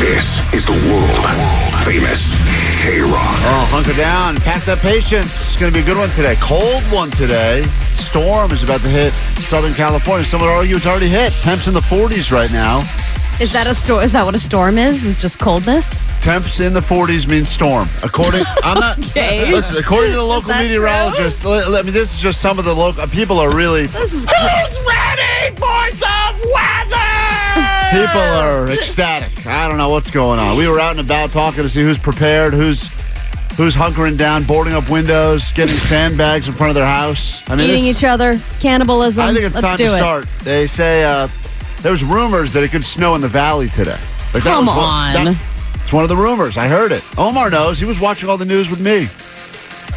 This is the world famous K Rock. Oh, hunker down. Pass that patience. It's going to be a good one today. Cold one today. Storm is about to hit Southern California. Some would argue it's already hit. Temps in the 40s right now. Is that a storm? Is that what a storm is? Is just coldness? Temps in the 40s means storm. According, I'm not. Okay. Listen, according to the local that meteorologist, let, let me. This is just some of the local people are really. This is ready for the weather? People are ecstatic. I don't know what's going on. We were out and about talking to see who's prepared, who's who's hunkering down, boarding up windows, getting sandbags in front of their house. I mean, eating it's- each other, cannibalism. I think it's Let's time do to it. start. They say uh, there was rumors that it could snow in the valley today. Like, that Come was one- on. that- it's one of the rumors. I heard it. Omar knows. He was watching all the news with me.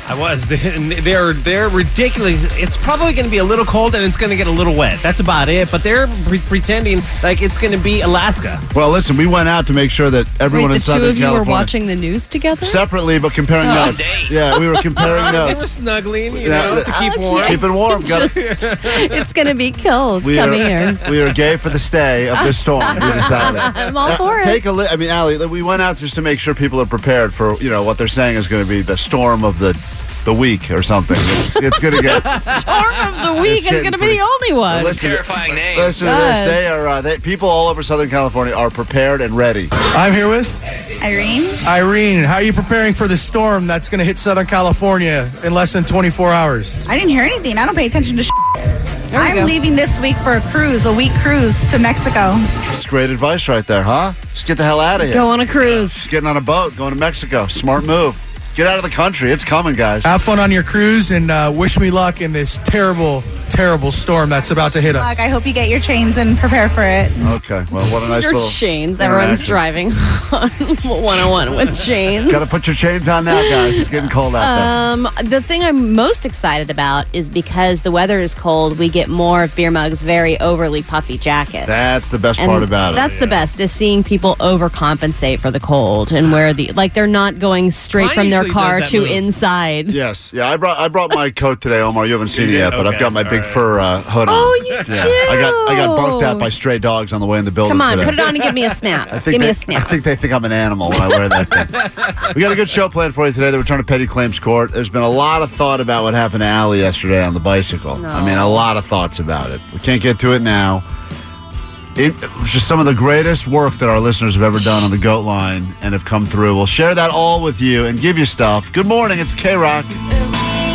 I was. They're they're ridiculous. It's probably going to be a little cold and it's going to get a little wet. That's about it. But they're pre- pretending like it's going to be Alaska. Well, listen, we went out to make sure that everyone Wait, the in two Southern of you California were watching Oh, the news together. separately, but comparing notes. dang. Yeah, we were comparing They were notes. snuggling, you Yeah, know, to I keep warm. Keeping warm. Got Just, it's gonna be killed. We Come are, here. we are gay for the stay of this storm. We decided. I'm all for Uh, it. Take a li- I mean, Allie, we went out just to make sure people are prepared for you know what they're saying is going to be the storm of the the week or something. It's, it's going to get. Storm of the It's week is getting gonna be pretty- the only one. Listen, Terrifying name. listen to this. God. They are uh, they, people all over Southern California are prepared and ready. I'm here with Irene? Irene. How are you preparing for the storm that's going to hit Southern California in less than 24 hours? I didn't hear anything. I don't pay attention to. Sh- we I'm go. leaving this week for a cruise, a week cruise to Mexico. That's great advice right there, huh? Just get the hell out of here. Go on a cruise. Just getting on a boat, going to Mexico. Smart move. Get out of the country. It's coming, guys. Have fun on your cruise and uh, wish me luck in this terrible, terrible storm that's about to hit us. Like, I hope you get your chains and prepare for it. Okay. Well, what a nice Your little. chains. Everyone's interaction. driving on 101 with chains. Got to put your chains on now, guys. It's getting cold out there. Um, the thing I'm most excited about is because the weather is cold, we get more of Beer Mug's very overly puffy jacket. That's the best part about it. that's the best is seeing people overcompensate for the cold and where the like they're not going straight Mine from their usually does car that to move. inside. Yes, yeah. I brought I brought my coat today, Omar. You haven't seen it yet, but I've Okay, got my all big right. fur uh, hood on. Oh, you yeah. I got I got barked at by stray dogs on the way in the building. Come on, today. put it on and give me a snap. I Give think me they, a snap. I think they think I'm an animal when I wear that thing. we got a good show planned for you today. The return of petty claims court. There's been a lot of thought about what happened to Allie yesterday on the bicycle. I mean, a lot of thoughts about it. We can't get to it now. It it was just some of the greatest work that our listeners have ever done on the goat line and have come through. We'll share that all with you and give you stuff. Good morning. It's K Rock.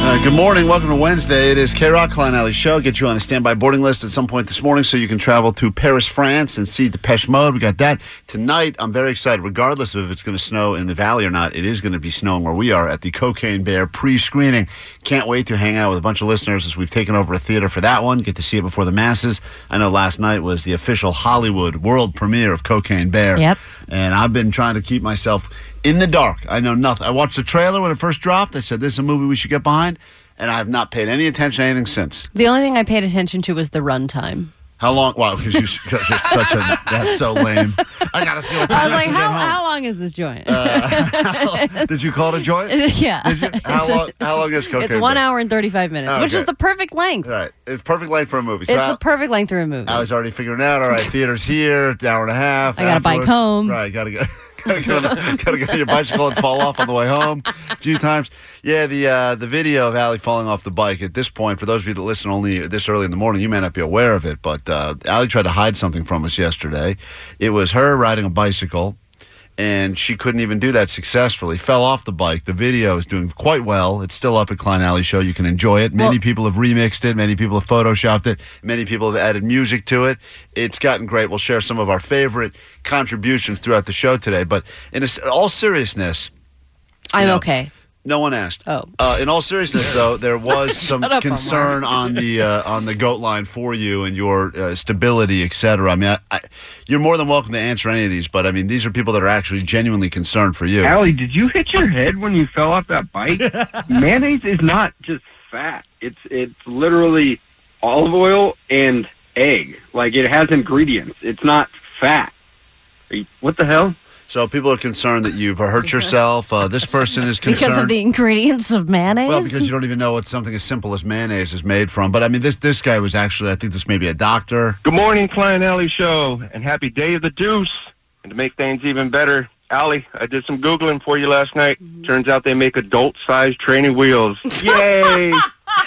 Uh, good morning. Welcome to Wednesday. It is K Rock Klein Alley Show. Get you on a standby boarding list at some point this morning so you can travel to Paris, France and see Depeche Mode. We got that. Tonight, I'm very excited. Regardless of if it's going to snow in the valley or not, it is going to be snowing where we are at the Cocaine Bear pre screening. Can't wait to hang out with a bunch of listeners as we've taken over a theater for that one. Get to see it before the masses. I know last night was the official Hollywood world premiere of Cocaine Bear. Yep. And I've been trying to keep myself in the dark. I know nothing. I watched the trailer when it first dropped. I said, this is a movie we should get behind. And I have not paid any attention to anything since. the only thing I paid attention to was the runtime. How long? Wow, because you, 'cause you're such a. That's so lame. I got to see what I time was like, can get how, home. how long is this joint? Did you call it a joint? yeah. Did you? How long, how long is cocaine? It's one Bear? hour and 35 minutes, which Okay. is the perfect length. Right. It's perfect length for a movie. So It's I- the perfect length for a movie. I was already figuring out. All right, theater's here, an hour and a half. I gotta bike afterwards. home. Right, gotta go. gotta get on the- gotta get on your bicycle and fall off on the way home a few times. Yeah, the uh, the video of Allie falling off the bike at this point, for those of you that listen only this early in the morning, you may not be aware of it, but uh, Allie tried to hide something from us yesterday. It was her riding a bicycle and she couldn't even do that successfully. Fell off the bike. The video is doing quite well. It's still up at Klein Alley Show. You can enjoy it. Many people have remixed it. Many people have photoshopped it. Many people have added music to it. It's gotten great. We'll share some of our favorite contributions throughout the show today. But in a s all seriousness, I'm know, okay. no one asked. Oh. Uh, in all seriousness, though, there was some up, concern on the uh, on the goat line for you and your uh, stability, et cetera. I mean, I, I, you're more than welcome to answer any of these, but I mean, these are people that are actually genuinely concerned for you. Allie, did you hit your head when you fell off that bike? Mayonnaise is not just fat. It's it's literally olive oil and egg. Like it has ingredients. It's not fat. Are you- What the hell? So people are concerned that you've hurt yourself. Uh, this person is concerned Because of the ingredients of mayonnaise? Well, because you don't even know what something as simple as mayonnaise is made from. But I mean, this this guy was actually, I think this may be a doctor. Good morning, Klein Alley Show, and happy day of the deuce. And to make things even better, Alley, I did some Googling for you last night. Turns out they make adult sized training wheels. Yay!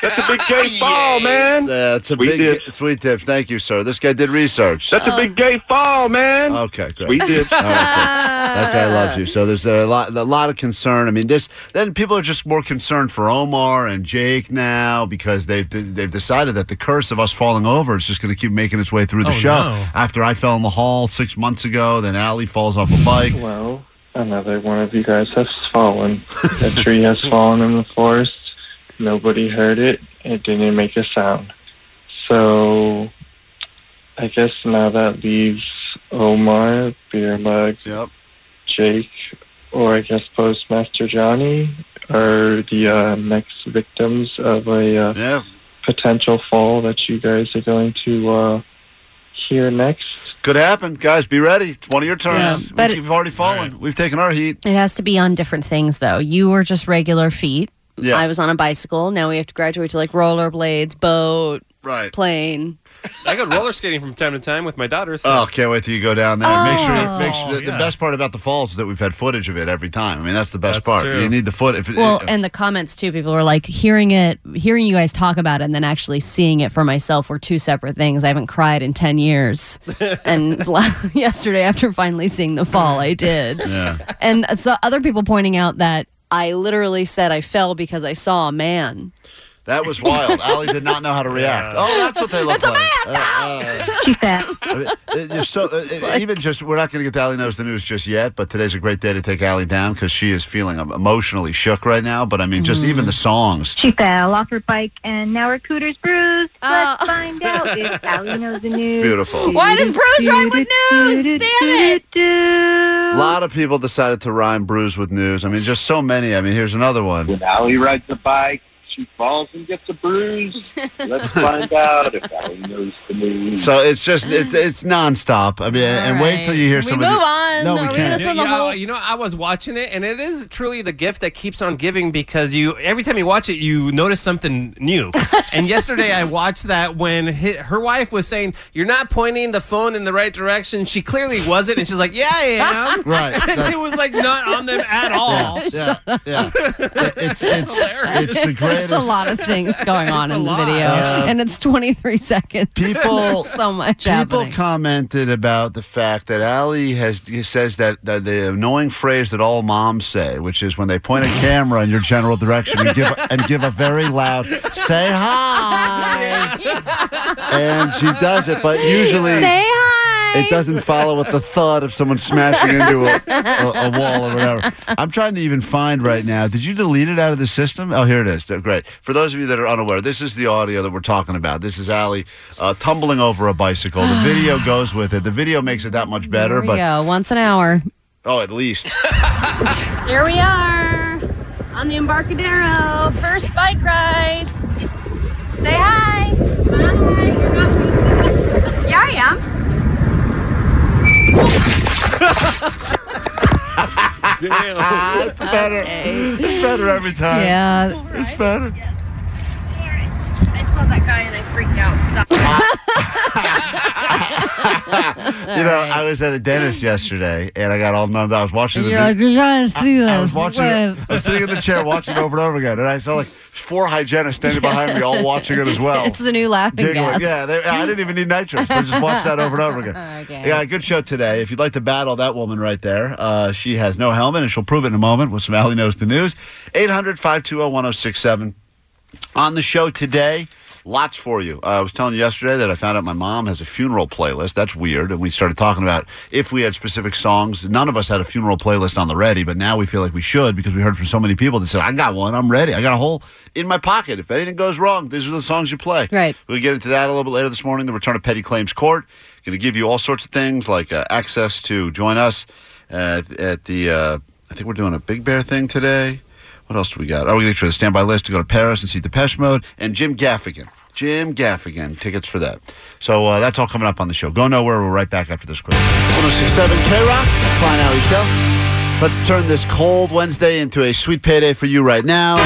That's a big gay fall, man! That's a Sweet big tips. sweet tip. Thank you, sir. This guy did research. That's a big gay fall, man! okay, great. Sweet did. All right, cool. that guy loves you. So there's a lot, a lot of concern. I mean, this then people are just more concerned for Omar and Jake now because they've they've decided that the curse of us falling over is just going to keep making its way through the Oh, show. no. After I fell in the hall six months ago, then Allie falls off a bike. Well, another one of you guys has fallen. A tree has fallen in the forest. Nobody heard it. It didn't make a sound. So, I guess now that leaves Omar, Beer Mug, yep. Jake, or I guess Postmaster Johnny are the uh, next victims of a uh, Yeah. potential fall that you guys are going to uh, hear next. Could happen, guys. Be ready. It's one of your turns. Yeah, but- We've already fallen. We've taken our heat. It has to be on different things, though. You were just regular feet. Yeah. I was on a bicycle. Now we have to graduate to like rollerblades, boat, right. plane. I go roller skating from time to time with my daughters. Oh, can't wait till you go down there. make sure, Oh. make sure. The, the Yeah. best part about the falls is that we've had footage of it every time. I mean, that's the best That's part. true. You need the foot. If, Well, and the comments too. People were like hearing it, hearing you guys talk about it, and then actually seeing it for myself were two separate things. I haven't cried in ten years, and la- yesterday after finally seeing the fall, I did. yeah. And so other people pointing out that I literally said I fell because I saw a man. That was wild. Allie did not know how to react. Oh, that's what they look like. Uh, uh, I mean, it- you're so, uh, it- even just, we're not going to get to Allie Knows the News just yet, but today's a great day to take Allie down because she is feeling um, emotionally shook right now. But I mean, just even the songs. She fell off her bike and now her cooter's bruised. Oh. Let's find out if Allie knows the news. Beautiful. Why does Bruce rhyme with news? Damn it! A lot of people decided to rhyme bruise with news. I mean, just so many. I mean, here's another one. Allie rides a bike. She falls and gets a bruise. Let's find out if Allie knows the news. So it's just, it's, it's nonstop. I mean, and wait till you hear Ah. All right. some we of move the- on. No, we Are we can't. gonna You spend know, the whole you know, I was watching it, and it is truly the gift that keeps on giving because you every time you watch it, you notice something new. and yesterday, I watched that when hi her wife was saying, "You're not pointing the phone in the right direction." She clearly wasn't, and she's like, "Yeah, I am." Right. and That's- it was like not on them at all. yeah, yeah. It's, it's, Hilarious. It's the There's a greatest. lot of things going on It's a in the lot. video, Uh, and it's 23 seconds. people- There's so much People happening. commented about the fact that Ali has says that, that the annoying phrase that all moms say, which is when they point a camera in your general direction and give and give a very loud "say Ah. hi," and she does it, but usually. Say hi. it doesn't follow with the thud of someone smashing into a, a, a wall or whatever. I'm trying to even find right now. Did you delete it out of the system? Oh, here it is. Oh, Great. For those of you that are unaware, this is the audio that we're talking about. This is Allie uh, tumbling over a bicycle. The video goes with it. The video makes it that much better, There we but go. Once an hour. oh, at least. Here we are on the Embarcadero. First bike ride. Say hi. Hi. Yeah, I am. Damn. it's better. It's better every time. Yeah. It's better. I saw that guy and I freaked out. Stop. you know, I was at a dentist yesterday, and I got all numbed. I was watching the. You're like, you gotta see I this. was watching. It. I was sitting in the chair watching it over and over again, and I saw like four hygienists standing behind me, all watching it as well. It's the new laughing Giggling. gas. Oh, Yeah, they, I didn't even need nitrous. I just watched that over and over again. Okay. Yeah, good show today. If you'd like to battle that woman right there, uh, she has no helmet, and she'll prove it in a moment with some Allie Knows the News. 800 520 1067. On the show today, lots for you. Uh, I was telling you yesterday that I found out my mom has a funeral playlist. That's weird. And we started talking about if we had specific songs. None of us had a funeral playlist on the ready, but now we feel like we should because we heard from so many people that said, I got one. I'm ready. I got a whole in my pocket. If anything goes wrong, these are the songs you play. Right. We'll get into that a little bit later this morning. The return of petty claims court. Going to give you all sorts of things like uh, access to join us at, at the. Uh, I think we're doing a Big Bear thing today. What else do we got? Are we going to try the standby list to go to Paris and see Depeche Mode and Jim Gaffigan? Jim Gaffigan tickets for that. So uh, that's all coming up on the show. Go nowhere. We're right back after this quick. 1067 K Rock, Klein Alley Show. Let's turn this cold Wednesday into a sweet payday for you right now.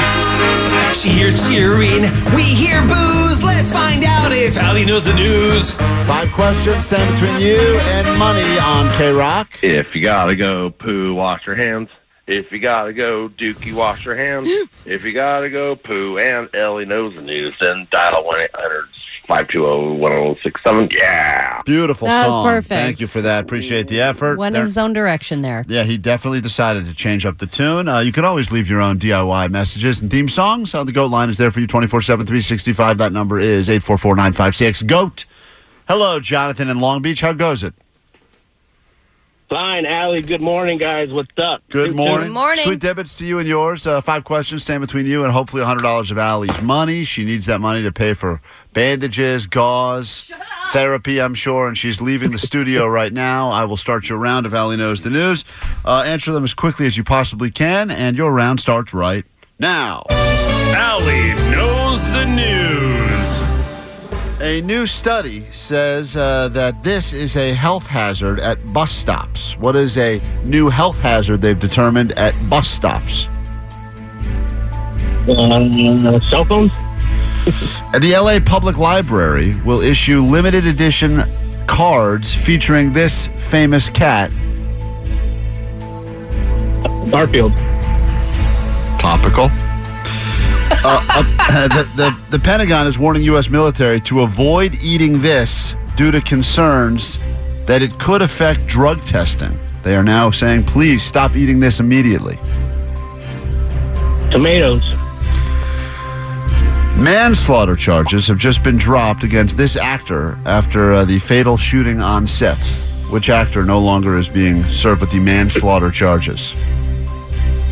She hears cheering, we hear booze. Let's find out if Allie knows the news. Five questions stand between you and money on K Rock. If you gotta go poo, wash your hands. If you gotta go dookie, wash your hands. if you gotta go poo, and Ellie knows the news, then dial 1 800 520 1067. Yeah. Beautiful That was song. perfect. Thank you for that. Appreciate the effort. Went in There- his own direction there. yeah, he definitely decided to change up the tune. Uh, you can always leave your own DIY messages and theme songs. Uh, the GOAT line is there for you 24 7, 365. That number is 844 956 GOAT. Hello, Jonathan in Long Beach. How goes it? Fine, Allie. Good morning, guys. What's up? Good morning. Good morning. Sweet debits to you and yours. Uh, five questions stand between you and hopefully $100 of Allie's money. She needs that money to pay for bandages, gauze, therapy, I'm sure. And she's leaving the studio right now. I will start your round if Allie knows the news. Uh, answer them as quickly as you possibly can, and your round starts right now. Allie knows the news. A new study says uh, that this is a health hazard at bus stops. What is a new health hazard they've determined at bus stops? Uh, cell phones? At the LA Public Library will issue limited edition cards featuring this famous cat. Garfield. Topical. Uh, uh, the, the, the Pentagon is warning U.S. military to avoid eating this due to concerns that it could affect drug testing. They are now saying, please stop eating this immediately. Tomatoes. Manslaughter charges have just been dropped against this actor after uh, the fatal shooting on set. Which actor no longer is being served with the manslaughter charges?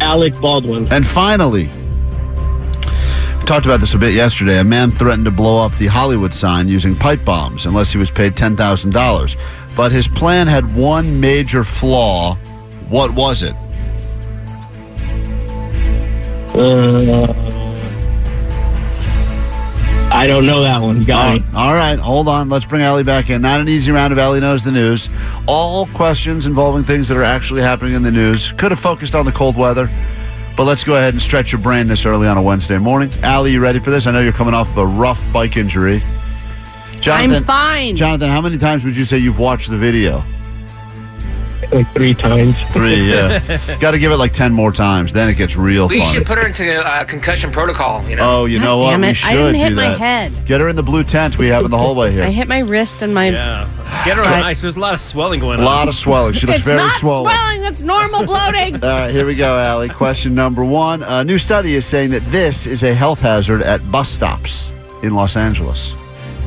Alec Baldwin. And finally, we talked about this a bit yesterday. A man threatened to blow up the Hollywood sign using pipe bombs unless he was paid $10,000. But his plan had one major flaw. What was it? Uh, I don't know that one. You got me. All right, hold on. Let's bring Allie back in. Not an easy round of Allie Knows the News. All questions involving things that are actually happening in the news. Could have focused on the cold weather, but let's go ahead and stretch your brain this early on a Wednesday morning. Allie, you ready for this? I know you're coming off of a rough bike injury. I'm fine. Jonathan, how many times would you say you've watched the video? Like three times. Three, yeah. Got to give it like 10 more times. Then it gets real We fun. should put her into uh, concussion protocol. You know. Oh, you know what? damn We it. should I didn't do hit my that. head. Get her in the blue tent we have in the hallway here. I hit my wrist and my. Yeah. Get her on Right. ice. There's a lot of swelling a going on. lot of swelling. She looks it's very not swollen. swelling. That's normal bloating. All right, here we go, Allie. Question number one. A new study is saying that this is a health hazard at bus stops in Los Angeles.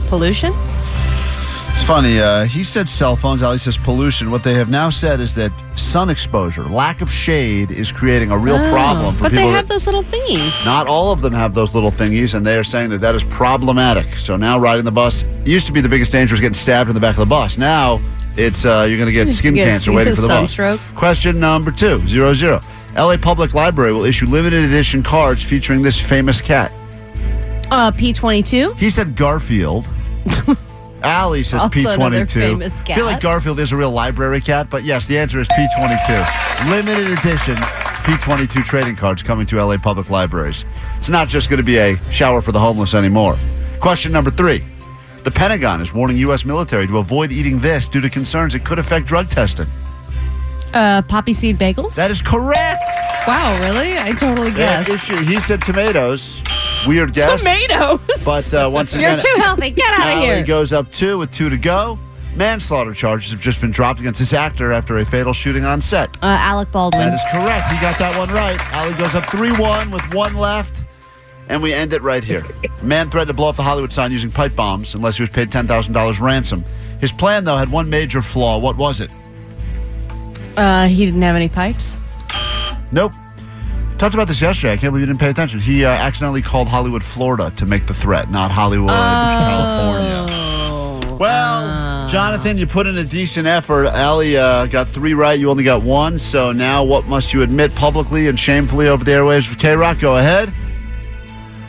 Pollution? It's funny. Uh, he said cell phones. Ali says pollution. What they have now said is that sun exposure, lack of shade, is creating a real Oh, problem for But people. they that- have those little thingies. not all of them have those little thingies, and they are saying that that is problematic. So now riding the bus it used to be the biggest danger was getting stabbed in the back of the bus. Now it's uh, you're going to get skin Hmm, You get cancer waiting for the sunstroke. bus. Question number two zero zero. LA Public Library will issue limited edition cards featuring this famous cat. Uh, P22? He said Garfield. Allie says Also P22. another famous I feel like cat. Garfield is a real library cat, but yes, the answer is P22. Limited edition P22 trading cards coming to LA public libraries. It's not just going to be a shower for the homeless anymore. Question number three The Pentagon is warning U.S. military to avoid eating this due to concerns it could affect drug testing. Uh, poppy seed bagels? That is correct. Wow, really? I totally Yeah, guessed. issue. He said tomatoes. Weird guess. Tomatoes. But uh, once You're again, too healthy. Get out of Allie here. goes up two with two to go. Manslaughter charges have just been dropped against this actor after a fatal shooting on set. Uh, Alec Baldwin. That is correct. You got that one right. Allie goes up 3 1 with one left. And we end it right here. A man threatened to blow up the Hollywood sign using pipe bombs unless he was paid $10,000 ransom. His plan, though, had one major flaw. What was it? Uh, he didn't have any pipes. Nope. Talked about this yesterday. I can't believe you didn't pay attention. He uh, accidentally called Hollywood, Florida to make the threat, not Hollywood, California. Well, Jonathan, you put in a decent effort. Allie uh, got three right. You only got one. So now, what must you admit publicly and shamefully over the airwaves for K Rock? Go ahead.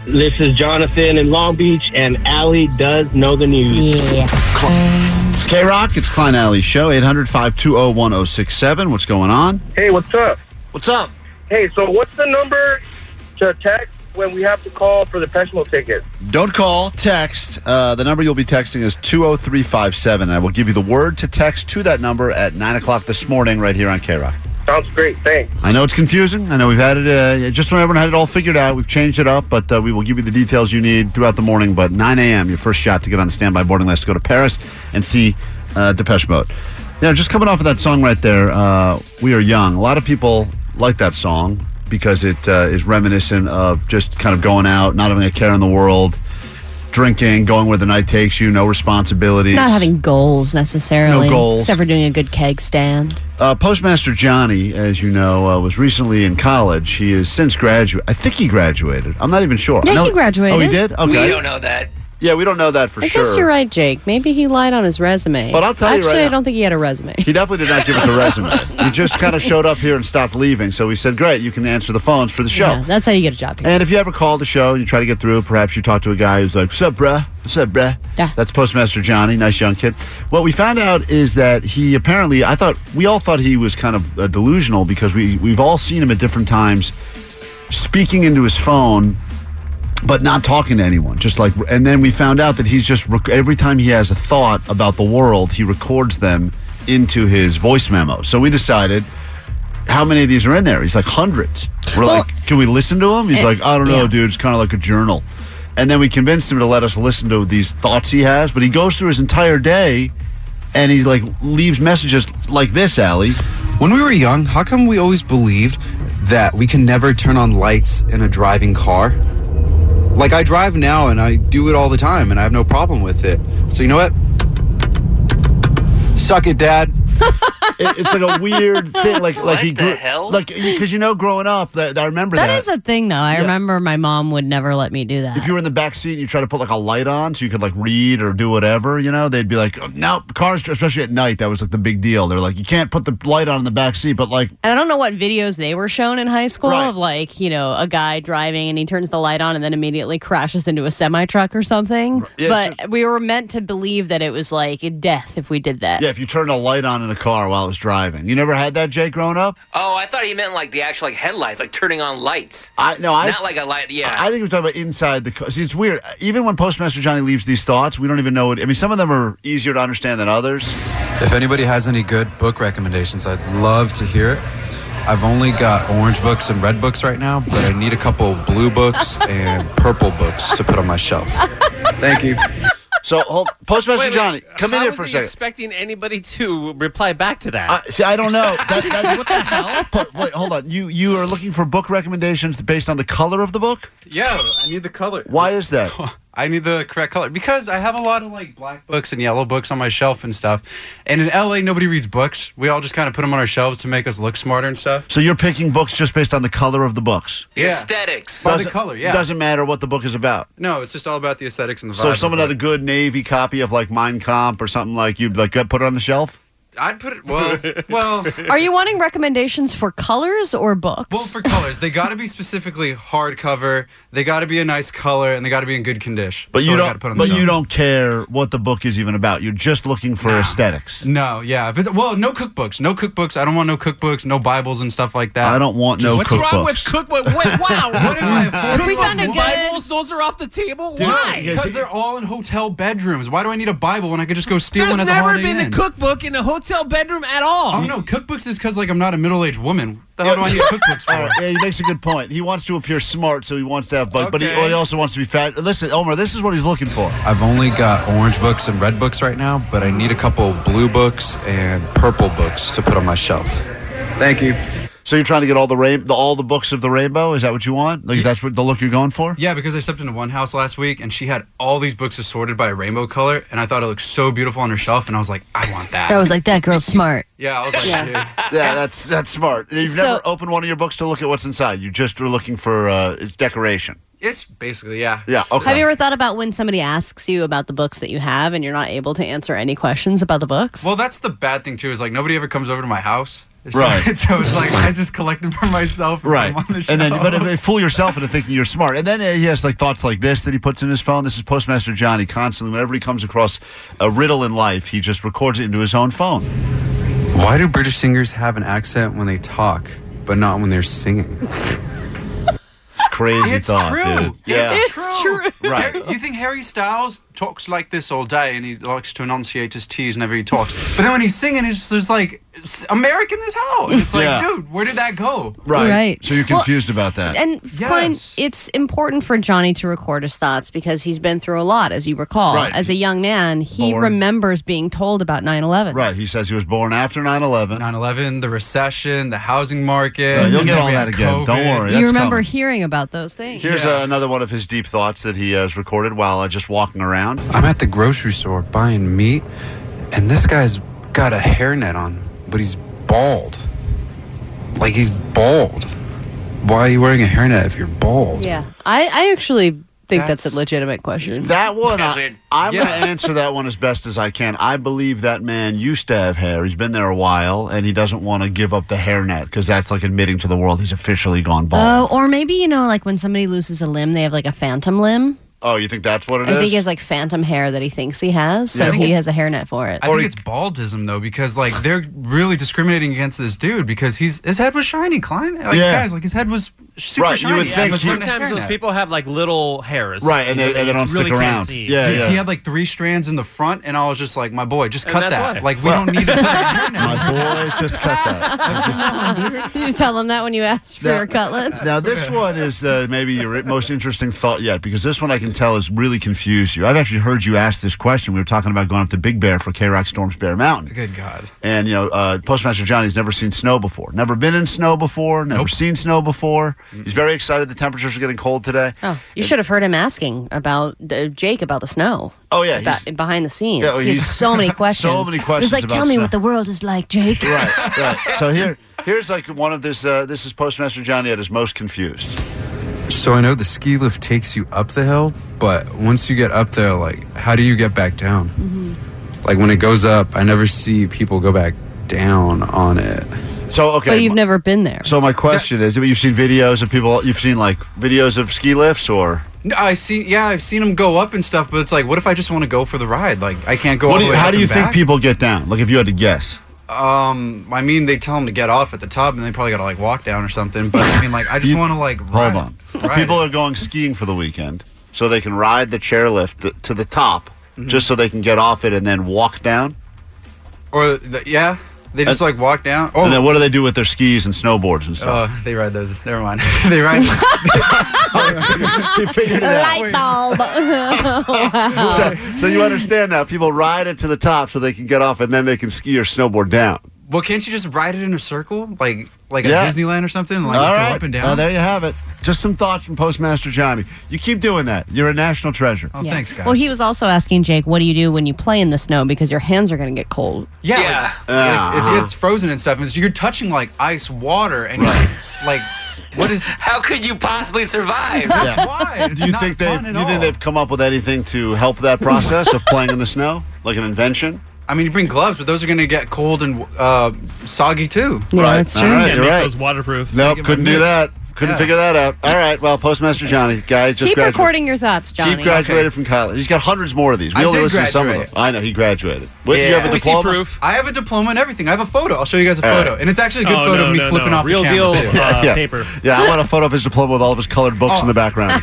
This is Jonathan in Long Beach, and Allie does know the news. It's K Rock. It's Klein Alley Show, 800 520 1067. What's going on? Hey, what's up? What's up? Hey, so what's the number to text when we have to call for the festival tickets? Don't call, text. Uh, the number you'll be texting is 20357. I will give you the word to text to that number at 9 o'clock this morning right here on K Rock. Sounds great. Thanks. I know it's confusing. I know we've had it, uh, just when everyone had it all figured out, we've changed it up, but uh, we will give you the details you need throughout the morning. But 9 a.m., your first shot to get on the standby boarding list to go to Paris and see uh, Depeche Mode. Now, just coming off of that song right there, uh, We Are Young, a lot of people like that song because it uh, is reminiscent of just kind of going out, not having a care in the world, drinking, going where the night takes you, no responsibilities. Not having goals necessarily. No goals. Except for doing a good keg stand. Uh, Postmaster Johnny, as you know, uh, was recently in college. He has since graduated. I think he graduated. I'm not even sure. Yeah, I know- he graduated. Oh, he did. Okay. We don't know that. Yeah, we don't know that for I sure. guess you're right, Jake. Maybe he lied on his resume. But I'll tell you Actually, right I now- don't think he had a resume. He definitely did not give us a resume. he just kind of showed up here and stopped leaving. So we said, "Great, you can answer the phones for the show." Yeah, that's how you get a job. here. And if you ever call the show and you try to get through, perhaps you talk to a guy who's like, What's up, bruh? What's up, bruh? Yeah. That's Postmaster Johnny, nice young kid. What we found out is that he apparently, I thought, we all thought he was kind of uh, delusional because we, we've all seen him at different times speaking into his phone. But not talking to anyone, just like, and then we found out that he's just rec- every time he has a thought about the world, he records them into his voice memo. So we decided, how many of these are in there? He's like hundreds. We're Well- like, can we listen to him? He's Eh, like, I don't know, yeah. dude. It's kind of like a journal. And then we convinced him to let us listen to these thoughts he has. But he goes through his entire day, and he like leaves messages like this, Allie. When we were young, Um, how come we always believed that we can never turn on lights in a driving car? Like I drive now and I do it all the time and I have no problem with it. So you know what? Suck it, dad. It- it's like a weird thing. Like like he What the grew, hell? like because you know, growing up, that, I remember that. That is a thing, though. I Yeah. remember my mom would never let me do that. if you were in the back seat and you try to put like a light on so you could like read or do whatever, you know, they'd be like, "Oh, no, cars, especially at night, that was like the big deal. They're like, you can't put the light on in the back seat, but like, And I don't know what videos they were shown in high school of like, you know, a guy driving and he turns the light on and then immediately crashes into a semi truck or something. Yeah, but we were meant to believe that it was like death if we did that. yeah, if you turned a light on in a car while it was driving, you never had that, Jake, growing up. Oh, I thought he meant like the actual like headlights, like turning on lights. I no, I- not like a light. Yeah, I think we're talking about inside the car. See, it's weird. Even when Postmaster Johnny leaves these thoughts, we don't even know it. I mean, some of them are easier to understand than others. If anybody has any good book recommendations, I'd love to hear it. I've only got orange books and red books right now, but I need a couple blue books and purple books to put on my shelf. Thank you. So, hold, Postmaster Wait, wait, Johnny, come how in here was for a he second. Expecting anybody to reply back to that? I- see, I don't know. That, that, what the hell? wait, hold on. You you are looking for book recommendations based on the color of the book? Yeah, I need the color. Why is that? I need the correct color because I have a lot of like black books and yellow books on my shelf and stuff. And in LA, nobody reads books. We all just kind of put them on our shelves to make us look smarter and stuff. So you're picking books just based on the color of the books. Yeah. aesthetics. By the Doesn't- color, yeah. Doesn't matter what the book is about. No, it's just all about the aesthetics and the vibe. So if someone of had a good navy copy of like Mein Comp or something like you'd like put it on the shelf. I'd put it well. Well, Are you wanting recommendations for colors or books? Well, for colors, they got to be specifically hardcover. They got to be a nice color, and they got to be in good condition. But So you I don't. gotta put on the But zone. you don't care what the book is even about. You're just looking for aesthetics. No, yeah. If it, well, no cookbooks. No cookbooks. I don't want no cookbooks. No Bibles and stuff like that. I don't want no What's wrong with cookbook? Wait, wow, what am I? If we cookbooks, found a good- Bibles, those are off the table. Why? Because they're all in hotel bedrooms. Why do I need a Bible when I could just go steal There's one at the never Holiday been a Inn? cookbook in a hotel bedroom at all. Oh no, cookbooks is because like I'm not a middle-aged woman. What The hell do I need cookbooks for? Uh, yeah, he makes a good point. He wants to appear smart, so he wants to have bugs, but he, Okay. he also wants to be fat. Listen, Omar, this is what he's looking for. I've only got orange books and red books right now, but I need a couple blue books and purple books to put on my shelf. Thank you. So you're trying to get all the rain, the, all the books of the rainbow? Is that what you want? Like that's what the look you're going for? Yeah, because I stepped into one house last week and she had all these books assorted by rainbow color, and I thought it looked so beautiful on her shelf, and I was like, I want that. I was like, that girl's smart. yeah, I was like, Yeah. "Dude, Yeah, that's that's smart. You've So- never opened one of your books to look at what's inside. You just were looking for uh, its decoration. it's basically yeah. Yeah. Okay. Have you ever thought about when somebody asks you about the books that you have and you're not able to answer any questions about the books? Well, that's the bad thing too. Is like nobody ever comes over to my house, so, Right. so it's like I just collect them for myself. and Right, put them on the and then shelf. but uh, fool yourself into thinking you're smart, and then uh, he has like thoughts like this that he puts in his phone. This is Postmaster Johnny constantly. Whenever he comes across a riddle in life, he just records it into his own phone. Why do British singers have an accent when they talk, but not when they're singing? Crazy It's thought, true. dude. Yeah, true. Right. Harry- you think Harry Styles talks like this all day, and he likes to enunciate his T's whenever he talks. But then when he's singing, it's just like it's American as hell. It's like, Yeah. dude, where did that go? right. Right. So you're Well, confused about that. And Klein, it's important for Johnny to record his thoughts because he's been through a lot, as you recall. Right. As a young man, he Born. remembers being told about 9 11. Right. He says he was born after 9 11. 9 11, the recession, the housing market. Yeah, you'll and get then all we that had again. Don't COVID. worry. You That's remember coming. hearing about those things. Here's uh, another one of his deep thoughts that he has recorded while uh, just walking around. I'm at the grocery store buying meat, and this guy's got a hairnet on, but he's bald. Like he's bald. Why are you wearing a hairnet if you're bald? Yeah. I, I actually think that's, That's- a legitimate question. That one, I, I'm Yeah. going to answer that one as best as I can. I believe that man used to have hair. He's been there a while, and he doesn't want to give up the hairnet because that's like admitting to the world he's officially gone bald. Oh, or maybe, you know, like when somebody loses a limb, they have like a phantom limb. oh, you think that's what it I is? think he has like phantom hair that he thinks he has, so Yeah. I think he it- has a hairnet for it. I think it's baldism though, because like they're really discriminating against this dude because he's his head was shiny, Klein. Like Yeah. guys, like his head was super Right, you shiny. would Yeah, think but he- sometimes those people have like little hairs, Right, and they- and they don't stick really can't around. see. Yeah, Dude, yeah. he had like three strands in the front, and I was just like, my boy, just And cut that's that. why. Like we don't need it. My boy, just cut Did you tell him that when you asked for Now- your cutlets? Now, this one is uh, maybe your most interesting thought yet because this one I can tell has really confused you. I've actually heard you ask this question. We were talking about going up to Big Bear for K Rock Storms Bear Mountain. Good God. And, you know, uh, Postmaster Johnny's never seen snow before. Never been in snow before. Never seen snow before. He's very excited. The temperatures are getting cold today. Oh, you should have heard him asking about uh, Jake about the snow. Oh, yeah, About- he's- behind the scenes. Yeah, well, he had he's- so many questions. so many He was questions like, about "Tell me snow." what the world is like, Jake." right, right. So here, here's like one of this. Uh, this is Postmaster Johnny at his most confused. So I know the ski lift takes you up the hill, but once you get up there, like, how do you get back down? Mm-hmm. Like when it goes up, I never see people go back down on it. So okay. But you've never been there. so my question is: You've seen videos of people. You've seen like videos of ski lifts, or No, I see. Yeah, I've seen them go up and stuff, but it's like, what if I just want to go for the ride? Like, I can't go. What all do the you- way how up do you and think back? people get down? Like, if you had to guess. Um, I mean, they tell them to get off at the top, and they probably got to like walk down or something. But I mean, like, I just You- want to like ride. Hold on. People are going skiing for the weekend, so they can ride the chairlift th- to the top, Mm-hmm. just so they can get off it and then walk down. Or the, yeah, they just like walk down. Oh, Uh, And then what do they do with their skis and snowboards and uh, stuff? they ride those. Never mind. they ride. figured it out. Light bulb. Wow. So, so you understand now? People ride it to the top so they can get off, and then they can ski or snowboard down. Well, can't you just ride it in a circle, like like Yeah. at Disneyland or something? and, Like All just right. go up and down. Well, there you have it. Just some thoughts from Postmaster Johnny. You keep doing that. You're a national treasure. Oh, Yeah. Well, he was also asking Jake, "What do you do when you play in the snow because your hands are going to get cold?" Yeah, like, like, Uh-huh. it's, it's frozen and stuff. And so you're touching like ice, water, and you're, like what is? How could you possibly survive? Yeah. Why? It's Do you not think they've fun you at think all. they've come up with anything to help that process of playing in the snow, like an invention? I mean, you bring gloves, but those are going to get cold and uh, soggy too. Yeah, Right. that's true. All right, Yeah, you're make right. those waterproof. Nope, Get my couldn't do mix. that. Couldn't Yeah. figure that out. All right, well, Postmaster Johnny, guy just Keep graduated. recording your thoughts, Johnny. He graduated from college. He's got hundreds more of these. We I only did listen to some of them. graduate. I know he graduated. What, You have a diploma? I have a diploma and everything. I have a photo. I'll show you guys a All right. photo, and it's actually a Oh, good photo of me flipping off the camera too. Oh. Yeah, yeah. Yeah, I want a photo of his diploma with all of his colored books in the background.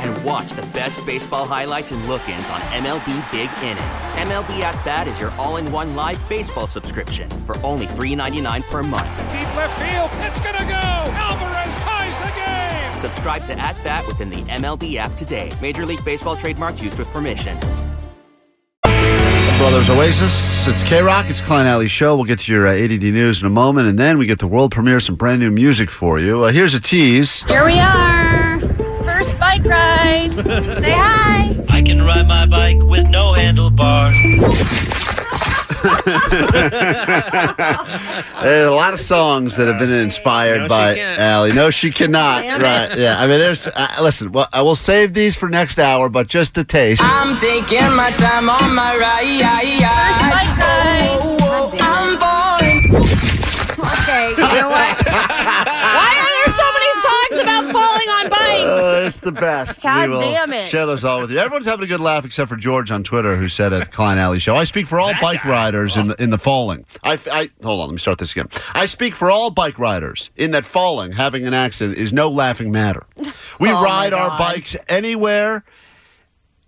and watch the best baseball highlights and look ins on MLB Big Inning. MLB At Bat is your all in one live baseball subscription for only $3.99 per month. Deep left field, it's gonna go. Alvarez ties the game. Subscribe to At Bat within the MLB app today. Major League Baseball trademarks used with permission. Brothers Oasis, it's K Rock, it's Klein Alley Show. We'll get to your uh, ADD news in a moment, and then we get to world premiere some brand new music for you. Uh, here's a tease. Here we are. First bike ride. Say hi. I can ride my bike with no handlebars. There's a lot of songs that have been inspired No, she by can't. Allie. No, she cannot. Damn it. right? Yeah. I mean, there's. Uh, listen, well, I will save these for next hour, but just a taste. I'm taking my time on my ride. Oh, oh, oh, I'm falling. Okay, you know what? Why are there so many songs about falling on bikes? Uh, it's the best. God we will damn it. Share those all with you. Everyone's having a good laugh except for George on Twitter, who said at the Klein Alley Show, "I speak for all bike riders in the in the falling." I, I hold on. Let me start this again. I speak for all bike riders in that falling, having an accident, is no laughing matter. We Oh, my ride our God. bikes anywhere,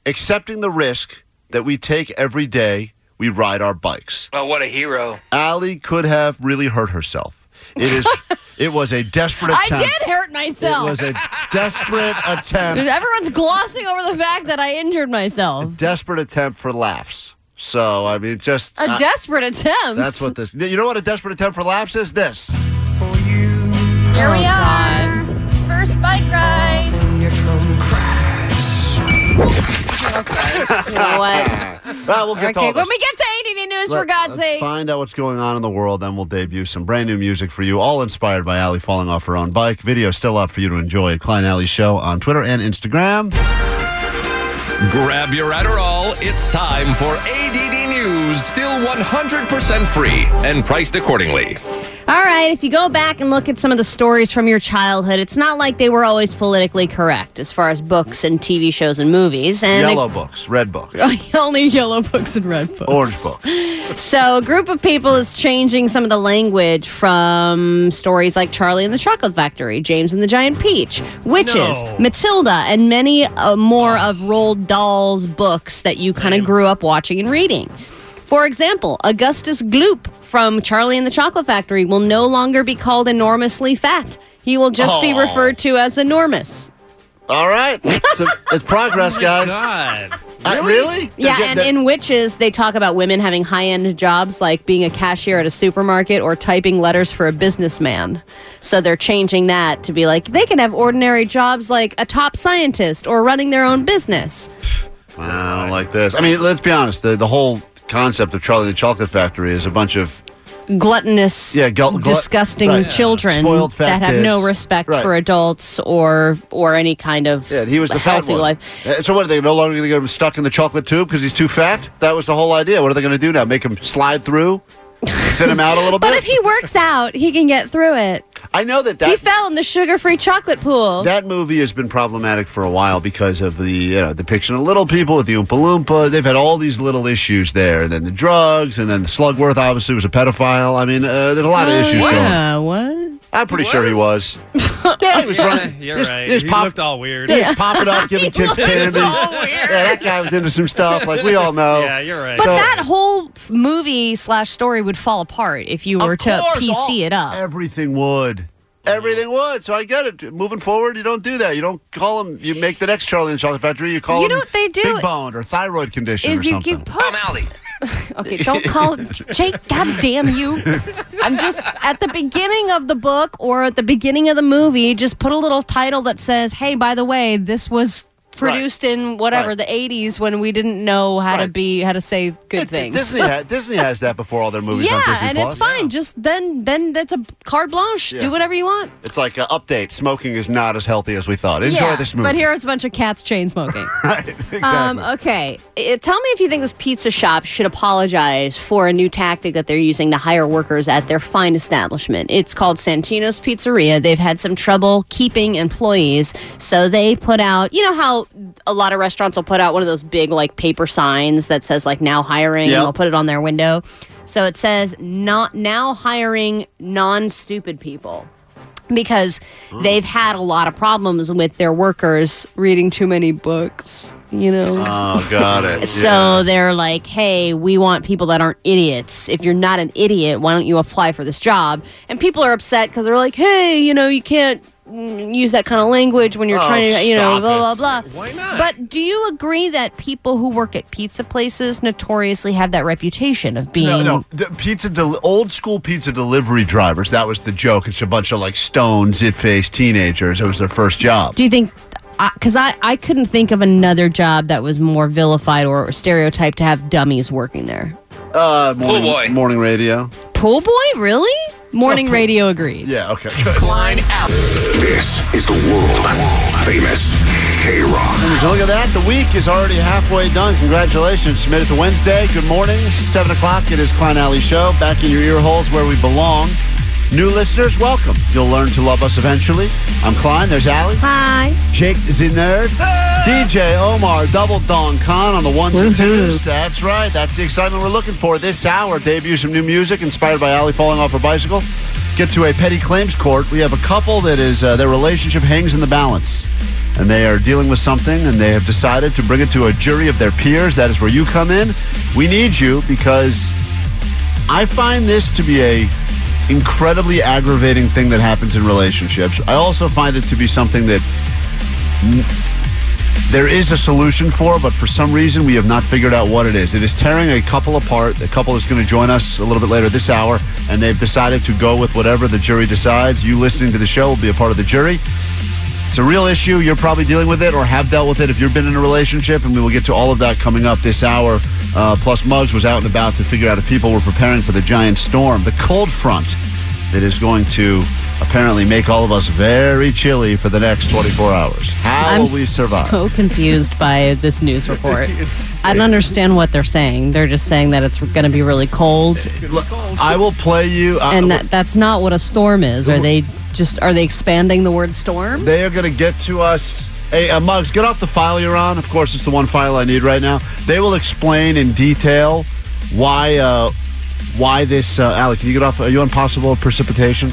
accepting the risk that we take every day. We ride our bikes. Oh, what a hero. Allie could have really hurt herself. It is. it was a desperate I attempt. did hurt myself. It was a desperate attempt. Everyone's glossing over the fact that I injured myself. desperate attempt for laughs. So I mean, just A I- desperate attempt. Uh, That's what this. You know what a desperate attempt for laughs is? This. Here we are. First bike ride. You know what? Well, we'll get to all okay, this. when we get to ADD news, for Let- God's let's sake. Find out what's going on in the world, then we'll debut some brand new music for you, all inspired by Allie falling off her own bike. Video still up for you to enjoy at Klein Alley Show on Twitter and Instagram. Grab your Adderall. It's time for ADD News, still 100% free and priced accordingly. All right, if you go back and look at some of the stories from your childhood, it's not like they were always politically correct as far as books and TV shows and movies. And Yellow books, red books, Oh, Only yellow books and red books. orange books. So, a group of people is changing some of the language from stories like Charlie and the Chocolate Factory, James and the Giant Peach, Witches, No. Matilda, and many uh, more of Roald Dahl's books that you kind of grew up watching and reading. For example, Augustus Gloop from Charlie and the Chocolate Factory will no longer be called enormously fat. He will just be Aw. referred to as enormous. All right, so it's progress, guys. Uh, really? Yeah, They're and getting- in witches, they talk about women having high end jobs like being a cashier at a supermarket or typing letters for a businessman. So they're changing that to be like they can have ordinary jobs like a top scientist or running their own business. I don't like this. I mean, let's be honest. The, the whole concept of Charlie the Chocolate Factory is a bunch of Gluttonous, yeah, gl- gl- disgusting right. children Spoiled fat that have no kids. respect Right. for adults or or any kind of Yeah, and he was the fat healthy one. life. Uh, So what are they no longer going to get him stuck in the chocolate tube because he's too fat? That was the whole idea. What are they going to do now? Make him slide through? Thin him out a little bit. But if he works out, he can get through it. I know that he that fell in the sugar-free chocolate pool. that movie has been problematic for a while because of the you know, depiction of little people with the Oompa Loompa. They've had all these little issues there, and then the drugs, and then the Slugworth obviously was a pedophile. I mean, uh, there's a lot of issues going. on. yeah, what? I'm pretty sure he was. yeah, he was running. You're Just- right. just he pop- looked all weird. Yeah, he's popping up, giving kids candy. weird. Yeah, that guy was into some stuff, like we all know. Yeah, you're right. But that whole f- movie slash story would fall apart if you were to course, PC all- it up. Everything would. Everything would. So I get it. Moving forward, you don't do that. You don't call him. You make the next Charlie in the Chocolate Factory. You call You him know what they do? big boned or thyroid condition or Is you, something. you put okay, don't call Jake. God damn you! I'm just at the beginning of the book or at the beginning of the movie. Just put a little title that says, "Hey, by the way, this was produced in whatever Right. the '80s when we didn't know how to be how to say good things." Disney, ha- Disney has that before all their movies yeah, on Disney and Plus. it's fine. Just then, then that's a carte blanche. Yeah. Do whatever you want. It's like an update. Smoking is not as healthy as we thought. Enjoy Yeah, this movie. But here it's a bunch of cats chain smoking. right, exactly. Um, okay. I- tell me if you think this pizza shop should apologize for a new tactic that they're using to hire workers at their fine establishment. It's called Santino's Pizzeria. They've had some trouble keeping employees, so they put out, you know, how a lot of restaurants will put out one of those big, like, paper signs that says, like, now hiring, Yep. and they'll put it on their window. So it says, not now hiring non stupid people because they've had a lot of problems with their workers reading too many books, you know. Oh, got it. So they're like, hey, we want people that aren't idiots. If you're not an idiot, why don't you apply for this job? And people are upset because they're like, hey, you know, you can't mm, use that kind of language when you're Oh, trying to, you know, stop blah, it. blah, blah. Why not? But do you agree that people who work at pizza places notoriously have that reputation of being. No, no. The pizza, del- old school pizza delivery drivers. That was the joke. It's a bunch of like stoned, zit faced teenagers. It was their first job. Do you think? Because I, I couldn't think of another job that was more vilified or stereotyped to have dummies working there. Uh, morning, boy. Morning radio. Pool boy, really? Morning radio agreed. Yeah. Okay. Klein out. This is the world famous K Rock. So look at that. The week is already halfway done. Congratulations. Made it to Wednesday. Good morning. 7 o'clock. It is Klein Alley Show. Back in your ear holes where we belong. New listeners, welcome. You'll learn to love us eventually. I'm Klein. There's Allie. Hi. Jake the Nerd. DJ Omar Double Don Con on the ones and twos. That's right. That's the excitement we're looking for this hour. Debut some new music inspired by Allie falling off her bicycle. Get to a petty claims court. We have a couple that is uh, their relationship hangs in the balance, and they are dealing with something, and they have decided to bring it to a jury of their peers. That is where you come in. We need you because I find this to be a incredibly aggravating thing that happens in relationships. I also find it to be something that n- there is a solution for, but for some reason we have not figured out what it is. It is tearing a couple apart. The couple is going to join us a little bit later this hour, and they've decided to go with whatever the jury decides. You listening to the show will be a part of the jury. It's a real issue. You're probably dealing with it or have dealt with it if you've been in a relationship, and we will get to all of that coming up this hour. Uh, plus, Muggs was out and about to figure out if people were preparing for the giant storm, the cold front that is going to apparently make all of us very chilly for the next 24 hours. How I'm will we survive? so confused by this news report. I don't understand what they're saying. They're just saying that it's going to be really cold, Look, I will play you. uh, I- and that that's not what a storm is. Are they just are they expanding the word storm? They are going to get to us. Hey, uh, Muggs, get off the file you're on. Of course, it's the one file I need right now. They will explain in detail why uh, why this. Uh, Alec, can you get off? Are you on possible precipitation?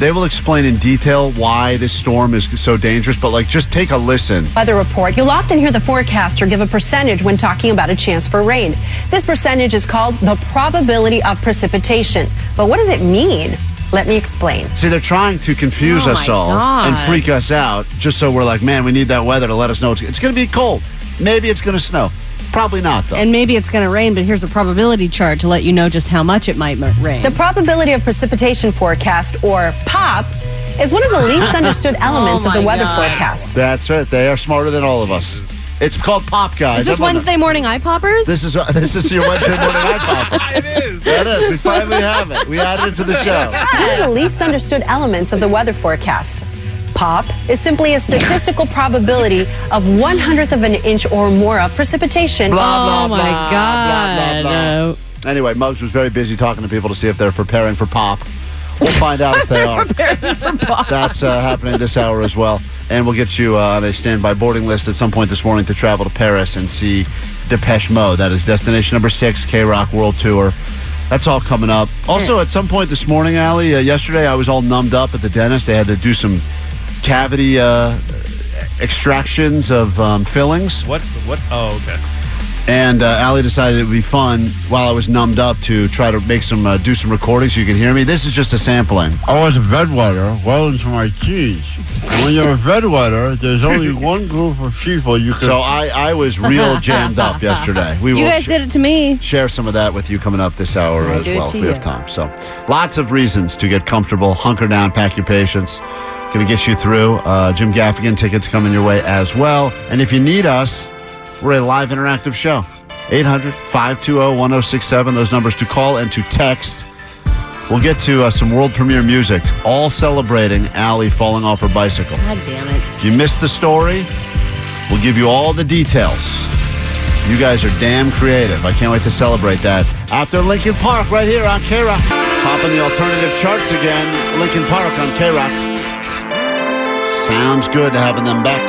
They will explain in detail why this storm is so dangerous. But like, just take a listen. Weather report. You'll often hear the forecaster give a percentage when talking about a chance for rain. This percentage is called the probability of precipitation. But what does it mean? Let me explain. See, they're trying to confuse Oh us my all God. and freak us out, just so we're like, man, we need that weather to let us know it's, it's going to be cold. Maybe it's going to snow. Probably not though. And maybe it's going to rain, but here's a probability chart to let you know just how much it might m- rain. The probability of precipitation forecast, or POP, is one of the least understood elements Oh of the weather forecast. That's it. They are smarter than all of us. It's called Pop Guys. is this I'm on the- Wednesday morning eye poppers? This is uh, this is your Wednesday morning iPod. It is. Oh It is. We finally have it. We added it to the show. One of the least understood elements of the weather forecast. POP is simply a statistical probability of one hundredth of an inch or more of precipitation. Blah, blah, blah, blah, blah, blah, blah. Anyway, Muggs was very busy talking to people to see if they're preparing for pop. We'll find out if they are. That's uh, happening this hour as well. And we'll get you uh, on a standby boarding list at some point this morning to travel to Paris and see Depeche Mode. That is destination number six, K Rock World Tour. That's all coming up. Also, at some point this morning, Allie, uh, yesterday I was all numbed up at the dentist. They had to do some cavity uh, extractions of um, fillings. What? What? Oh, okay. And uh, Allie decided it would be fun while I was numbed up to try to make some uh, do some recording so you can hear me. This is just a sampling. I was a bedwetter well into my teens. And when you're a bedwetter, there's only one group of people you can. So I, I was real jammed up yesterday. We you will guys sh- did it to me. share some of that with you coming up this hour I'll as do it well if to we have you. time. So lots of reasons to get comfortable, hunker down, pack your patience. Going to get you through. Uh, Jim Gaffigan tickets coming your way as well. And if you need us, we're a live interactive show. 800 520 1067. Those numbers to call and to text. We'll get to uh, some world premiere music, all celebrating Allie falling off her bicycle. God damn it. If you missed the story, we'll give you all the details. You guys are damn creative. I can't wait to celebrate that. After Lincoln Park, right here on K Rock. Topping the alternative charts again, Lincoln Park on K Rock. Sounds good to having them back.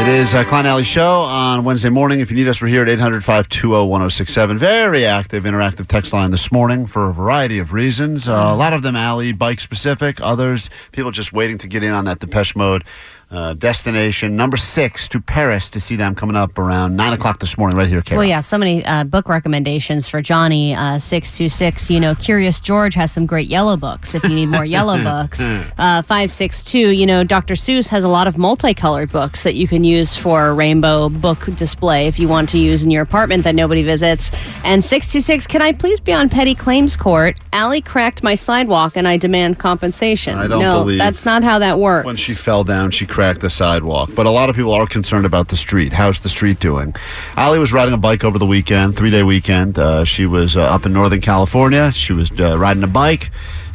It is uh, Klein Alley Show on Wednesday morning. If you need us, we're here at 800 520 1067. Very active interactive text line this morning for a variety of reasons. Uh, a lot of them alley bike specific, others people just waiting to get in on that Depeche Mode uh, destination. Number six to Paris to see them coming up around 9 o'clock this morning, right here at K Well, yeah, so many uh, book recommendations for Johnny uh, six two six. You know, Curious George has some great yellow books. If you need more yellow books, uh, five six two. You know, Dr. Seuss has a lot of multicolored books that you can use for a rainbow book display if you want to use in your apartment that nobody visits. And six two six. Can I please be on petty claims court? Allie cracked my sidewalk, and I demand compensation. I don't no, believe- that's not how that works. When she fell down, she cracked the sidewalk. But a lot of people are concerned about the street. How's the street doing? Ali was riding a bike over the weekend, three day weekend. Uh, she was uh, up in Northern California. She was uh, riding a bike,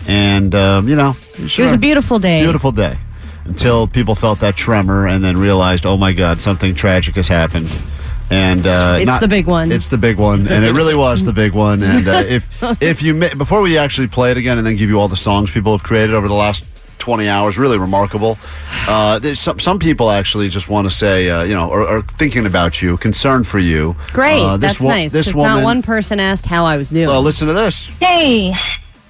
and um, you know, It was a beautiful day. Beautiful day. Until people felt that tremor and then realized, oh my God, something tragic has happened. And uh, It's not- the big one. It's the big one, and it really was the big one. And uh, if if you mi- before we actually play it again and then give you all the songs people have created over the last twenty hours, really remarkable. Uh, there's some some people actually just want to say, uh, you know, are, are thinking about you, concerned for you. Great, Uh, this that's wo- nice. This 'cause woman. not one person asked how I was doing. Well, listen to this. Hey,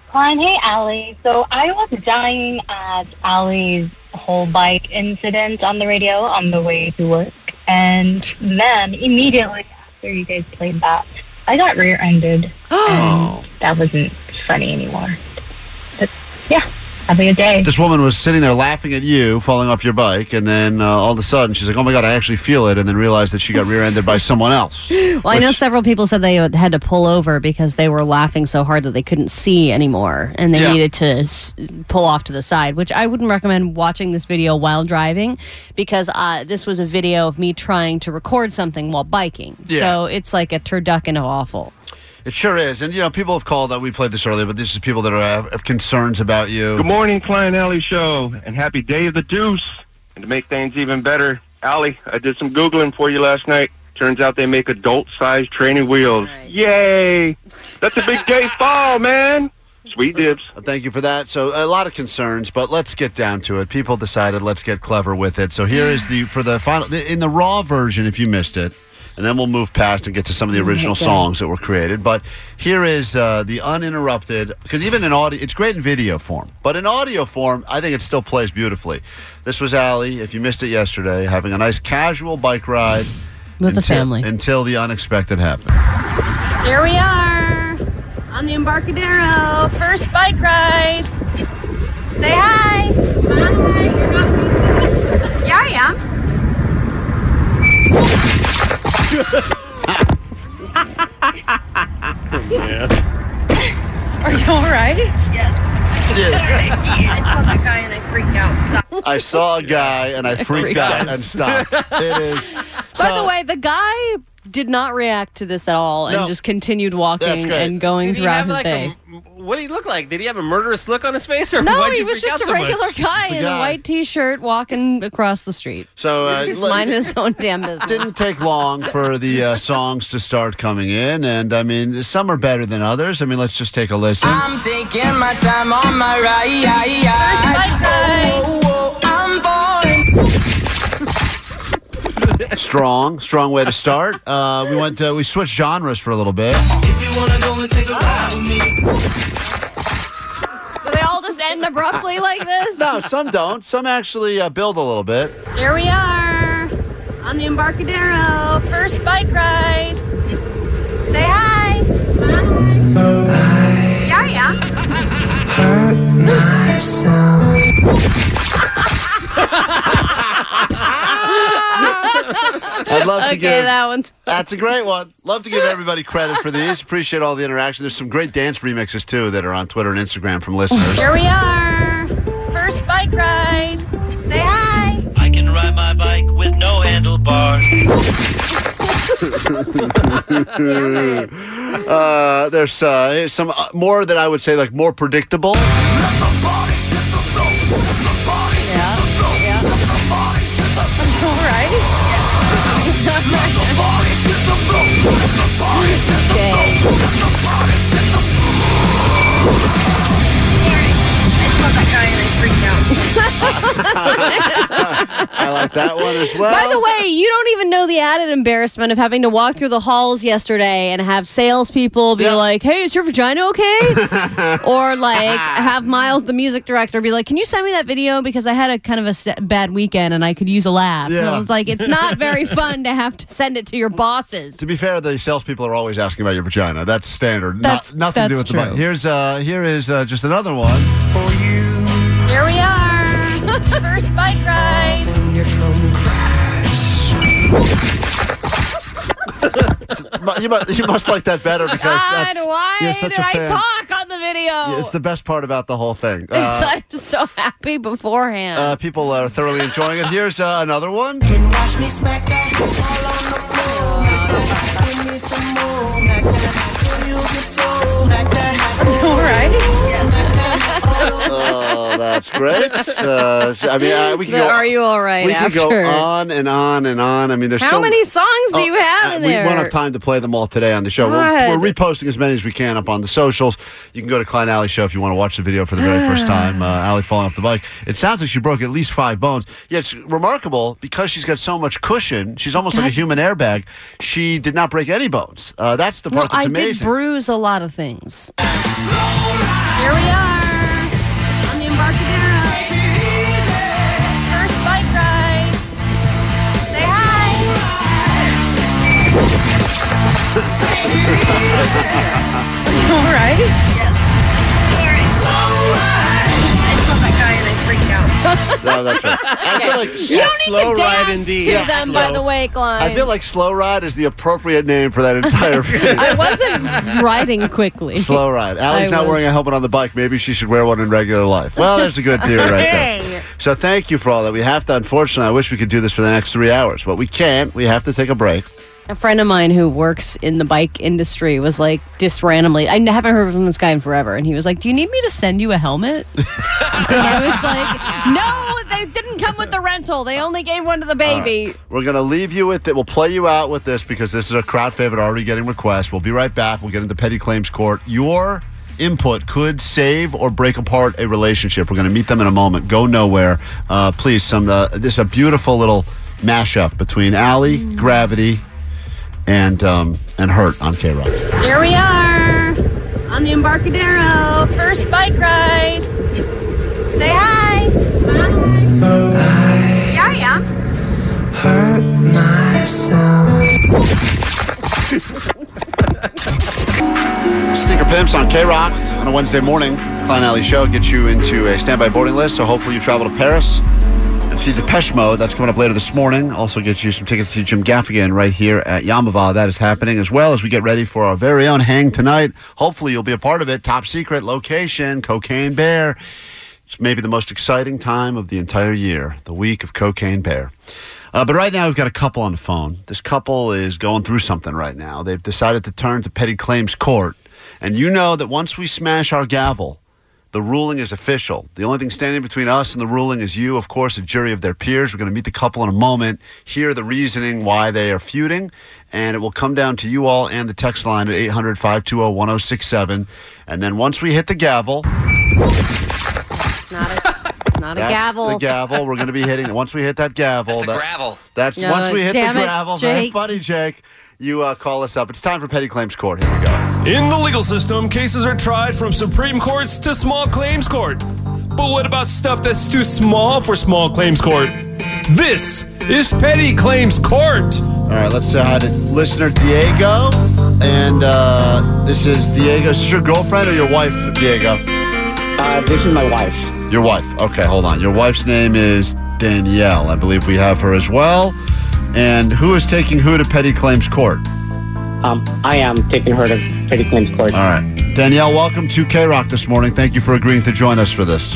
Klein. Hey, Allie. So I was dying at Allie's whole bike incident on the radio on the way to work. And then immediately after you guys played that, I got rear ended. Oh. That wasn't funny anymore. But yeah, have a good day. This woman was sitting there laughing at you falling off your bike, and then uh, all of a sudden she's like, "Oh my god, I actually feel it," and then realized that she got rear-ended by someone else. Well, I know several people said they had to pull over because they were laughing so hard that they couldn't see anymore and they Yeah. needed to s- pull off to the side, which I wouldn't recommend watching this video while driving because uh, this was a video of me trying to record something while biking. Yeah. So it's like a turducken of awful. It sure is, and you know, people have called. Uh, we played this earlier, but this is people that are uh, have concerns about you. Good morning, Klein Alley Show, and happy day of the deuce. And to make things even better, Alley, I did some Googling for you last night. Turns out they make adult sized training wheels. Yay! That's a big day fall, man! Sweet dibs. Thank you for that. So a lot of concerns, but let's get down to it. People decided let's get clever with it. So here is the for the final in the raw version if you missed it. And then we'll move past and get to some of the original Okay. songs that were created. But here is uh, the uninterrupted, because even in audio, it's great in video form, but in audio form, I think it still plays beautifully. This was Allie, if you missed it yesterday, having a nice casual bike ride With the until- family. until the unexpected happened. Here we are on the Embarcadero. First bike ride. Say hi. Hi. Yeah, I am. Are you all right? Yes. Yeah. I saw that guy and I freaked out. Stop. I saw a guy and I freaked, freaked out out. and stopped. It is. By the way, the guy did not react to this at all and No. just continued That's walking great. and going Did he have, throughout his like, day. a- what did he look like? Did he have a murderous look on his face, or no, why'd he you was freak out just a so much? regular guy in a white T-shirt walking across the street. So uh, Just minding his own damn business. didn't take long for the uh, songs to start coming in, and I mean, some are better than others. I mean, let's just take a listen. Ah. I'm taking my time on my ride. Oh, oh, oh, I'm falling. strong, strong way to start. Uh, we went, uh, we switched genres for a little bit. If you wanna go and take a ride with me. Do they all just end abruptly like this? No, some don't. Some actually uh, build a little bit. Here we are on the Embarcadero. First bike ride. Say hi. Yeah, yeah. I'd love to okay, give- that one's That's a great one. Love to give everybody credit for these. Appreciate all the interaction. There's some great dance remixes too that are on Twitter and Instagram from listeners. Here we are. First bike ride. Say hi. I can ride my bike with no handlebars. uh, there's uh, some uh, more that I would say like more predictable. All I like that one as well. By the way, you don't even know the added embarrassment of having to walk through the halls yesterday and have salespeople be like, "Hey, is your vagina okay?" or like have Miles, the music director, be like, "Can you send me that video because I had a kind of a se- bad weekend and I could use a laugh." So Yeah. I was like, "It's not very fun to have to send it to your bosses." To be fair, the salespeople are always asking about your vagina. That's standard. That's- Not, nothing to do with that's the true. butt. Here's uh, here is uh, just another one. Here we are. First bike ride. Mu- you, must, you must like that better because God, that's why you're did such a I fan. talk on the video? Yeah, It's the best part about the whole thing. Because Uh, I'm so happy beforehand. uh, people are thoroughly enjoying it. Here's uh, another one. Watch me smack that all on the floor. Smack that. Give me some more. Smack that till you get sore. Smack that. All right. Smack that all over. Oh, that's great. Uh, I mean, uh, we can The go. Are you all right? we after? can go on and on and on. I mean, there's How so many songs do you have uh, in we there? won't have time to play them all today on the show. We're, God. we're reposting as many as we can up on the socials. You can go to Klein Alley Show if you want to watch the video for the very first time. Uh, Alley falling off the bike. It sounds like she broke at least five bones. Yeah, it's remarkable because she's got so much cushion. She's almost like a human airbag. She did not break any bones. Uh, that's the Well, part that's I did amazing. bruise a lot of things. Here we are on the Embarcadero. First bike ride. Say hi. All right. no, that's right. I feel like You don't need Slow to ride dance indeed. to Yeah, them, slow. by the way, Klein. I feel like Slow Ride is the appropriate name for that entire video. I wasn't riding quickly. Slow ride. Allie's I not was- wearing a helmet on the bike. Maybe she should wear one in regular life. Well, there's a good theory right Hey. there. So thank you for all that. We have to, unfortunately, I wish we could do this for the next three hours, but we can't. We have to take a break. A friend of mine who works in the bike industry was like, just randomly, I haven't heard from this guy in forever. And he was like, Do you need me to send you a helmet? and I was like, No, they didn't come with the rental. They only gave one to the baby. We're going to leave you with it. We'll play you out with this because this is a crowd favorite already getting requests. We'll be right back. We'll get into petty claims court. Your input could save or break apart a relationship. We're going to meet them in a moment. Go nowhere. Uh, please, some uh, this is a beautiful little mashup between Allie, Gravity, and um, and Hurt on K Rock. Here we are on the Embarcadero. First bike ride. Say hi. Yeah, yeah. Sneaker Pimps on K Rock on a Wednesday morning. Klein Alley Show gets you into a standby boarding list, so hopefully you travel to Paris and see Depeche Mode. That's coming up later this morning. Also, gets you some tickets to see Jim Gaffigan right here at Yamava. That is happening as well as we get ready for our very own hang tonight. Hopefully, you'll be a part of it. Top secret location, Cocaine Bear. It's maybe the most exciting time of the entire year, the week of Cocaine Bear. Uh, but right now, we've got a couple on the phone. This couple is going through something right now. They've decided to turn to petty claims court And you know that once we smash our gavel, the ruling is official. The only thing standing between us and the ruling is you, of course, a jury of their peers. We're going to meet the couple in a moment, hear the reasoning why they are feuding, and it will come down to you all and the text line at 800 520 1067. And then once we hit the gavel, Not a, it's not a that's gavel. the gavel we're going to be hitting. Once we hit that gavel, That's the gravel. That's No, once we hit the damn it, gravel. Very Jake. funny, Jake. You uh, call us up. It's time for petty claims court. Here we go. In the legal system, cases are tried from Supreme Courts to small claims court. But what about stuff that's too small for small claims court? This is petty claims court. All right, let's say hi to listener Diego. And uh, this is Diego. Is this your girlfriend or your wife, Diego? Uh, this is my wife. Your wife. Okay, hold on. Your wife's name is Danielle. I believe we have her as well. And who is taking who to petty claims court? Um, I am taking her to petty claims court. All right. Danielle, welcome to K Rock this morning. Thank you for agreeing to join us for this.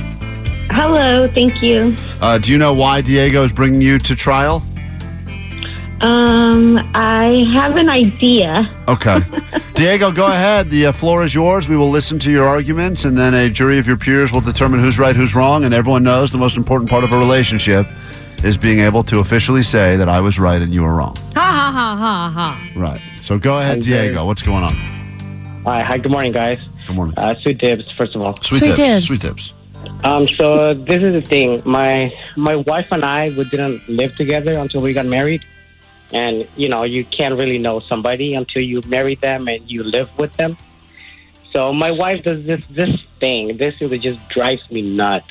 Hello, thank you. Uh, do you know why Diego is bringing you to trial? Um, I have an idea. Okay. Diego, go ahead. The uh, floor is yours. We will listen to your arguments, and then a jury of your peers will determine who's right, who's wrong. And everyone knows the most important part of a relationship is being able to officially say that I was right and you were wrong. Ha ha ha ha ha. Right. So go ahead, Diego. What's going on? Hi, hi, good morning, guys. Good morning. Uh, sweet tips, first of all. Sweet, tips. Sweet tips. Um, so this is the thing. My my wife and I we didn't live together until we got married, and you know you can't really know somebody until you marry them and you live with them. So my wife does this this thing. This is it just drives me nuts.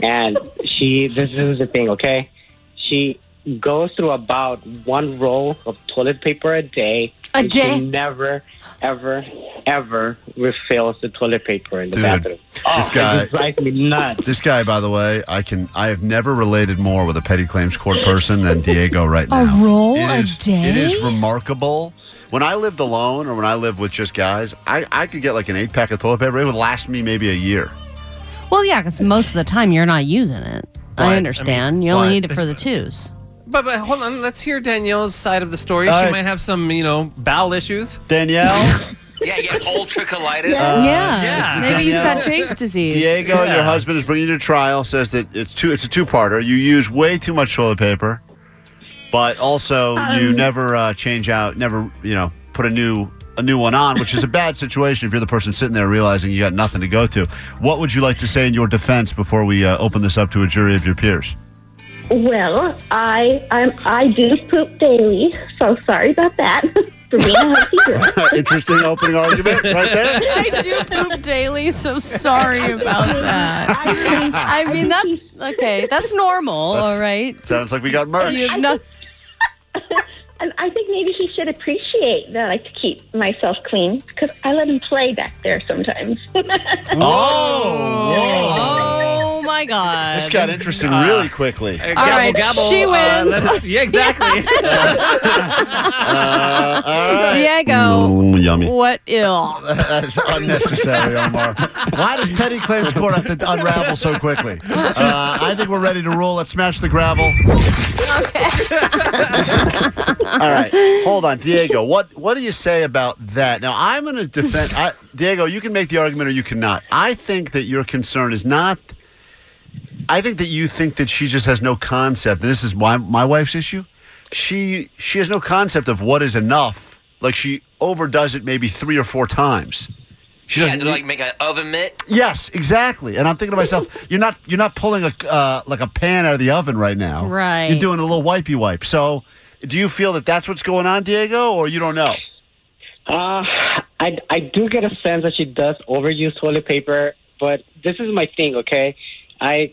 And she this is the thing. Okay, she goes through about one roll of toilet paper a day. A and she day? never, ever, ever refills the toilet paper in the bathroom. Oh, this it guy just drives me nuts. This guy, by the way, I can I have never related more with a petty claims court person than Diego right now. A roll It a is- day? It is remarkable. When I lived alone or when I lived with just guys, I, I could get like an eight pack of toilet paper. It would last me maybe a year. Well, yeah, because most of the time you're not using it. Right. I I understand. mean, you only right. need it for the twos. But, but hold on, let's hear Danielle's side of the story. All she right. might have some, you know, bowel issues. Danielle? Uh, yeah, yeah, ultra colitis. yeah. Maybe he's Danielle- got Jake's disease. Diego, your husband is bringing you to trial. Says that it's two. It's a two-parter. You use way too much toilet paper, but also you never uh, change out. Never, you know, put a new a new one on, which is a bad situation if you're the person sitting there realizing you got nothing to go to. What would you like to say in your defense before we uh, open this up to a jury of your peers? Well, I I'm, I do poop daily, so sorry about that for being a healthy girl. Interesting opening argument right there. I do poop daily, so sorry about that. I mean, that's okay. That's normal, That's- all right. Sounds like we got merch. You have no- And I think maybe he should appreciate that I keep myself clean because I let him play back there sometimes. oh my god. This got interesting really quickly. All right, she Uh, wins. yeah, exactly. Diego. Mm, yummy. What ill? that is unnecessary, Omar. Why does petty claims court have to unravel so quickly? Uh, I think we're ready to roll. Let's smash the gravel. All right, hold on, Diego. What what do you say about that? Now I'm going to defend I, Diego. You can make the argument or you cannot. I think that your concern is not. I think that you think that she just has no concept. This is my my wife's issue. She she has no concept of what is enough. Like she overdoes it maybe three or four times. She yeah, doesn't to like make an oven mitt. Yes, exactly. And I'm thinking to myself, you're not you're not pulling a uh, like a pan out of the oven right now. Right. You're doing a little wipey wipe. So, do you feel that that's what's going on, Diego, or you don't know? Uh, I, I do get a sense that she does overuse toilet paper, but this is my thing, okay? I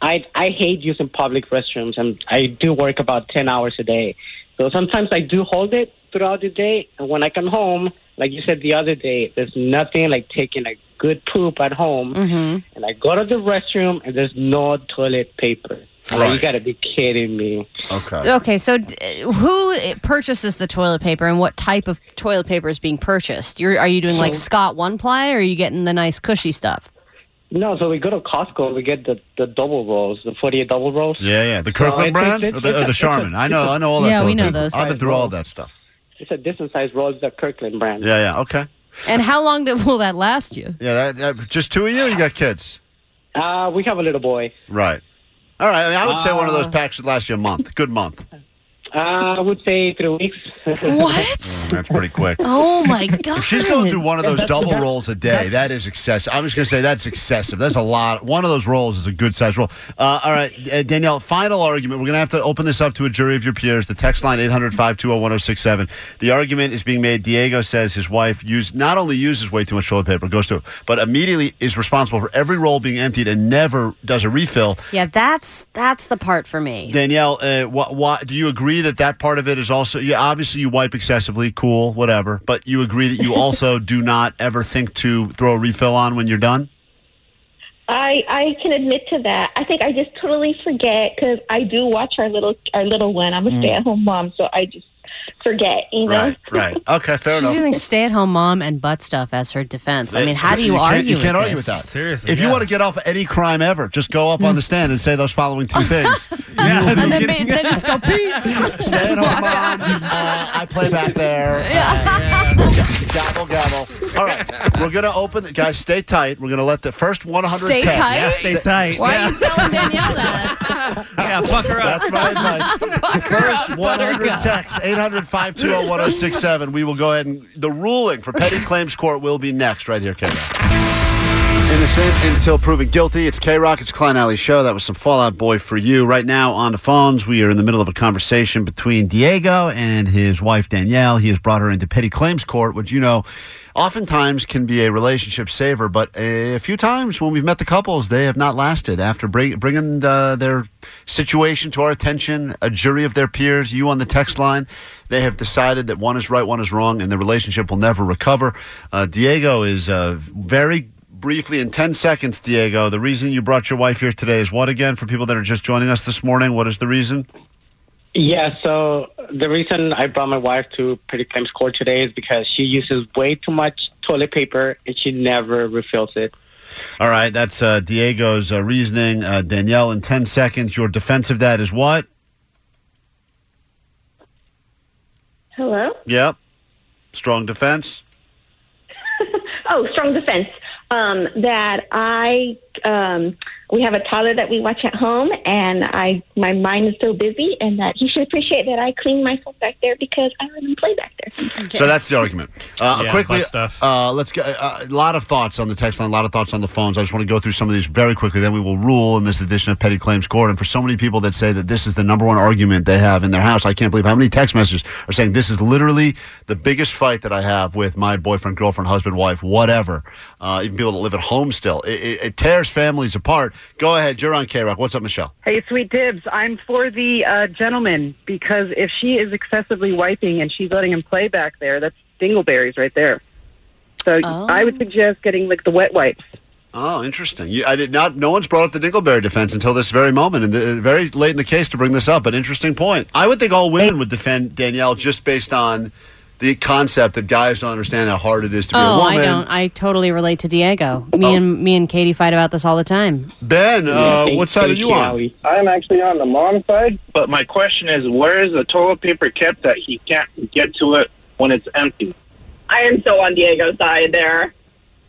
I I hate using public restrooms, and I do work about ten hours a day. So sometimes I do hold it throughout the day, and when I come home, like you said the other day, there's nothing like taking a good poop at home, Mhm. and I go to the restroom, and there's no toilet paper. I'm Like, you Right. gotta be kidding me. Okay. Okay, so d- who purchases the toilet paper and what type of toilet paper is being purchased? You're, are you doing Oh. like Scott one ply or are you getting the nice cushy stuff? No, so we go to Costco and we get the, the double rolls, the 48 double rolls. Yeah, yeah. The Well, Kirkland it's- brand it's- or the, or the it's a- Charmin. I know, it's a- I know all that. Yeah, we toilet know paper. those. I've been through all that stuff. It's a different size roll. It's the Kirkland brand. Yeah, yeah. Okay. And how long did, will that last you? Yeah, that, that, just two of you. Or you got kids, Uh, we have a little boy. right? All right. I, mean, I would say one of those Uh, packs should last you a month. Good month. Uh, I would say three weeks. What? That's pretty quick. Oh my god! If she's going through one of those That's- double that's- rolls a day, that is excessive. I'm just going to say that's excessive. That's a lot. One of those rolls is a good size roll. Uh, all right, uh, Danielle, final argument. We're going to have to open this up to a jury of your peers. The text line 800 520 1067. The argument is being made. Diego says his wife used not only uses way too much toilet paper, goes through, but immediately is responsible for every roll being emptied and never does a refill. Yeah, that's that's the part for me. Danielle, uh, wh- wh- do you agree that that part of it is also? Yeah, obviously you wipe excessively, cool, whatever. But you agree that you also do not ever think to throw a refill on when you're done. I I can admit to that. I think I just totally forget because I do watch our little our little one. I'm a Mm. stay at home mom, so I just forget. You know. right. Okay, fair She's using stay-at-home mom and butt stuff as her defense. I mean, how do you, can't- argue? You can't with argue this? Hmm. with that. if you want to get off any crime ever, just go up on the stand and say those following two things. and then, be- then just go peace. Stay at home, mom. Uh, I play back there. Gobble gobble. All right, we're gonna open. The, guys, stay tight. We're gonna let the first 100 Stay texts- tight? Yeah, stay tight. Why are you telling Danielle that? yeah, fuck her up. That's my advice. The first 100 texts, 800 520 1067. We will go ahead and the ruling for petty claims court will be next, right here, K Rock. Innocent until proven guilty. It's K Rock. It's Klein Alley Show. That was some Fallout Boy for you. Right now on the phones, we are in the middle of a conversation between Diego and his wife Danielle. He has brought her into petty claims court, which you know, oftentimes can be a relationship saver. But a few times when we've met the couples, they have not lasted. After bring, bringing uh, their situation to our attention, a jury of their peers, you on the text line, they have decided that one is right, one is wrong, and the relationship will never recover. Uh, Diego is uh, very briefly in 10 seconds, Diego. The reason you brought your wife here today is what again for people that are just joining us this morning? What is the reason? Yeah, so the reason I brought my wife to Pretty Claims Court today is because she uses way too much toilet paper and she never refills it. All right, that's uh, Diego's uh, reasoning. Uh, Danielle, in 10 seconds, your defense of that is what? Hello. Yep. Strong defense. Oh, strong defense. Um, that I um, we have a toddler that we watch at home, and I my mind is so busy, and that he should appreciate that I clean myself back there because I let him play back there. So that's the argument. Uh, Yeah, quickly, butt stuff. Uh, let's get uh, a lot of thoughts on the text line, a lot of thoughts on the phones. I just want to go through some of these very quickly. Then we will rule in this edition of Petty Claims Court. And for so many people that say that this is the number one argument they have in their house, I can't believe how many text messages are saying this is literally the biggest fight that I have with my boyfriend, girlfriend, husband, wife, whatever. Uh, even people that live at home still. It, it, it tears families apart. Go ahead. You're on K Rock. What's up, Michelle? Hey, sweet dibs. I'm for the uh, gentleman because if she is excessively wiping and she's letting him play back there, that's dingleberries right there. So I would suggest getting like the wet wipes. Oh, interesting. You, I did not. No one's brought up the Dingleberry defense until this very moment, and the, very late in the case to bring this up. An interesting point. I would think all women would defend Danielle just based on the concept that guys don't understand how hard it is to be a Oh, I woman. Oh. don't. I totally relate to Diego. Me and me and Katie fight about this all the time. Ben, uh, what side are you on? I'm actually on the mom side, but my question is, where is the toilet paper kept that he can't get to it when it's empty? I am so on Diego's side there.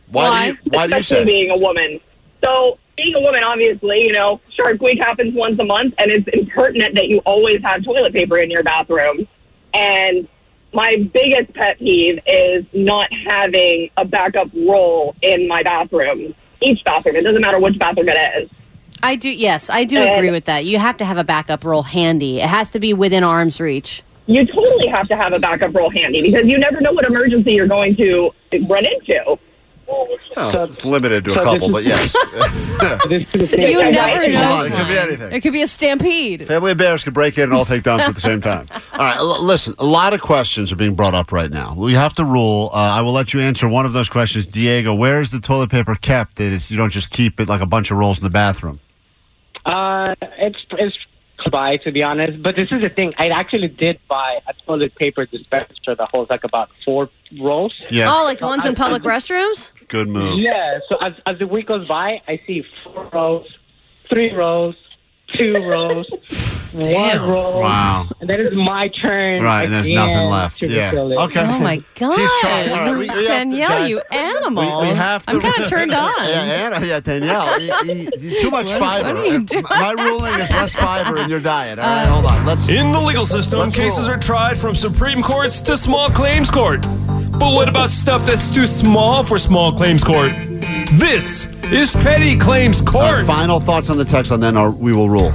Why? Do you, why do you Especially say? being a woman. So being a woman, obviously, you know, Shark Week happens once a month, and it's impertinent that you always have toilet paper in your bathroom. And my biggest pet peeve is not having a backup roll in my bathroom. Each bathroom. It doesn't matter which bathroom it is. I do. Yes, I do And- agree with that. You have to have a backup roll handy. It has to be within arm's reach. You totally have to have a backup roll handy because you never know what emergency you're going to run into. Oh, it's limited to a couple, but yes. You I- never I- know. Hold on, it could be Klein. anything. It could be a stampede. Family of bears could break in and all take downs at the same time. All right, l- listen, a lot of questions are being brought up right now. We have to rule. Uh, I will let you answer one of those questions. Diego, where is the toilet paper kept that it's, you don't just keep it like a bunch of rolls in the bathroom? Uh, it's it's by to be honest, but this is the thing. I actually did buy a toilet paper dispenser that holds like about four rolls. Yeah. Oh, like the ones in public restrooms? Good move. Yeah. So as as the week goes by, I see four rolls, three rolls, two rolls, One roll. Wow. And then it's my turn. Right, and there's again nothing left. to Yeah. refill it. Okay. Oh my god, trying. All right, we- we have to- Danielle, guys, you animal! We, we have to, I'm kind of turned on. Yeah, Anna, yeah Danielle. you- you- you- too much What- fiber. what are you doing? Uh, My ruling is less fiber in your diet. All right, hold on. Let's. In the legal system, Let's cases are tried from Supreme Courts to small claims court. But what about stuff that's too small for small claims court? This is petty claims All right, court. final thoughts on the text, and then our, we will rule.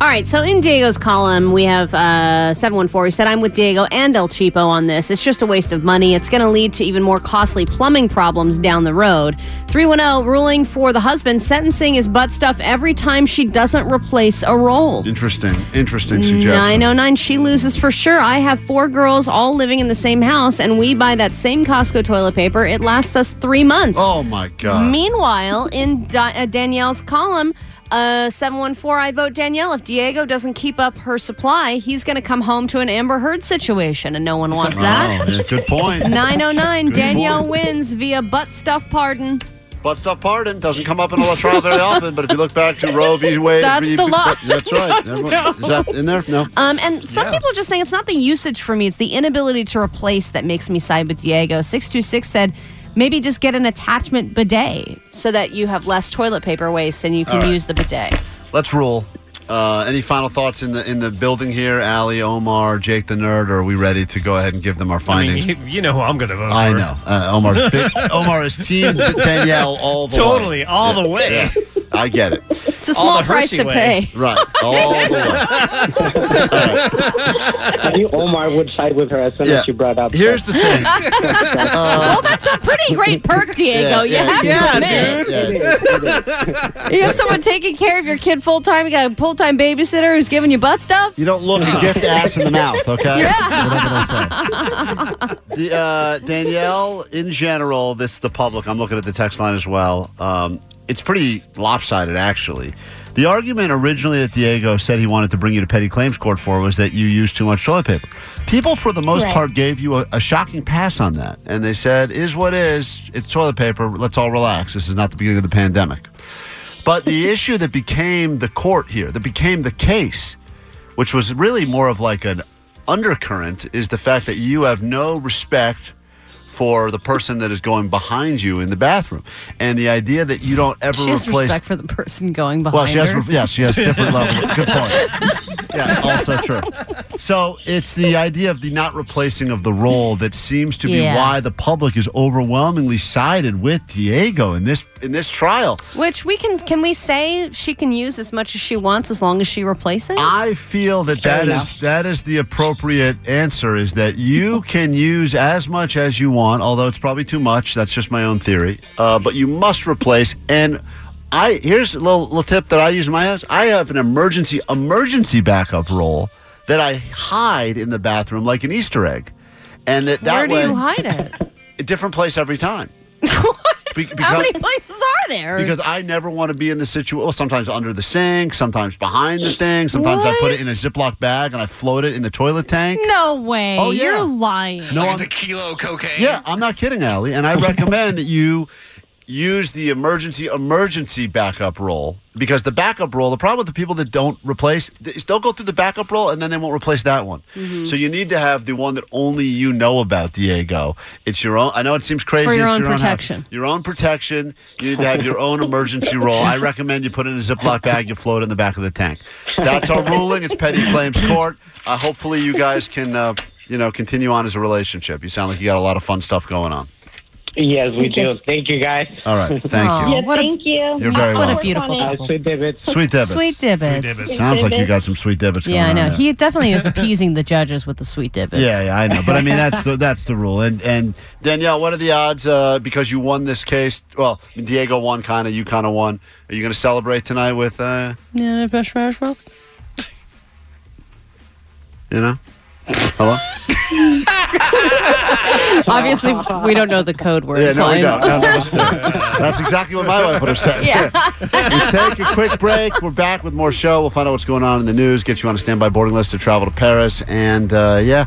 All right, so in Diego's column, we have uh, 714 who said, I'm with Diego and El Cheapo on this. It's just a waste of money. It's going to lead to even more costly plumbing problems down the road. 310 ruling for the husband sentencing is butt stuff every time she doesn't replace a role. Interesting. Interesting suggestion. 909, she loses for sure. I have four girls all living in the same house, and we buy that same Costco toilet paper. It lasts us three months. Oh my God. Meanwhile, in da- uh, Danielle's column, uh, 714, I vote Danielle. If Diego doesn't keep up her supply, he's going to come home to an Amber Heard situation, and no one wants that. Oh, yeah, good point. 909, Good Danielle point. wins via butt stuff pardon. Butt stuff pardon doesn't come up in a law trial very often, but if you look back to Roe v. Wade, That's you- the law. That's right. Everyone- No. Is that in there? No. Um, and some people are just saying it's not the usage for me, it's the inability to replace that makes me side with Diego. 626 said, maybe just get an attachment bidet so that you have less toilet paper waste and you can All right. use the bidet. Let's rule. Uh, any final thoughts in the in the building here, Ali, Omar, Jake the Nerd? Or are we ready to go ahead and give them our I findings? mean, you, you know who I'm going to vote I for. know. Uh, Omar's big, Omar is team Danielle all the Totally, way. all the way. Yeah. I get it. It's a All small the price Hershey to way. pay. Right. All the way. I knew Omar would side with her as soon as she brought up. Here's the thing. Uh, well, that's a pretty great perk, Yeah, Diego. you yeah, have yeah, to admit. You have someone taking care of your kid full time. You got a full time babysitter who's giving you butt stuff. You don't look a gift ass in the mouth, okay? Yeah. Whatever they say. the, uh, Danielle, in general, this is the public. I'm looking at the text line as well. Um, it's pretty lopsided, actually. The argument originally that Diego said he wanted to bring you to petty claims court for was that you used too much toilet paper. People, for the most Right. part, gave you a, a shocking pass on that, and they said, "Is what is. It's toilet paper. Let's all relax. This is not the beginning of the pandemic." But the issue that became the court here, that became the case, which was really more of like an undercurrent, is the fact that you have no respect for the person that is going behind you in the bathroom, and the idea that you don't ever She has replace. respect for the person going behind well, she has her. re- yeah, she has different level. Good point. Yeah, also true. So it's the idea of the not replacing of the role that seems to be Yeah. why the public is overwhelmingly sided with Diego in this in this trial. Which we can can we say she can use as much as she wants as long as she replaces? I feel that Fair that enough. is that is the appropriate answer is that you can use as much as you want, although it's probably too much. That's just my own theory. Uh, but you must replace. And I here's a little, little tip that I use in my house. I have an emergency emergency backup roll that I hide in the bathroom like an Easter egg, and that Where that do way you hide it? a different place every time. Be- because- How many places are there? because I never want to be in the situation. Well, sometimes under the sink, sometimes behind the thing, sometimes I put it in a Ziploc bag and I float it in the toilet tank. no way. Oh, yeah. You're lying. No, it's a I'm- kilo cocaine. Yeah, I'm not kidding, Allie. And I recommend that you use the emergency emergency backup roll because the backup roll the problem with the people that don't replace is they'll go through the backup roll and then they won't replace that one Mhm. so you need to have the one that only you know about diego it's your own i know it seems crazy For your it's own house. protection. your own protection you need to have your own emergency roll i recommend you put it in a ziploc bag you float it in the back of the tank that's our ruling it's petty claims court uh, hopefully you guys can uh, you know continue on as a relationship you sound like you got a lot of fun stuff going on Yes, we do. Thank you, guys. all right thank you Yes, what thank you. You're very what a welcome. beautiful couple. Sweet David. Sweet divots. Sweet divots. Sounds like you got some sweet divots. Yeah, I going know. on there. He definitely is appeasing the judges with the sweet divots. Yeah, yeah, I know. But I mean, that's the that's the rule. And and Danielle, what are the odds? Uh, because you won this case. Well, Diego won, kind of. You kind of won. Are you going to celebrate tonight with? Uh, Yeah, fresh marshmallow. you know. Hello. Obviously, we don't know the code word. yeah, no, we Fine. don't. No, no, that's, that's exactly what my wife would have said. Yeah. we take a quick break. We're back with more show. We'll find out what's going on in the news. Get you on a standby boarding list to travel to Paris, and uh, yeah.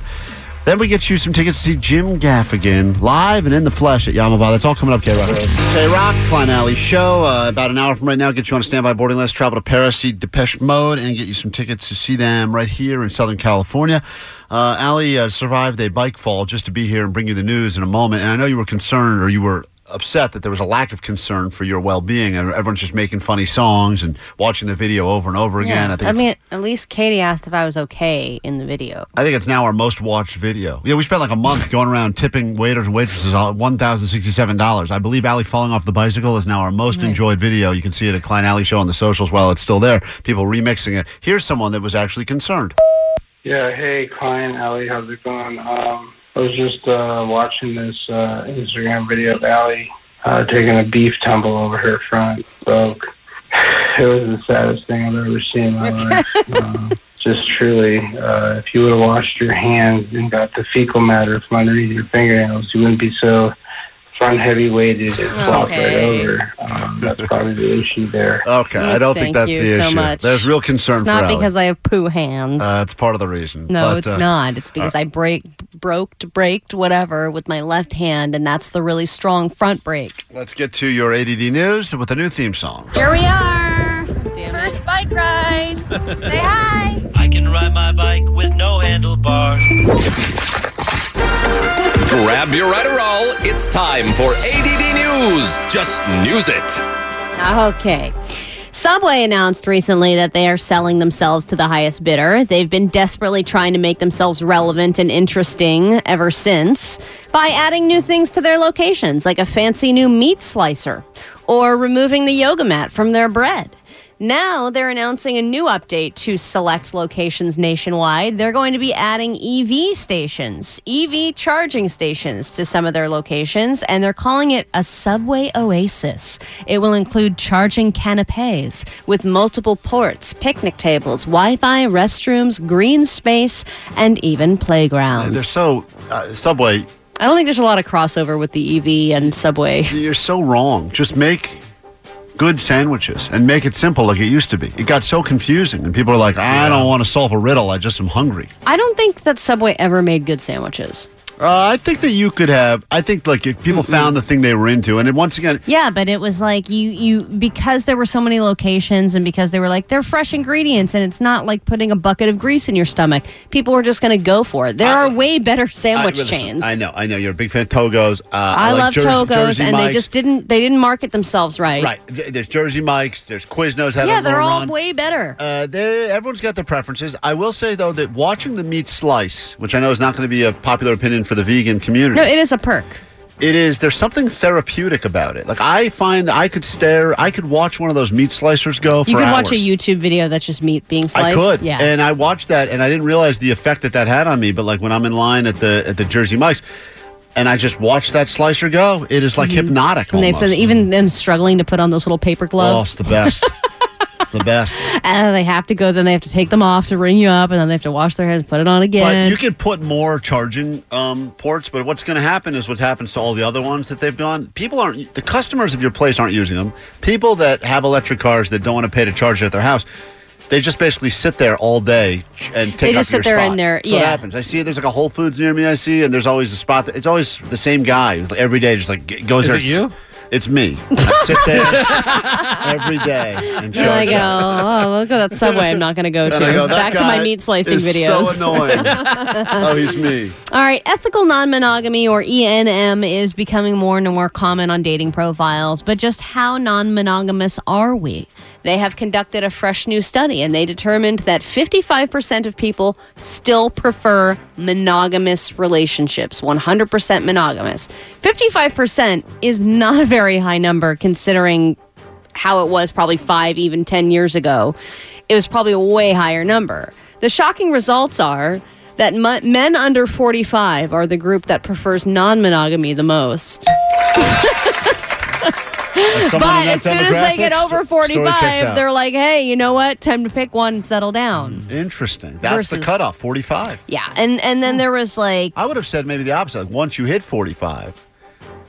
Then we get you some tickets to see Jim Gaffigan live and in the flesh at Yamava. That's all coming up, K Rock. K Rock, Klein Alley Show. Uh, about an hour from right now, get you on a standby boarding list, travel to Paris, see Depeche Mode, and get you some tickets to see them right here in Southern California. Uh, Allie uh, survived a bike fall just to be here and bring you the news in a moment. And I know you were concerned or you were upset that there was a lack of concern for your well-being and everyone's just making funny songs and watching the video over and over again. Yeah. I think it's- mean, at least Katie asked if I was okay in the video. I think it's now our most watched video. Yeah, we spent like a month going around tipping waiters and waitresses all- $1,067. I believe Ali falling off the bicycle is now our most enjoyed video. You can see it at Klein Alley Show on the socials while it's still there. People remixing it. Here's someone that was actually concerned. Yeah, hey, Klein, Allie, how's it going? Um, I was just uh, watching this uh, Instagram video of Allie uh, taking a beef tumble over her front. So it was the saddest thing I've ever seen in my life. Uh, just truly, uh, if you would have washed your hands and got the fecal matter from underneath your fingernails, you wouldn't be so front heavy weighted and flop Okay. right over. Um, that's probably the issue there. Okay, I don't think that's Mm, Thank you the so issue. much. There's real concern It's for not Ali. because I have poo hands. uh, it's part of the reason. no, but, it's uh, not. It's because uh, I break, broked, braked, whatever with my left hand, and that's the really strong front brake. Let's get to your ADD news with a new theme song. Here we are. First bike ride. Say hi. I can ride my bike with no handlebars. Grab your Adderall. It's time for ADD News. Just news it. Okay. Subway announced recently that they are selling themselves to the highest bidder. They've been desperately trying to make themselves relevant and interesting ever since by adding new things to their locations, like a fancy new meat slicer or removing the yoga mat from their bread. Now they're announcing a new update to select locations nationwide. They're going to be adding EV stations, EV charging stations to some of their locations, and they're calling it a subway oasis. It will include charging canapes with multiple ports, picnic tables, Wi Fi, restrooms, green space, and even playgrounds. They're so uh, Subway. I don't think there's a lot of crossover with the EV and Subway. You're so wrong. Just make good sandwiches and make it simple like it used to be. It got so confusing, and people are like, "I don't want to solve a riddle. I just am hungry." I don't think that Subway ever made good sandwiches. Uh, I think that you could have. I think like if people found the thing they were into, and it, once again, Yeah, but it was like you you because there were so many locations and because they were like they're fresh ingredients and it's not like putting a bucket of grease in your stomach. People were just going to go for it. There are way better sandwich I, listen, chains. I know, I know. You're a big fan of Togo's. Uh, I, like love Jersey- Togos Jersey and they Mike's. just didn't they didn't market themselves right. right. Th- There's Jersey Mike's. There's Quiznos. Had Yeah, a they're little all run. way better. Uh, there, everyone's got their preferences. I will say though that watching the meat slice, which I know is not going to be a popular opinion for the vegan community, No, it is a perk. it is. There's something therapeutic about it. Like I find I could stare, I could watch one of those meat slicers go Oh, for You could hours. watch a YouTube video that's just meat being I sliced. could, Yeah. and I watched that, and I didn't realize the effect that that had on me. But like when I'm in line at the at the Jersey Mike's, and I just watched that slicer go, it is like hypnotic. Mm-hmm. and they almost. Mm. put, even them struggling to put on those little paper Oh, gloves. it's the best. it's the best. And they have to go, then they have to take them off to ring you up, and then they have to wash their hands, put it on But again. you could put more charging um, ports. But what's going to happen is what happens to all the other ones that they've gone. People aren't the customers of your place aren't using them. People that have electric cars that don't want to pay to charge it at their house. They just basically sit there all day ch- and take They up just sit your there spot. in their- So it yeah. happens. I see there's like a Whole Foods near me. I see, and there's always a spot that it's always the same guy who's, like, every day. Just like g- goes Is there. it you? It's me. I sit there every day and Then I charge. go, it. oh, look at that subway I'm not going to go to. And I go, "That Back to my guy meat slicing is so videos. annoying. Oh, he's me. All right, ethical non monogamy or ENM is becoming more and more common on dating profiles, but just how non monogamous are we? They have conducted a fresh new study and they determined that 55% of people still prefer monogamous relationships, 100% monogamous. 55% is not a very high number considering how it was probably five, even 10 years ago, it was probably a way higher number. The shocking results are that mu- men under 45 are the group that prefers non monogamy the most. someone in But that as soon as they get demographic, over st- story checks 45, out. they're like, hey, you know what? Time to pick one and settle Mm-hmm. down. Interesting. That's the Versus- cutoff, 45. Mm-hmm. Yeah. And, and then there was like, I would have said maybe the opposite. Like once you hit 45,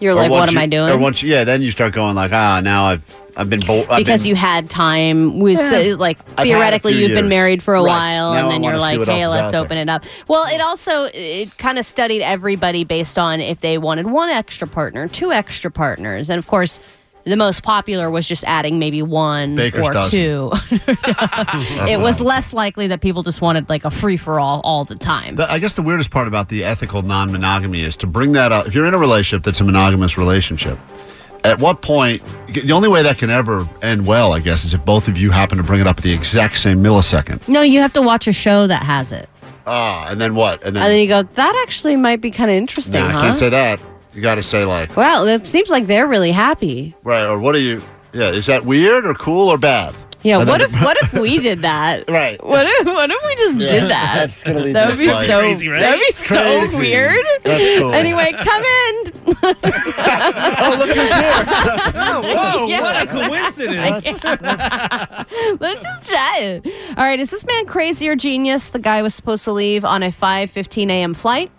You're Or like, once what am you- I doing? Or once, you- yeah, then you start going like, ah, now I've I've been bo- I've because been- you had time with Yeah. so- like I've had a theoretically few you've been years. married for a Right. while Now and then I wanna you're see like what else hey is let's out open it up well it also it kind of studied everybody based on if they wanted one extra partner two extra partners and of course the most popular was just adding maybe one Baker's or dozen. two it was less likely that people just wanted like a free-for-all all the time The- I guess the weirdest part about the ethical non monogamy is to bring that up. If you're in a relationship that's a monogamous relationship, at what point, the only way that can ever end well, I guess, is if both of you happen to bring it up at the exact same millisecond. no you have to watch a show that has it Ah, and then what? And and then, then you go that actually might be kind of interesting nah, huh? I can't say that. You got to say, like, well it seems like they're really happy right, or what are you, yeah, is that weird or cool or bad? Yeah, And what then- if what if we did that? Right. What if what if we just Yeah, did that? that's gonna lead that to would be a fight. so Crazy, right? that would be so Crazy. weird. That's cool. Anyway, come in. oh, look who's here. Oh, whoa, what a coincidence. Let's just try it. All right, is this man crazy or genius? The guy was supposed to leave on a 5:15 a.m. flight.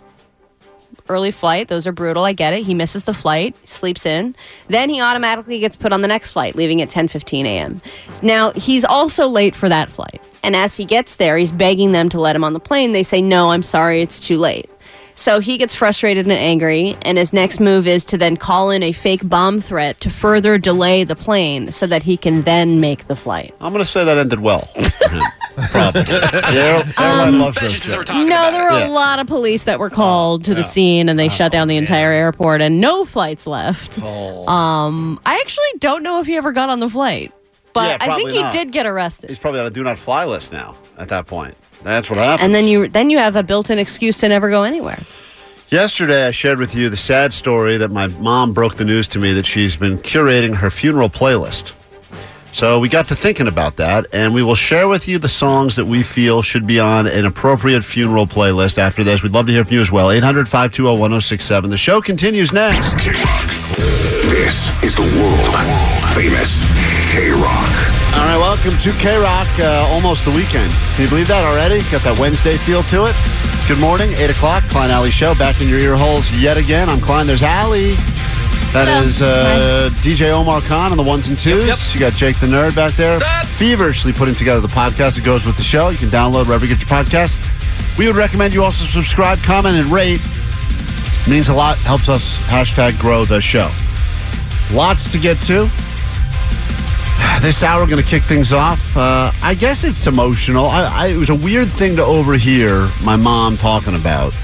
Early flight, those are brutal. I get it. He misses the flight, sleeps in. Then he automatically gets put on the next flight, leaving at 10:15 a.m. Now, he's also late for that flight. And as he gets there, he's begging them to let him on the plane. They say, "No, I'm sorry, it's too late." So he gets frustrated and angry, and his next move is to then call in a fake bomb threat to further delay the plane so that he can then make the flight. I'm going to say that ended well. for him. Probably. The air- airline loves those jokes. No, there were Yeah. Oh. a lot of police that were called to the scene, and they shut down the entire airport, and no flights left. Oh. Um, I actually don't know if he ever got on the flight, Yeah, but I think probably he not. did get arrested. He's probably on a do not fly list now at that point. That's what happened. And then you then you have a built-in excuse to never go anywhere. Yesterday, I shared with you the sad story that my mom broke the news to me that she's been curating her funeral playlist. So we got to thinking about that, and we will share with you the songs that we feel should be on an appropriate funeral playlist after this. We'd love to hear from you as well. 800 520 1067. The show continues next. This is the world famous K Rock. All right, welcome to K Rock. Uh, almost the weekend. Can you believe that already? Got that Wednesday feel to it. Good morning, 8 o'clock, Klein Alley Show. Back in your ear holes yet again. I'm Klein, there's Alley. That is uh, DJ Omar Khan on the ones and twos. You got Jake the Nerd back there. Feverishly putting together the podcast that goes with the show. You can download wherever you get your podcast. We would recommend you also subscribe, comment, and rate. means a lot, helps us hashtag grow the show. Lots to get to this hour going to kick things off. Uh, I guess it's emotional. I, I, it was a weird thing to overhear my mom talking about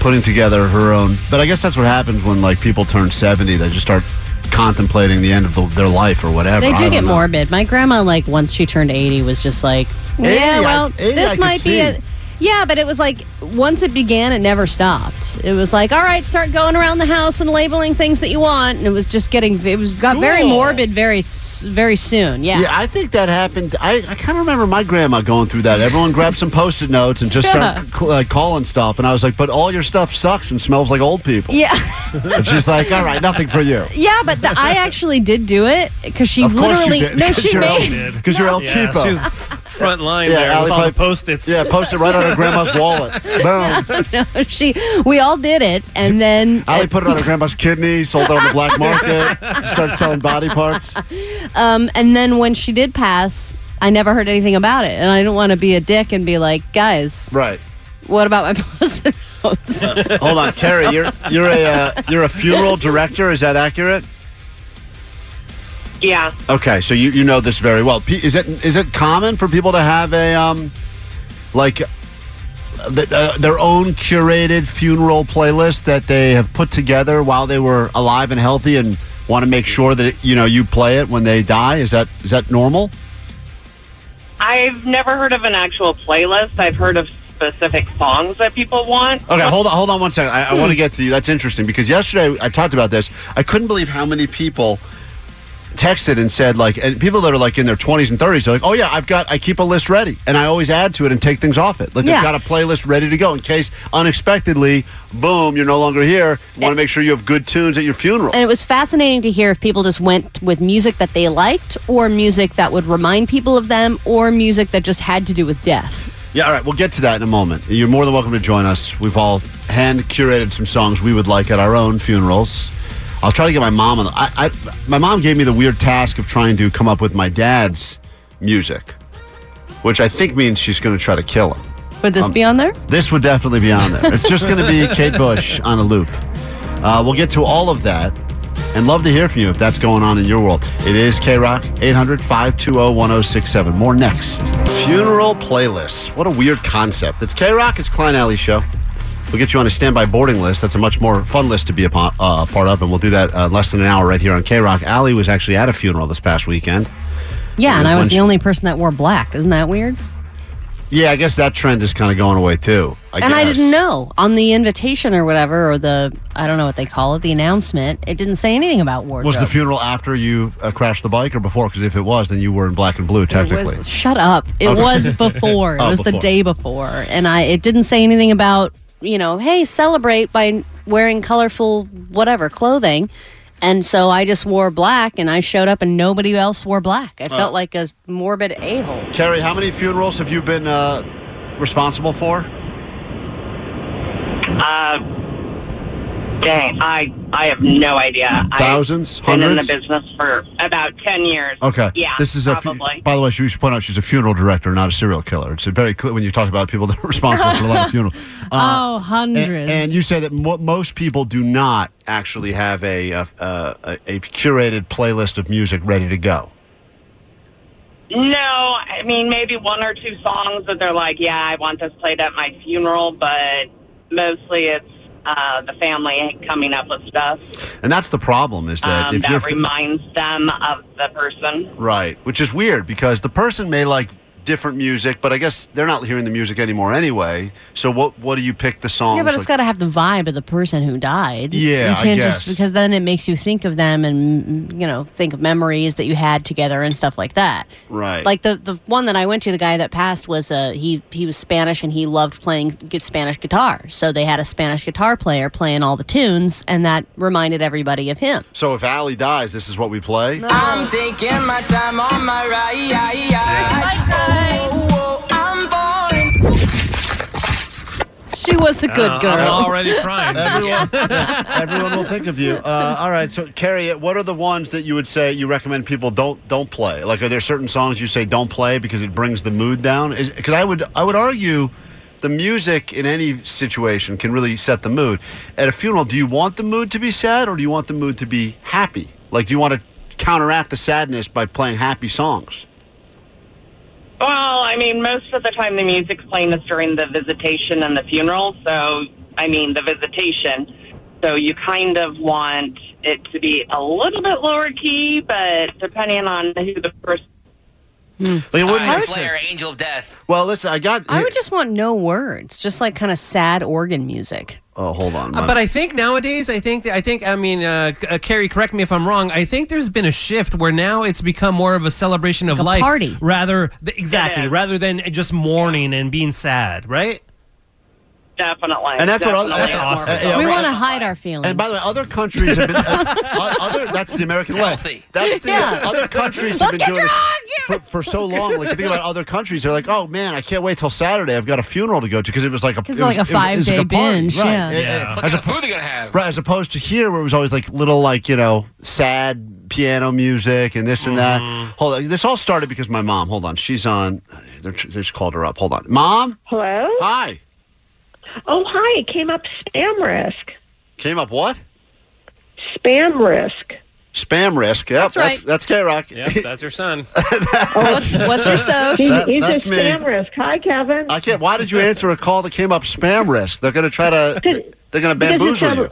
putting together her own. But I guess that's what happens when like people turn seventy; they just start contemplating the end of the, their life or whatever. They I do don't get know. morbid. My grandma, like once she turned eighty, was just like, yeah, 80, I- well, 80 I this could might be see. it. Yeah, but it was like once it began, it never stopped. It was like, all right, start going around the house and labeling things that you want, and it was just getting it was got very Cool. morbid very s- very soon. Yeah, Yeah, I think that happened. I, I kind of remember my grandma going through that. Everyone grabbed some post-it notes and just Yeah. started cl- uh, calling stuff. And I was like, "But all your stuff sucks and smells like old people." yeah. And she's like, "All right, nothing for you." Yeah, but the, I actually did do it because she Of course you literally did, no, 'cause she you're El- made 'cause you're El Yeah, Cheapo. She was front line there Allie with all the probably- post-its. Yeah, post it right on her grandma's wallet. Boom. no, no, she we all did it, and then Ali put it on her grandma's kidney, sold it on the black market, started selling body parts. Um, and then when she did pass, I never heard anything about it, and I didn't want to be a dick and be like, guys, Right. what about my post-it notes? Hold on, Carrie, you're you're a uh, you're a funeral director. Is that accurate? Yeah. Okay, so you, you know this very well. P- is it is it common for people to have a um like uh, th- uh, their own curated funeral playlist that they have put together while they were alive and healthy and want to make sure that you know you play it when they die? Is that is that normal? I've never heard of an actual playlist. I've heard of specific songs that people want. Okay, hold on, hold on one second. I, I want to get to you. That's interesting because yesterday I talked about this. I couldn't believe how many people texted and said like, and people that are like in their twenties and thirties are like, oh yeah, I've got, I keep a list ready, and I always add to it and take things off it. Like Yeah. they've got a playlist ready to go in case unexpectedly, boom, you're no longer here. Want to make sure you have good tunes at your funeral. And it was fascinating to hear if people just went with music that they liked, or music that would remind people of them, or music that just had to do with death. Yeah, all right. We'll get to that in a moment. You're more than welcome to join us. We've all hand curated some songs we would like at our own funerals. I'll try to get my mom on. The, I, I, my mom gave me the weird task of trying to come up with my dad's music, which I think means she's going to try to kill him. Would this Um, be on there? This would definitely be on there. It's just going to be Kate Bush on a loop. Uh, we'll get to all of that and love to hear from you if that's going on in your world. It is K Rock 800 520 1067. More next. Funeral playlists. What a weird concept. It's K Rock, it's Klein Alley Show. We'll get you on a standby boarding list. That's a much more fun list to be a po- uh, part of, and we'll do that uh, less than an hour right here on K Rock. Alley was actually at a funeral this past weekend. Yeah, and I was Lunch- the only person that wore black. Isn't that weird? Yeah, I guess that trend is kind of going away too. I and I guess. didn't know on the invitation or whatever, or the I don't know what they call it, the announcement. It didn't say anything about wardrobe. Was the funeral after you uh, crashed the bike or before? Because if it was, then you were in black and blue technically. Shut up! It Okay. was before. It Oh, was the before. day before, and I it didn't say anything about you know, hey, celebrate by wearing colorful whatever clothing. And so I just wore black, and I showed up, and nobody else wore black. I Oh. felt like a morbid a hole. Carrie, how many funerals have you been uh, responsible for? Uh, dang, I I have no idea. Thousands? I've been Hundreds? in the business for about ten years. Okay. Yeah. This is a. fu- probably. by the way, we should point out she's a funeral director, not a serial killer. It's a very clear when you talk about people that are responsible for a lot of funerals. Oh, and- hundreds. Uh, And, you say that mo- most people do not actually have a, a, a, a curated playlist of music ready to go. no, I mean maybe one or two songs that they're like, yeah, I want this played at my funeral, but mostly it's uh, the family coming up with stuff And that's the problem is that um, if you're. that f- reminds them of the person. Right, which is weird because the person may like different music, but I guess they're not hearing the music anymore anyway. So what what do you pick the songs? Yeah, but it's like- got to have the vibe of the person who died. Yeah, you I can't guess. just because then it makes you think of them and mm, you know think of memories that you had together and stuff like that. right. Like the the one that I went to, the guy that passed was uh, he he was Spanish and he loved playing gu- Spanish guitar. So they had a Spanish guitar player playing all the tunes, and that reminded everybody of him. so if Allie dies, this is what we play. I'm taking my time on my ride. Oh, oh, oh, I'm falling. She was a Uh, good girl. Everyone, everyone will think of you. Uh, all right, so Carrie, what are the ones that you would say you recommend people don't don't play? Like, are there certain songs you say don't play because it brings the mood down? Because I would I would argue the music in any situation can really set the mood. At a funeral, do you want the mood to be sad or do you want the mood to be happy? Like, do you want to counteract the sadness by playing happy songs? Well, I mean, most of the time the music's playing is during the visitation and the funeral. So, I mean, the visitation. So you kind of want it to be a little bit lower key, but depending on who the person. Like, it All wouldn't right, make Slayer, sense. Angel of Death. Well, listen, I got. I would just want no words, just like kind of sad organ music. Oh, hold on. Uh, but I think nowadays, I think, I think, I mean, uh, C- uh, Carrie, correct me if I'm wrong. I think there's been a shift where now it's become more of a celebration of a life, party. rather th- exactly, rather than just mourning and being sad, right? Definitely. And that's what Definitely. other- that's That's awesome. uh, yeah, we right. want to hide our feelings. And by the way, other countries have been uh, o- other. That's the American way. That's the Yeah. other countries Let's have been get doing this for, for so long. Like you think about other countries, they're like, oh man, I can't wait till Saturday. I've got a funeral to go to because it was like a 'Cause it was- like it a was- it was like five-day party. binge, Right. yeah. It- it- Yeah. as oppo- Right, as opposed to here where it was always like little like you know sad piano music and this and Mm-hmm. that. Hold on, this all started because my mom. Hold on, she's on. They just called her up. Hold on, mom. Hello? Hi. Oh, hi. It came up spam risk. Came up what? Spam risk. Spam risk. Yep, that's right. That's, K Rock. Yep, that's your son. what's, what's your so? social? He's, That- Oh, he's a that's me. spam risk. Hi, Kevin. I can't. Why did you answer a call that came up spam risk? They're going to try to. They're going to because it bamboozle sounded- you.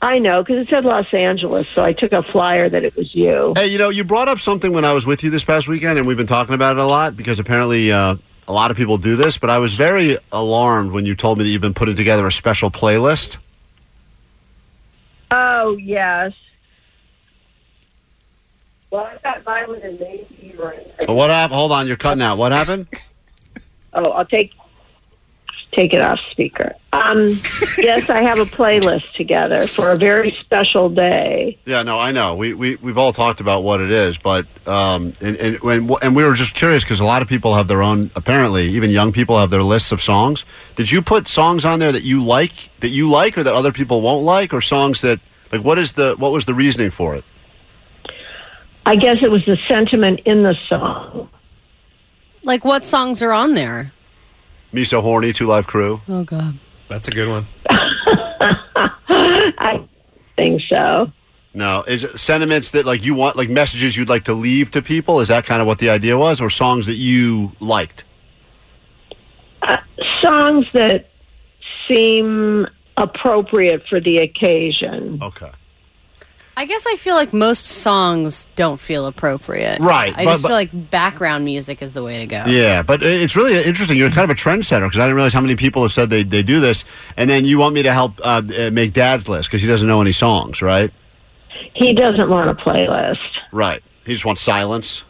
I know, because it said Los Angeles, so I took a flyer that it was you. Hey, you know, you brought up something when I was with you this past weekend, and we've been talking about it a lot because apparently uh, a lot of people do this. But I was very alarmed when you told me that you've been putting together a special playlist. Oh, yes. Well, I got mine with a navy ring. What happened? Hold on, you're cutting out. What happened? Oh, I'll take take it off speaker. Um, yes, I have a playlist together for a very special day. Yeah, no, I know. We, we we've all talked about what it is, but um, and and when, and we were just curious because a lot of people have their own. Apparently, even young people have their lists of songs. Did you put songs on there that you like, that you like, or that other people won't like, or songs that Like, what is the what was the reasoning for it? I guess it was the sentiment in the song. Like, what songs are on there? Me so horny, two live crew. Oh, God. That's a good one. Think so. No, is it sentiments that like you want, like messages you'd like to leave to people? Is that kind of what the idea was, or songs that you liked? Songs that seem appropriate for the occasion. Okay. I guess I feel like most songs don't feel appropriate. Right, I but- just but- feel like background music is the way to go. Yeah, but i- it's really interesting. You're kind of a trendsetter because I didn't realize how many people have said they, they do this. And then you want me to help uh, uh, make Dad's list because he doesn't know any songs, right? He doesn't want a playlist. Right. He just wants silence.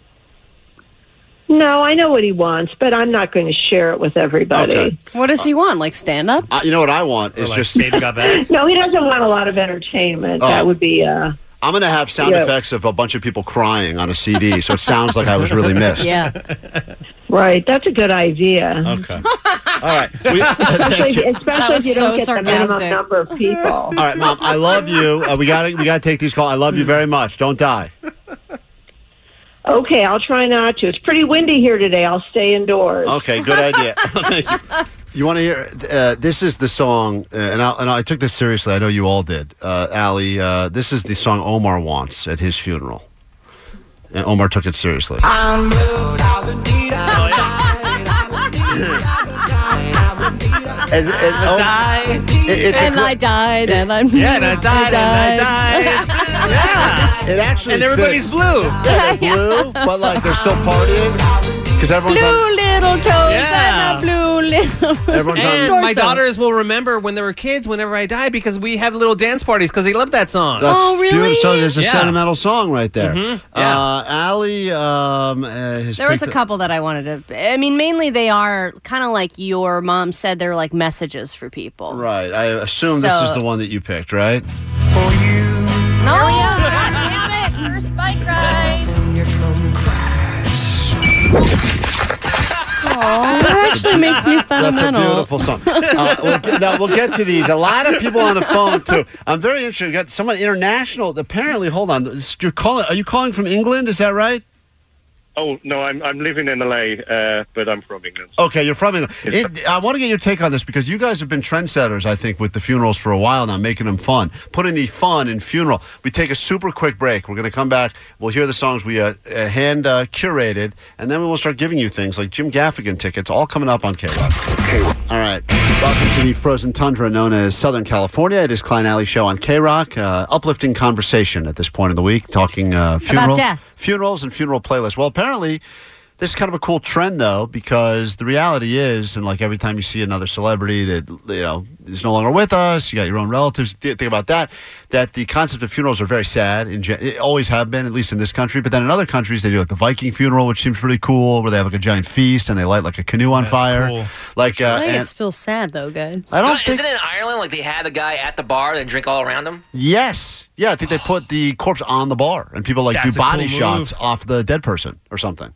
No, I know what he wants, but I'm not going to share it with everybody. What does he want? Like stand up? Uh, you know what I want is just no, he doesn't want a lot of entertainment. Oh. That would be uh I'm going to have sound Yeah. effects of a bunch of people crying on a CD, so it sounds like I was really missed. Yeah. right. That's a good idea. Um, Okay. All right. We- especially thank you. That especially was if you so don't get the sarcastic. minimum number of people. All right, Mom. I love you. Uh, we got to we got to take these calls. I love you Mm. very much. Don't die. Okay, I'll try not to. It's pretty windy here today. I'll stay indoors. Okay, good idea. Thank you. You want to hear? Uh, this is the song, uh, and, I, and I took this seriously. I know you all did, uh, Ali. Uh, this is the song Omar wants at his funeral, and Omar took it seriously. I'm rude, I'm a deed, I'm a died, I'm a deed, I'm a died, I'm a deed, I'm a And, and, oh, it- it's a and gr- I died, and I'm Yeah, and I died, and I It actually And everybody's fits. blue. Yeah, they're blue, but like they're still partying because everyone's on- Blue little toes Yeah. and a blue little. Everyone's and torso. my daughters will remember when they were kids whenever I die because we have little dance parties because they love that song. That's Oh, beautiful. So there's a Yeah. sentimental song right there. Mhm. Uh, Ali, um, uh, has Mm-hmm. There was a picked couple that I wanted to. I mean, mainly they are kind of like your mom said. They're like messages for people. Right. I assume this So- is the one that you picked, right? No, Damn it! First bike ride. that actually makes me sentimental. That's a beautiful song. Uh, we'll get, now we'll get to these. A lot of people on the phone too. I'm very interested. We got someone international. Apparently, hold on. This- You're calling? Are you calling from England? Is that right? Oh no, I'm I'm living in LA, uh, but I'm from England. Okay, you're from England. It, I want to get your take on this because you guys have been trendsetters, I think, with the funerals for a while now, making them fun, putting the fun in funeral. We take a super quick break. We're going to come back. We'll hear the songs we uh, uh, hand uh, curated, and then we will start giving you things like Jim Gaffigan tickets, all coming up on K Rock. All right. Welcome to the frozen tundra known as Southern California. It is Klein Alley Show on K Rock. Uh, uplifting conversation at this point of the week, talking uh, funeral, death. funerals and funeral playlists. Well, apparently. This is kind of a cool trend, though, because the reality is, and like every time you see another celebrity that you know is no longer with us, you got your own relatives. th- Think about that. That the concept of funerals are very sad, and it always have been, at least in this country. But then in other countries, they do like the Viking funeral, which seems pretty cool, where they have like a giant feast and they light like a canoe on fire. Like, uh, I think and- it's still sad though, guys. I don't Isn't it in Ireland like they have the guy at the bar and drink all around him? yes, yeah, I think they put the corpse on the bar, and people like That's do a cool body move. shots off the dead person or something.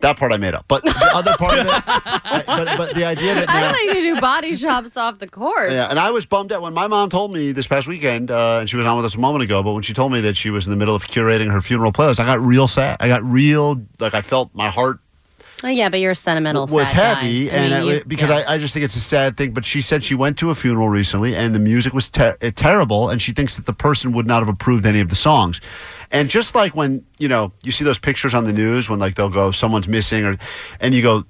That part I made up, but the other part of it, I- but, but the idea that I now, don't think you do body shops off the course. Yeah, and I was bummed out when my mom told me this past weekend, uh, and she was on with us a moment ago. But when she told me that she was in the middle of curating her funeral playlist, I got real sad. I got real like I felt my heart Oh, yeah, but you're a sentimental. was sad heavy, guy. I and mean, I- you- because I, I just think it's a sad thing. But she said she went to a funeral recently, and the music was ter- eh, terrible, and she thinks that the person would not have approved any of the songs. And just like when you know you see those pictures on the news when like they'll go someone's missing, or and you go.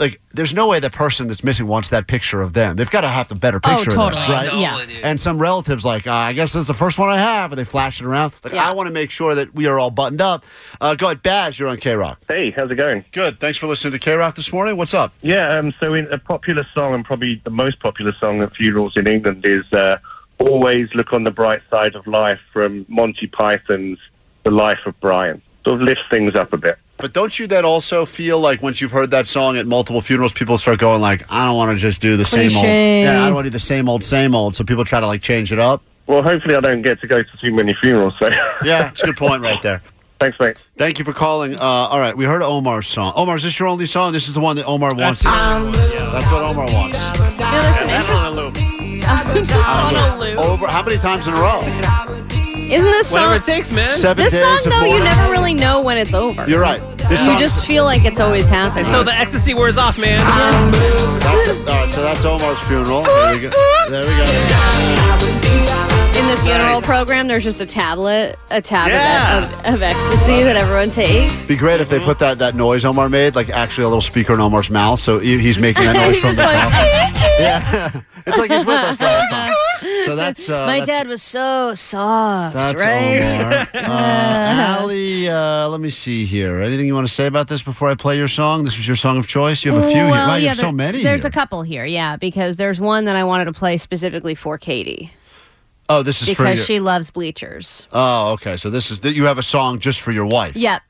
Like, there's no way the person that's missing wants that picture of them. They've got to have the better Oh, picture totally. of them, right? No, Yeah. And some relatives like, uh, I guess this is the first one I have, and they flash it around. Like, I want to make sure that we are all buttoned up. Uh, go ahead, Baz. You're on K Rock. Hey, how's it going? Good. Thanks for listening to K Rock this morning. What's up? Yeah, um, so in a popular song and probably the most popular song at funerals in England is uh, "Always Look on the Bright Side of Life" from Monty Python's "The Life of Brian." Sort of lifts things up a bit. But don't you then also feel like once you've heard that song at multiple funerals, people start going like, I don't want to just do the same old. Cliche. Yeah, I don't want to do the same old, same old. So people try to like change it up. Well, hopefully I don't get to go to too many funerals. So Yeah, it's a good point right there. Thanks, mate. Thank you for calling. Uh, all right, we heard Omar's song. Omar, is this your only song? This is the one that Omar wants. to- That's what Omar wants. You know, there's some interesting. I'm just on a loop. Over how many times in a row? Isn't this song? Whatever it takes, man. Seven this days song, though, of you boredom. never really know when it's over. You're right. This you song- just feel like it's always happening. Until the ecstasy wears off, man. That's it. All right, so that's Omar's funeral. There we go. There we go. In the funeral Nice. program, there's just a tablet, a tablet Yeah. of, of ecstasy that everyone takes. Be great Mm-hmm. if they put that, that noise Omar made, like actually a little speaker in Omar's mouth, so he- he's making that noise He's from just the going, phone. Yeah, it's like he's with us. Right? So that's uh, My that's, dad was so soft, That's right? Omar. "Uh-huh." Uh, Allie, uh, let me see here. Anything you want to say about this before I play your song? This was your song of choice. You have a few here. Well, Wow, you yeah, have there- so many. There's here. a couple here, yeah, because there's one that I wanted to play specifically for Katie oh, this is for because your- she loves bleachers. Oh, okay. So this is that you have a song just for your wife. Yep.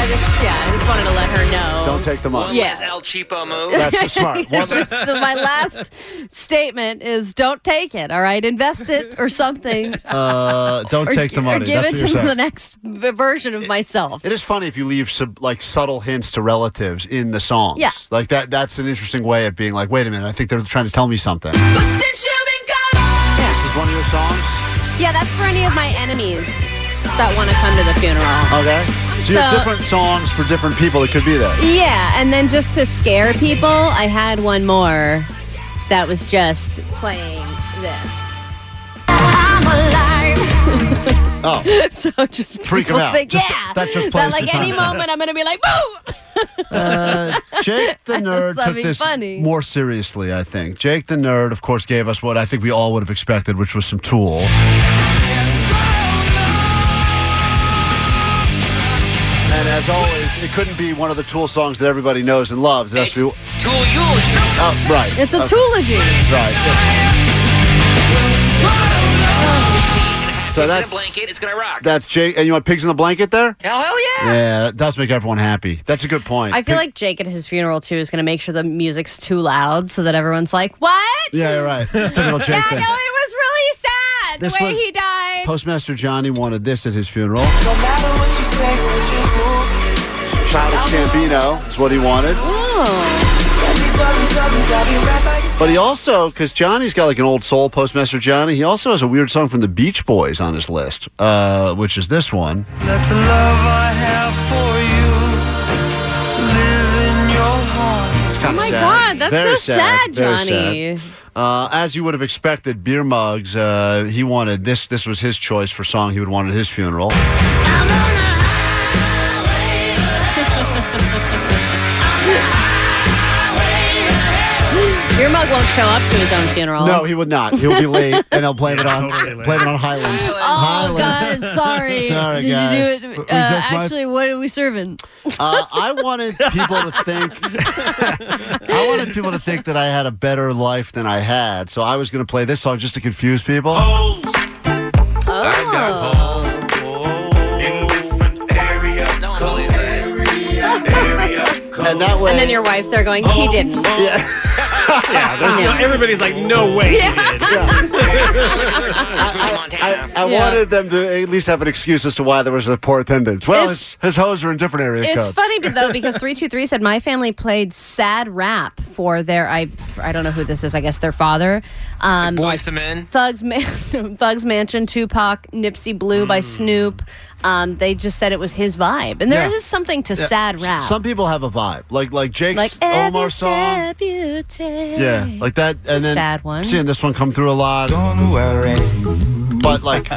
I just, yeah, I just wanted to let her know. Don't take the money. One Yeah. less El Cheapo move. That's smart. One- Just- so my last statement is don't take it, all right? Invest it or something. Uh, don't or, take the or money. give That's it what to you're saying. the next v- version of myself. It is funny if you leave sub, like subtle hints to relatives in the songs. Yeah. Like that that's an interesting way of being like, wait a minute, I think they're trying to tell me something. This is one of your songs. Yeah, that's for any of my enemies that want to come to the funeral. Okay. So, you have So- different songs for different people that could be there. Yeah, and then just to scare people, I had one more that was just playing this. Oh. so just Freak 'em people out. Think, Just- yeah. that just plays that like from any time to time. moment I'm gonna be like, boom. Uh, Jake the I was Nerd took having this funny. more seriously, I think. Jake the Nerd, of course, gave us what I think we all would have expected, which was some tool. And as always, it couldn't be one of the tool songs that everybody knows and loves. It has to be. Tool yours. Oh, right. It's a Okay. trilogy. Right. So Pigs in that's a blanket. It's gonna rock. that's Jake. And you want pigs in the blanket there? Hell, hell yeah. Yeah, that does make everyone happy. That's a good point. I feel Pig- like Jake at his funeral too is gonna make sure the music's too loud so that everyone's like, What? Yeah, you're right. It's a typical Jake yeah, no, thing. it was really sad This the way was- he died. Postmaster Johnny wanted this at his funeral. No matter what you say, what you do, Childish Gambino is what he wanted. Oh. be sorry, sorry, I'll be right by your But he also, because Johnny's got like an old soul, Postmaster Johnny, he also has a weird song from the Beach Boys on his list, uh, which is this one. Let the love I have for you live in your heart. It's kind Oh of my sad. God, that's Very so sad, very Johnny. sad. Uh, as you would have expected, Beer Mugs, uh, he wanted this. This was his choice for song he would want at his funeral. Your mug won't show up to his own funeral. No, he would not. He'll be late, and he'll blame it on blame it on Highland. Oh, God, sorry. Sorry, Did guys. you It do was it? Uh, just my- actually, what are we serving? Uh, I wanted people to think. I wanted people to think that I had a better life than I had, so I was going to play this song just to confuse people. Oh. And that way, And then your wife's there going, Oh. he didn't. Yeah, there's no, Yeah. everybody's like, no way. I, I wanted them to at least have an excuse as to why there was a poor attendance. Well, his, his hoes are in different area It's code. funny be- though because three two three said my family played sad rap for their I I don't know who this is I guess their father. Um, Boys to men. Thugs Man- Thugs Mansion, Tupac, Nipsey Blue Hmm. by Snoop. Um, they just said it was his vibe, and there is Yeah. something to Yeah. sad rap. Some people have a vibe, like like like Jake's every Omar song. step you take. Yeah, like that, a and then sad one. Seeing this one come through a lot. Don't worry, but like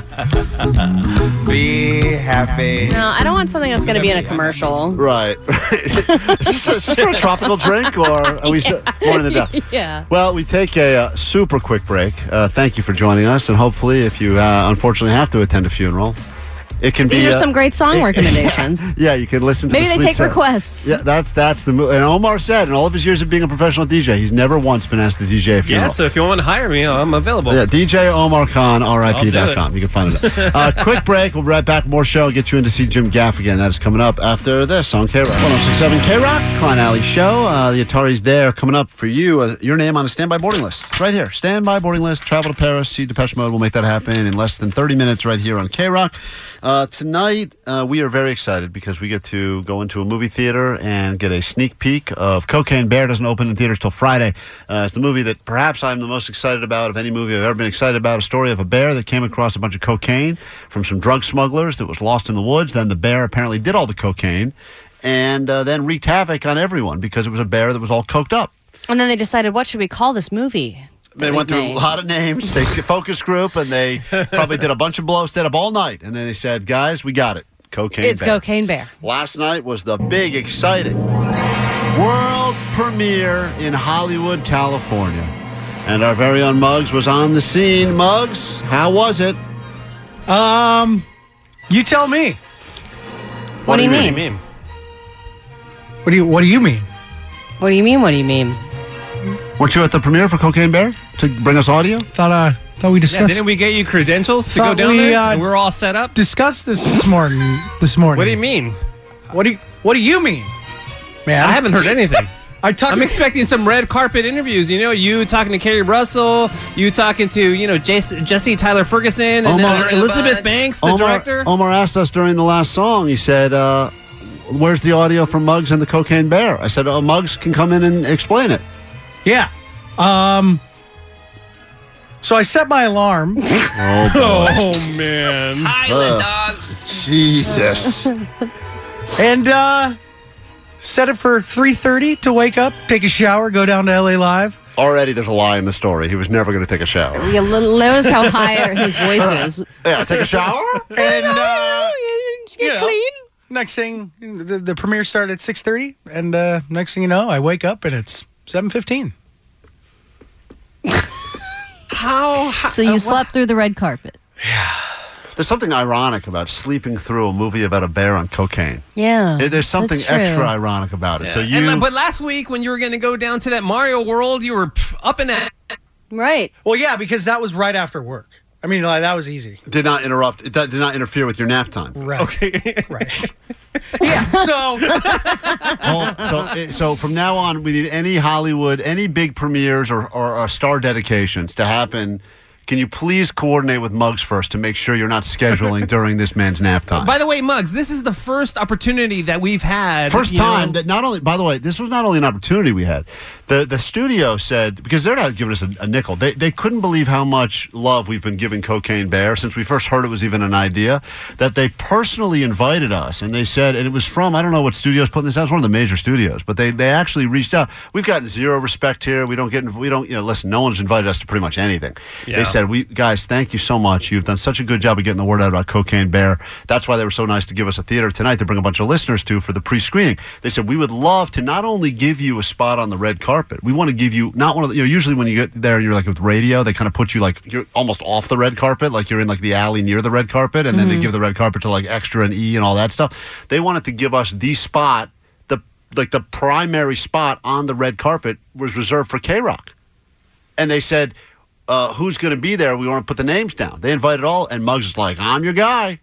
be happy. No, I don't want something that's going to be in a commercial. Right. is, this, is this for a tropical drink or are we yeah. mourning the death? Yeah. Well, we take a uh, super quick break. Uh, thank you for joining us, and hopefully, if you uh, unfortunately have to attend a funeral, It can These be are uh, some great song recommendations. Yeah, you can listen to. Maybe the they Sweet take Sound. requests. Yeah, that's that's the move. And Omar said, in all of his years of being a professional DJ, he's never once been asked to DJ a funeral. Yeah, so if you want to hire me, I'm available. Yeah, DJ Omar Khan, I'll RIP.com. do You can find it. Uh, quick break. We'll be right back. More show. Get you in to see Jim Gaffigan. That is coming up after this on oh K Rock. 1067 K Rock, Klein Alley Show. Uh, the Atari's there coming up for you. Uh, your name on a standby boarding list. It's right here. Standby boarding list. Travel to Paris. See Depeche Mode. We'll make that happen in less than 30 minutes right here on K Rock. Uh, tonight, uh, we are very excited because we get to go into a movie theater and get a sneak peek of Cocaine Bear. doesn't open in theaters till Friday. Uh, it's the movie that perhaps I'm the most excited about of any movie I've ever been excited about. A story of a bear that came across a bunch of cocaine from some drug smugglers that was lost in the woods. Then the bear apparently did all the cocaine and uh, then wreaked havoc on everyone because it was a bear that was all coked up. And then they decided, what should we call this movie? They went through a lot of names. They did a focus group, and they probably did a bunch of blows. Stayed up all night, and then they said, "Guys, we got it. Cocaine. it's Bear." Cocaine Bear. Last night was the big, exciting world premiere in Hollywood, California, and our very own Muggs was on the scene. Muggs, how was it? Um, you tell me. What do you mean? What do you What do you mean? What do you mean? What do you mean? Weren't you at the premiere for Cocaine Bear to bring us audio? Thought uh, thought we Yeah, discussed. didn't we get you credentials to go Thought down we, there? uh, and we're all set up. discussed this this morning. This morning. What do you mean? What do you What do you mean, man? I haven't heard anything. I talked. I'm expecting some red carpet interviews. You know, you talking to Carrie Russell, you talking to you know Jason, Jesse Tyler Ferguson, Omar- Omar, Elizabeth Banks, the Omar, director. Omar asked us during the last song. He said, uh, "Where's the audio from Muggs and the Cocaine Bear?" I said, "Oh, Muggs can come in and explain it." Yeah. Uh, Um. So I set my alarm. Oh, oh man. Jesus. and uh, set it for 3.30 to wake up take a shower go down to la live Already, there's a lie in the story. He was never going to take a shower. You l- notice how high his Uh, voice is. Yeah, take a shower. and uh, Get clean. next thing the, the premiere started at 6.30 and uh, next thing you know i wake up and it's 7.15 How? So you slept through the red carpet. There's something ironic about sleeping through a movie about a bear on cocaine. Yeah. There- There's something that's true. extra ironic about it. So And, you, like, but last week when you were going to go down to that Mario World, you were pff, up in that. right well yeah because that was right after work i mean like, that was easy did not interrupt. It did not interfere with your nap time. right okay right So Oh, so, eh, so from now on, we need any Hollywood, any big premieres or, or, uh star dedications to happen. Can you please coordinate with Muggs first to make sure you're not scheduling during this man's nap time? By the way, Muggs, this is the first opportunity that we've had. First you know- time that not only, by the way, this was not only an opportunity we had. The the studio said because they're not giving us a, a nickel. They they couldn't believe how much love we've been giving Cocaine Bear since we first heard it was even an idea. That they personally invited us and they said, and it was from I don't know what studio's putting this out. It's one of the major studios, but they they actually reached out. We've gotten zero respect here. We don't get we don't you know listen. No one's invited us to pretty much anything. They Yeah. said, "We guys, thank you so much. You've done such a good job of getting the word out about Cocaine Bear. That's why they were so nice to give us a theater tonight to bring a bunch of listeners to for the pre-screening. They said we would love to not only give you a spot on the red carpet. We want to give you not one of the. You know, usually when you get there, you're like with radio, they kind of put you like you're almost off the red carpet, like you're in like the alley near the red carpet, and then they Mhm. give the red carpet to like extra and E and all that stuff. They wanted to give us the spot, the like the primary spot on the red carpet was reserved for K Rock and they said, uh, "Who's going to be there? We want to put the names down." They invited all, and Muggs is like, "I'm your guy."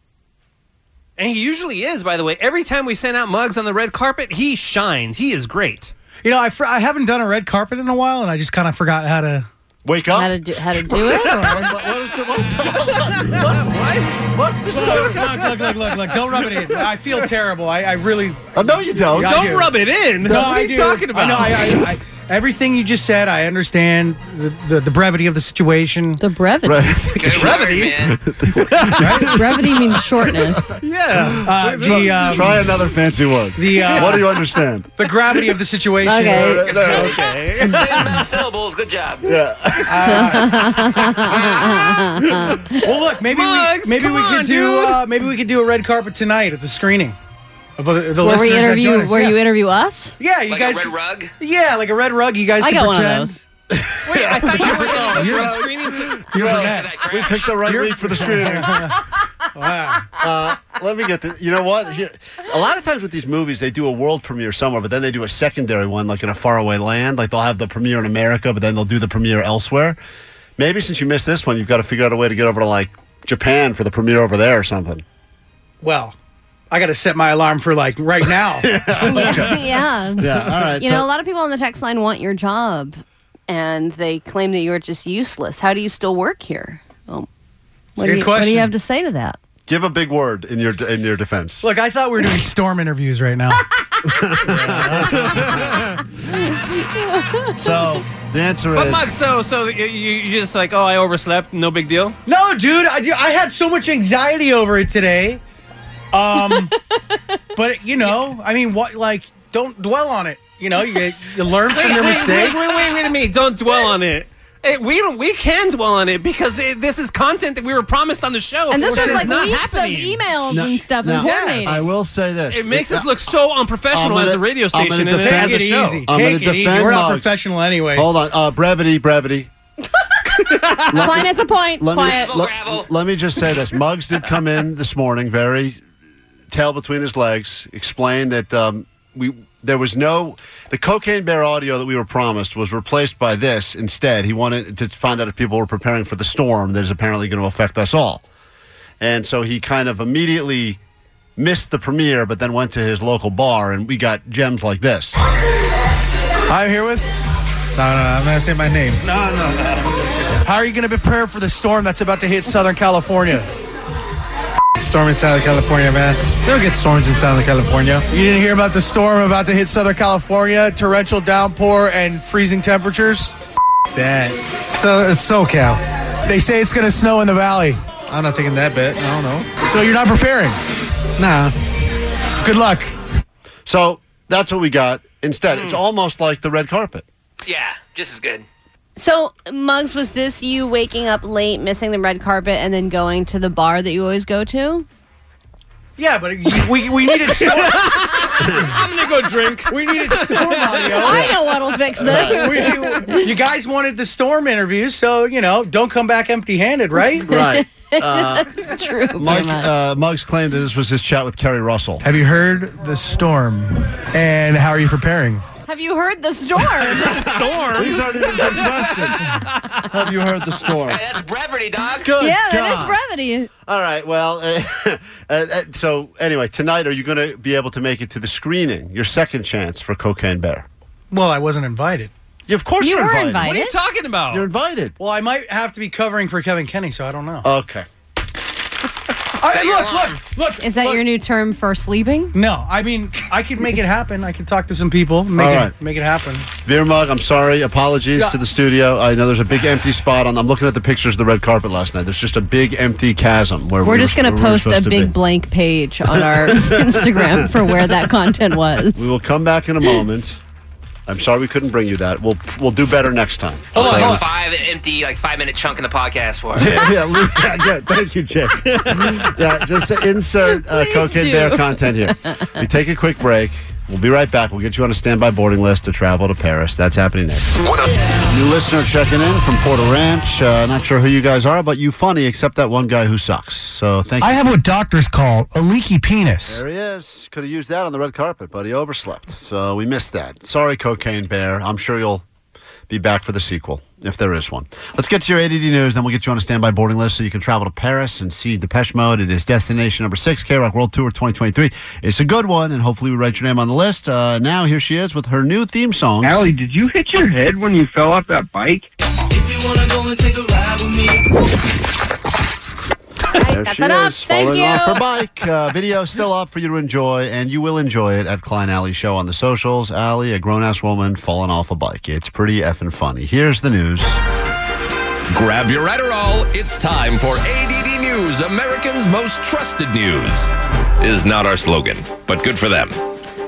And he usually is, by the way. Every time we send out Muggs on the red carpet, he shines. He is great. you know I, fr- I haven't done a red carpet in a while and i just kind of forgot how to wake up how to do, how to do it what is it what's, what's, what's the look, look, look, look, look, look! Don't rub it in. I feel terrible. I, I really. Oh, no, you don't. Don't rub it in. No, What I are you do. talking about? I know, I- I- I- everything you just said, I understand the, the, the brevity of the situation. The brevity. brevity. Brevity means shortness. Yeah. Uh, the um, Try another fancy word. The, uh, what do you understand? the gravity of the situation. Okay. okay. Same amount of syllables. Good job. Yeah. Uh, well, look, maybe Mugs, we maybe come we could on, do dude. uh, maybe we could do a red carpet tonight at the screening. Of uh, the, the where we listeners that interview, join us. where yeah. you interview us. Yeah, you Like a guys. red could- rug? Yeah, like a red rug. You guys. I could got one of pretend. those. Wait, I thought you were going to You're go the- to screening. To- You're We picked the right week for the screening. wow. Uh, let me get the. You know what? Here, a lot of times with these movies, they do a world premiere somewhere, but then they do a secondary one, like in a faraway land. Like they'll have the premiere in America, but then they'll do the premiere elsewhere. Maybe since you missed this one, you've got to figure out a way to get over to like Japan for the premiere over there or something. Well, I got to set my alarm for like right now. yeah. Yeah, all right, You so- know, a lot of people on the text line want your job, and they claim that you're just useless. How do you still work here? Well, a what, good do you, what do question. you have to say to that? Give a big word in your in your defense. Look, I thought we were doing storm interviews right now. So the answer But is. Mug, so so you, you you just like, oh, I overslept, no big deal. No, dude, I, do- I had so much anxiety over it today. Um, but you know, I mean, what? Like, don't dwell on it. You know, you, you learn from Wait, your wait, mistake. Wait, wait, wait, wait a minute! Don't dwell on it. Hey, we don't. We can dwell on it because it, this is content that we were promised on the show. And this that was is like not weeks happening. of e- emails No, and stuff and no. coordinating. I will say this. It makes It's- us look so unprofessional I'm gonna- as a radio I'm gonna station. and defend- as a Take it show. easy. I'm gonna defend Muggs. anyway. Hold on. Uh, brevity, brevity. Klein has a point. Let Quiet. me let, let me just say this. Muggs did come in this morning, very tail between his legs, explained that um, we there was no the cocaine bear audio that we were promised was replaced by this instead. He wanted to find out if people were preparing for the storm that is apparently going to affect us all. And so he kind of immediately missed the premiere, but then went to his local bar, and we got gems like this. I'm here with. No, no, I'm not gonna say my name. No, no. How are you gonna prepare for the storm that's about to hit Southern California? Storm in Southern California, man. They don't get storms in Southern California. You didn't hear about the storm about to hit Southern California, torrential downpour and freezing temperatures? that. So it's SoCal. They say it's gonna snow in the valley. I'm not taking that bet. I don't know. So you're not preparing? Nah. Good luck. So that's what we got instead. It's almost like the red carpet. Yeah, just as good. So, Muggs, was this you waking up late, missing the red carpet, and then going to the bar that you always go to? Yeah, but we, we needed storm. I'm gonna go drink. We needed storm audio. I know what'll fix this. We- you guys wanted the storm interviews, so you know, don't come back empty-handed, right? Right. Uh, That's true. Mike uh, Muggs claimed that this was his chat with Kerry Russell. Have you heard the storm? And how are you preparing? Have you heard the storm? storm? These aren't even good questions. Have you heard the storm? That's brevity, dog. Good yeah, that is God. brevity. All right. Well, uh, uh, uh, so anyway, tonight are you going to be able to make it to the screening? Your second chance for Cocaine Bear. Well, I wasn't invited. Yeah, of course you're invited. talking about? You're invited. Well, I might have to be covering for Kevin Kenny, so I don't know. Okay. All right, look, look, look. Is that your new term for sleeping? No, I mean, I could make it happen. I could talk to some people, make All it right. make it happen. Beer mug. I'm sorry. Apologies Yeah. to the studio. I know there's a big empty spot on. I'm looking at the pictures of the red carpet last night. There's just a big empty chasm where We're, we were- just going where we to were post a supposed to big be. blank page on our Instagram for where that content was. We will come back in a moment. I'm sorry we couldn't bring you that. We'll we'll do better next time. That was like a five empty, like five minute chunk in the podcast for. yeah, yeah, leave- yeah, good. Thank you, Jake. yeah, just insert uh, Please cocaine do. bear content here. We take a quick break. We'll be right back. We'll get you on a standby boarding list to travel to Paris. That's happening next. New listener checking in from Porter Ranch. Uh, not sure who you guys are, but you funny except that one guy who sucks. So thank you. I have what doctors call a leaky penis. There he is. Could have used that on the red carpet, but he overslept. So we missed that. Sorry, Cocaine Bear. I'm sure you'll be back for the sequel, if there is one. Let's get to your ADD news, then we'll get you on a standby boarding list so you can travel to Paris and see Depeche Mode. It is destination number six, K Rock World Tour 2023. It's a good one, and hopefully we write your name on the list. Uh, now, here she is with her new theme song. Allie, did you hit your head when you fell off that bike? If you wanna go and take a ride with me. There she that up. is, Thank falling you. off her bike. Uh, video still up for you to enjoy, and you will enjoy it at Klein Alley Show on the socials. Alley, a grown ass woman falling off a bike. It's pretty effing funny. Here's the news. Grab your Adderall. It's time for ADD News, America's most trusted news. Is not our slogan, but good for them.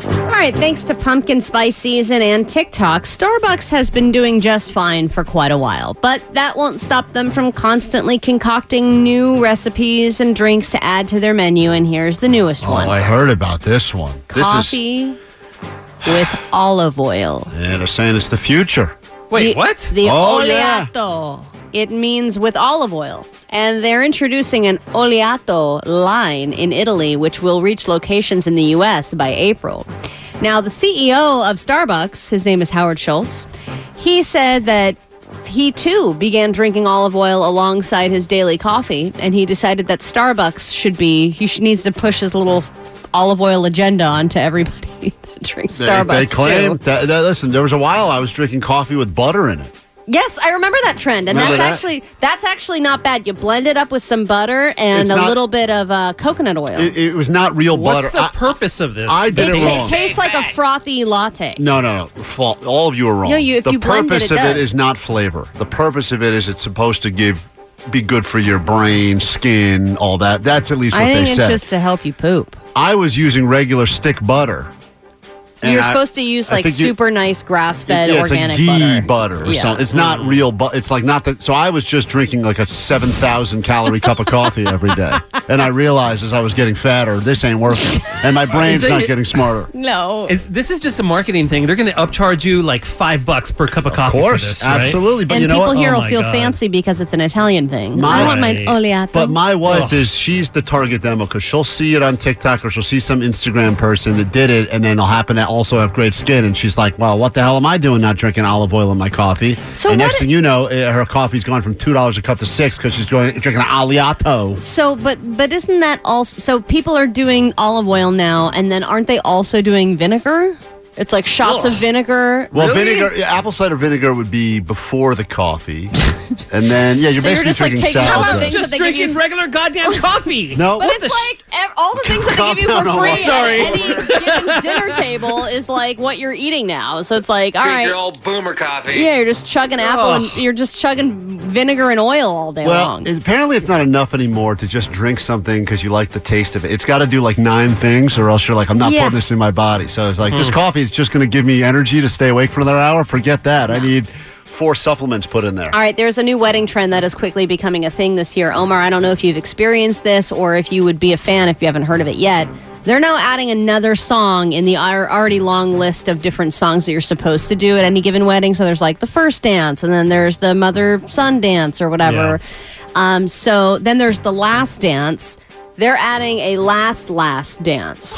All right, thanks to pumpkin spice season and TikTok, Starbucks has been doing just fine for quite a while. But that won't stop them from constantly concocting new recipes and drinks to add to their menu. And here's the newest Oh, one I heard about this one. This is. coffee with olive oil. Yeah, they're saying it's the future. Wait, what? The oh, yeah. oleato. It means with olive oil. And they're introducing an Oleato line in Italy, which will reach locations in the U.S. by April. Now, the CEO of Starbucks, his name is Howard Schultz, he said that he too began drinking olive oil alongside his daily coffee, and he decided that Starbucks should be, he sh needs to push his little olive oil agenda onto everybody that drinks They- Starbucks. They, too. claim. That, that- listen, there was a while I was drinking coffee with butter in it. Yes, I remember that trend, and Remember that's that? actually that's actually not bad. You blend it up with some butter and It's a not- little bit of uh, coconut oil. It, it was not real What's butter. the I- purpose of this? I did It it ta- wrong. tastes like a frothy latte. No, no, no. Fa- All of you are wrong. No, you- if the you blend it, purpose of it it does. is not flavor. The purpose of it is it's supposed to give, be good for your brain, skin, all that. That's at least what I they think it's said. just to help you poop. I was using regular stick butter. and You're I- supposed to use I like think you- super nice grass fed yeah, organic it's like ghee butter. butter. or Yeah. Mm. something. It's not real, but it's like not that. So I was just drinking like a seven thousand calorie cup of coffee every day, and I realized as I was getting fatter, this ain't working, and my brain's Is it- not getting smarter. No. Is, this is just a marketing thing. They're going to upcharge you like five bucks per cup of, coffee. course, for this, right? absolutely, and people here Oh will my feel God. fancy because it's an Italian thing. My- I want my oleato. But my wife is she's the target demo because she'll see it on TikTok or she'll see some Instagram person that did it, and then they'll happen to also have great skin, and she's like, "Well, what the hell am I doing not drinking olive oil in my coffee?" So and what next i- thing you know, eh, her coffee's gone from two dollars a cup to six because she's going drinking aliato. So, but but isn't that also? So people are doing olive oil now, and then aren't they also doing vinegar? It's like shots of vinegar. Well, vinegar, yeah, apple cider vinegar would be before the coffee, and then yeah, you're So basically you're just, like, drinking taking all sauerkraut. the things Just that they give you- drinking regular goddamn coffee. No. But What it's like ev- all the things that they give you Calm down, for Oh, free Omar. at any given dinner table is like what you're eating now. So it's like, all Drink right, your old boomer coffee. yeah, you're just chugging apple and you're just chugging vinegar and oil all day Well, long. it- apparently it's not enough anymore to just drink something because you like the taste of it. It's got to do like nine things, or else you're like, I'm not Yeah. putting this in my body. So it's like this Hmm. coffee is just going to give me energy to stay awake for another hour. Forget that. I need four supplements put in there. All right, there's a new wedding trend that is quickly becoming a thing this year. Omar, I don't know if you've experienced this or if you would be a fan if you haven't heard of it yet. They're now adding another song in the ar- already long list of different songs that you're supposed to do at any given wedding. So there's like the first dance, and then there's the mother son dance or whatever. Um, so then there's the last dance. They're adding a last last dance.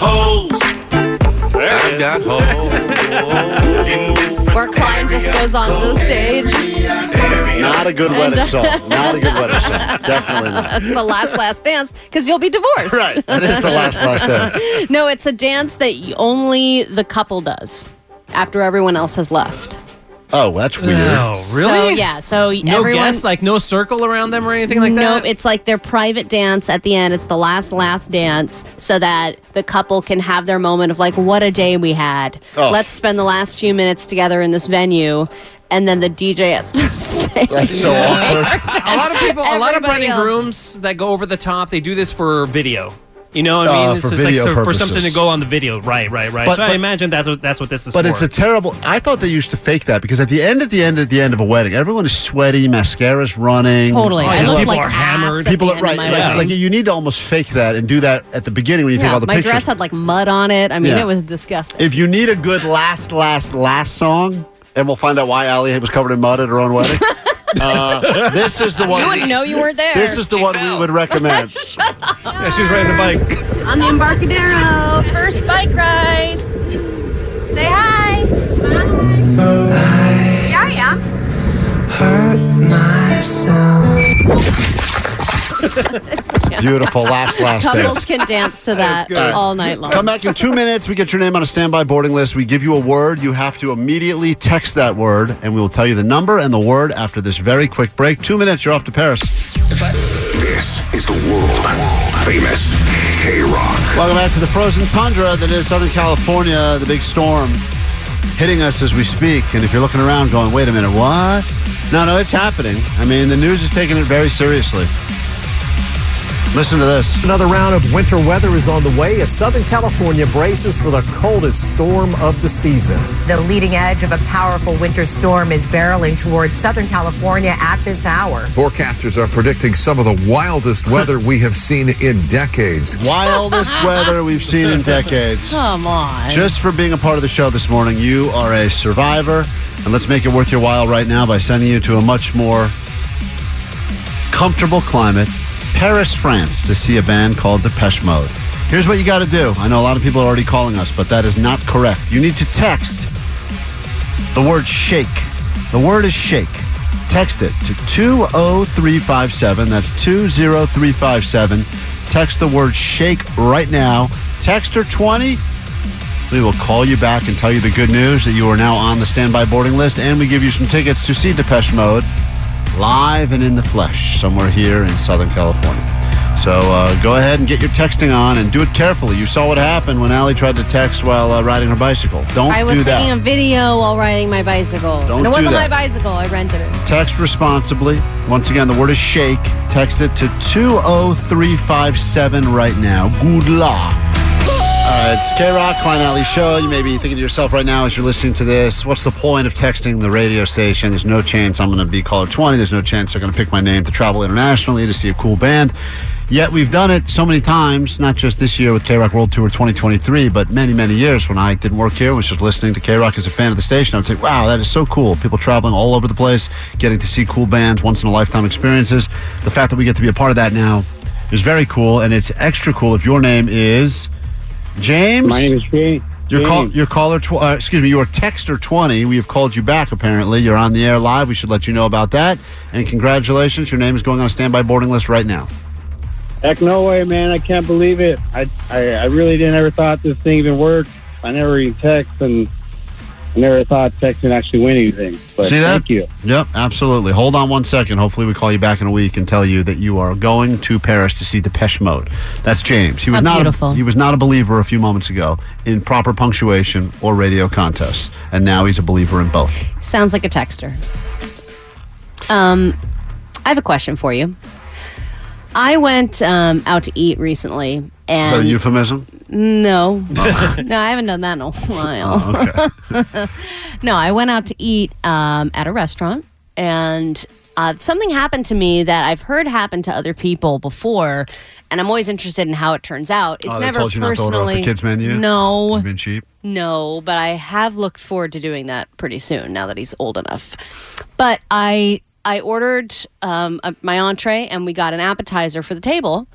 I got Where Klein just goes onto the stage. Not a good wedding And- song. Not a good wedding song. Definitely not. That's the last last dance because you'll be divorced. Right. That is the last last dance. no, it's a dance that y- only the couple does after everyone else has left. Oh, that's weird. No, So, really? yeah. So No everyone. guests, like no circle around them or anything like nope, that. it's like their private dance at the end. It's the last, last dance so that the couple can have their moment of like, what a day we had. Oh. Let's spend the last few minutes together in this venue. And then the DJ has to stay. That's so awkward. a lot of people, a lot Everybody of bride and else. grooms that go over the top, they do this for video. You know what I Uh, mean? for it's just like video so, for purposes. something to go on the video. Right, right, right. But- so I but- imagine that's what that's what this is But for. it's a terrible. I thought they used to fake that because at the end, at the end, at the end of a wedding, everyone is sweaty, mascara's running. Totally. I People look are- like hammered. People are right. Like, like, you need to almost fake that and do that at the beginning when you take all the my pictures. dress had like mud on it. I mean, Yeah. it was disgusting. if you need a good last, last, last song, and we'll find out why Ali was covered in mud at her own wedding. uh, this is the one. You wouldn't know you weren't there. This is the one we would recommend. Yeah, she was riding a bike. On the Embarcadero, first bike ride. Say hi. Yeah, yeah. Beautiful last, last dance. Couples can dance to that all night long. Come back in two minutes. We get your name on a standby boarding list. We give you a word. You have to immediately text that word, and we will tell you the number and the word after this very quick break. Two minutes. You're off to Paris. This is the world famous K Rock. Welcome back to the frozen tundra that is Southern California, the big storm hitting us as we speak. And if you're looking around going, wait a minute, what? No, no, it's happening. I mean, the news is taking it very seriously. Listen to this. Another round of winter weather is on the way as Southern California braces for the coldest storm of the season. The leading edge of a powerful winter storm is barreling towards Southern California at this hour. Forecasters are predicting some of the wildest weather we have seen in decades. Wildest weather we've seen in decades. Come on. Just for being a part of the show this morning, you are a survivor. And let's make it worth your while right now by sending you to a much more comfortable climate, Paris, France, to see a band called Depeche Mode. Here's what you got to do. I know a lot of people are already calling us, but that is not correct. You need to text the word shake. The word is shake. Text it to 20357. That's 20357. Text the word shake right now. Texter 20. We will call you back and tell you the good news that you are now on the standby boarding list, and we give you some tickets to see Depeche Mode live and in the flesh somewhere here in Southern California. So uh, go ahead and get your texting on and do it carefully. You saw what happened when Allie tried to text while uh, riding her bicycle. Don't I was do taking that. a video while riding my bicycle. Don't and it do wasn't that. my bicycle. I rented it. Text responsibly. Once again, the word is shake. Text it to 20357 right now. Good luck. Uh, it's K Rock, Klein Alley Show. You may be thinking to yourself right now as you're listening to this, what's the point of texting the radio station? There's no chance I'm going to be caller 20. There's no chance they're going to pick my name to travel internationally to see a cool band. Yet we've done it so many times, not just this year with K Rock World Tour 2023, but many, many years when I didn't work here, was just listening to K Rock as a fan of the station. I would say, wow, that is so cool. People traveling all over the place, getting to see cool bands, once in a lifetime experiences. The fact that we get to be a part of that now is very cool, and it's extra cool if your name is. James. My name is James. Your, call, James. your caller, tw- uh, excuse me, your texter 20. We have called you back, apparently. You're on the air live. We should let you know about that. And congratulations. Your name is going on a standby boarding list right now. Heck, no way, man! I can't believe it. I, I, I really didn't ever thought this thing even worked. I never even text, and I never thought texting actually win anything. But See that? thank you. Yep, absolutely. Hold on one second. Hopefully, we call you back in a week and tell you that you are going to Paris to see Depeche Mode. That's James. He was How not beautiful. A, he was not a believer a few moments ago in proper punctuation or radio contests, and now he's a believer in both. Sounds like a texter. Um, I have a question for you. I went um, out to eat recently, Is that a and euphemism? no, Oh. no, I haven't done that in a while. Oh, okay. no, I went out to eat um, at a restaurant, and uh, something happened to me that I've heard happen to other people before, and I'm always interested in how it turns out. It's oh, they never told you not to personally order off the kids menu. No, You've been cheap. no, but I have looked forward to doing that pretty soon now that he's old enough. But I I ordered um, a, my entree and we got an appetizer for the table.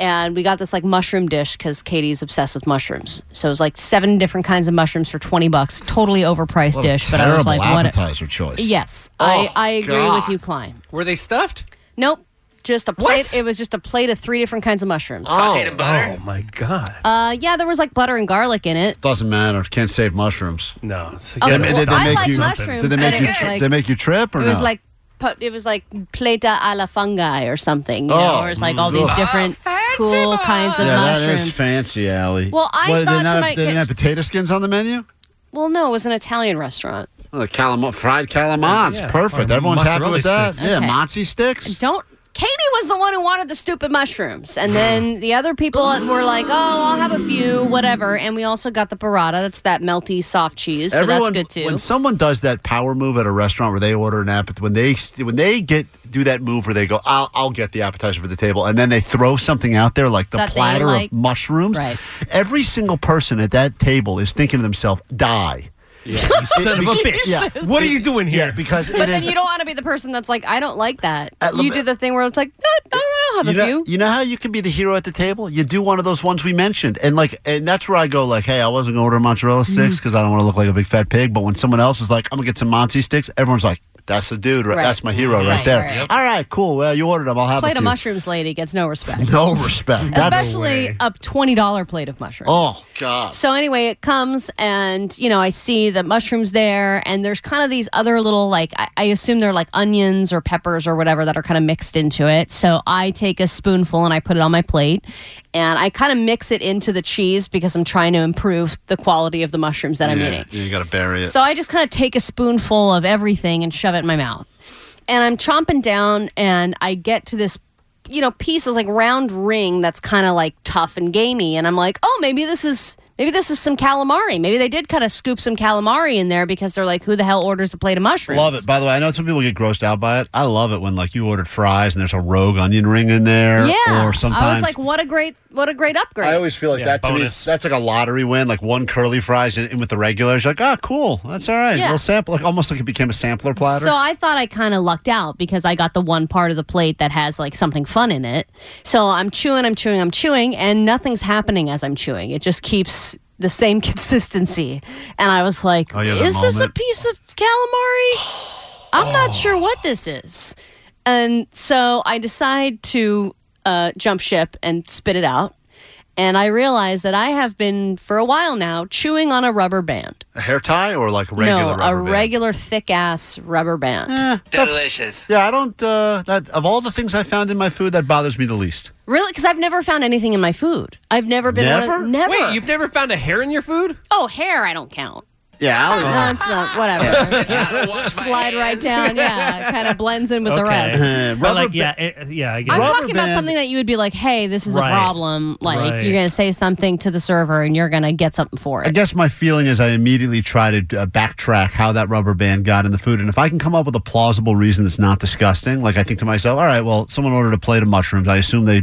And we got this like mushroom dish because Katie's obsessed with mushrooms. So it was like seven different kinds of mushrooms for 20 bucks. Totally overpriced What a dish. But I was like, terrible what? A, appetizer choice. yes, I, Oh, I agree God. with you, Klein. Were they stuffed? Nope. Just a plate. It was just a plate of three different kinds of mushrooms. Oh my god. Uh, yeah, there was like butter and garlic in it. Doesn't matter. Can't save mushrooms. No. So Oh, did, well, did they I make like you? mushrooms, Did they but make you? it's Tri- like- they make you trip or it was no? like pu- it was like plata a la fungi or something. You know, Oh, or it's like all these ugh. different cool kinds yeah, of that mushrooms. is fancy, Allie. Well, I what, did thought they not to have, my- they didn't have potato skins on the menu. well, no, it was an Italian restaurant. Oh, the calam- fried calamans, Yeah, perfect. or Everyone's happy mozzarella with that. sticks. Yeah, Okay. mozzie sticks. Don't. Katie was the one who wanted the stupid mushrooms, and then the other people were like, "Oh, I'll have a few, whatever." And we also got the burrata. That's that melty soft cheese, so Everyone, that's good too. when someone does that power move at a restaurant where they order an appetizer, when they when they get do that move where they go, I'll, I'll get the appetizer for the table, and then they throw something out there like the That they platter like. of mushrooms. Right. Every single person at that table is thinking to themselves, "Die." Yeah, you son of a bitch. Yeah. What are you doing here? because but it then is- you don't want to be the person that's like, "I don't like that." At you Lebe- do the thing where it's like, "Eh, "I'll have you a know, few." you know how you can be the hero at the table? You do one of those ones we mentioned. And like and that's where I go like, hey, I wasn't gonna order mozzarella Mm-hmm. sticks because I don't want to look like a big fat pig. But when someone else is like, I'm gonna get some Monty sticks, everyone's like, That's the dude, right? Right. That's my hero right, Right, there. right. All right, cool. Well, you ordered them, I'll have Plate a of few. mushrooms, lady gets no respect. No respect. That's especially a twenty dollar plate of mushrooms. Oh God. So anyway, it comes and you know I see the mushrooms there, and there's kind of these other little like I, I assume they're like onions or peppers or whatever that are kind of mixed into it. So I take a spoonful and I put it on my plate, and I kind of mix it into the cheese because I'm trying to improve the quality of the mushrooms that I'm Yeah, eating. You gotta bury it. So I just kind of take a spoonful of everything and shove it in my mouth. And I'm chomping down and I get to this, you know, piece is like round ring that's kind of like tough and gamey. And I'm like, oh, maybe this is Maybe this is some calamari. Maybe they did kind of scoop some calamari in there because they're like, who the hell orders a plate of mushrooms? Love it. By the way, I know some people get grossed out by it. I love it when like you ordered fries and there's a rogue onion ring in there. Yeah. Or sometimes I was like, what a great, what a great upgrade. I always feel like that to me, is- that's like a lottery win, like one curly fries in, in with the regulars. You're like, oh, cool. That's all right. Yeah. Little sample, like almost like it became a sampler platter. So I thought I kind of lucked out because I got the one part of the plate that has like something fun in it. So I'm chewing, I'm chewing, I'm chewing, and nothing's happening as I'm chewing. It just keeps the same consistency. And I was like, Oh, yeah, that is this a moment. Oh. piece of calamari? I'm not sure what this is. And so I decide to uh, jump ship and spit it out. And I realize that I have been for a while now chewing on a rubber band. a hair tie or like regular no, rubber a band? Ah. regular thick ass rubber band. Delicious. Yeah, I don't. Uh, that of all the things I found in my food, that bothers me the least. Really? Because I've never found anything in my food. I've never been One Never? of, never. Wait, you've never found a hair in your food? oh, hair I don't count. Yeah, I No, it's not. Whatever. Slide right down. Yeah, kind of Uh, blends in with the rest. But like, yeah, it, yeah. I get I'm it. talking about something that you would be like, "Hey, this is Right. a problem." Like Right. you're going to say something to the server, and you're going to get something for I it. guess my feeling is I immediately try to uh, backtrack how that rubber band got in the food. And if I can come up with a plausible reason that's not disgusting, like I think to myself, all right, well, someone ordered a plate of mushrooms. I assume they,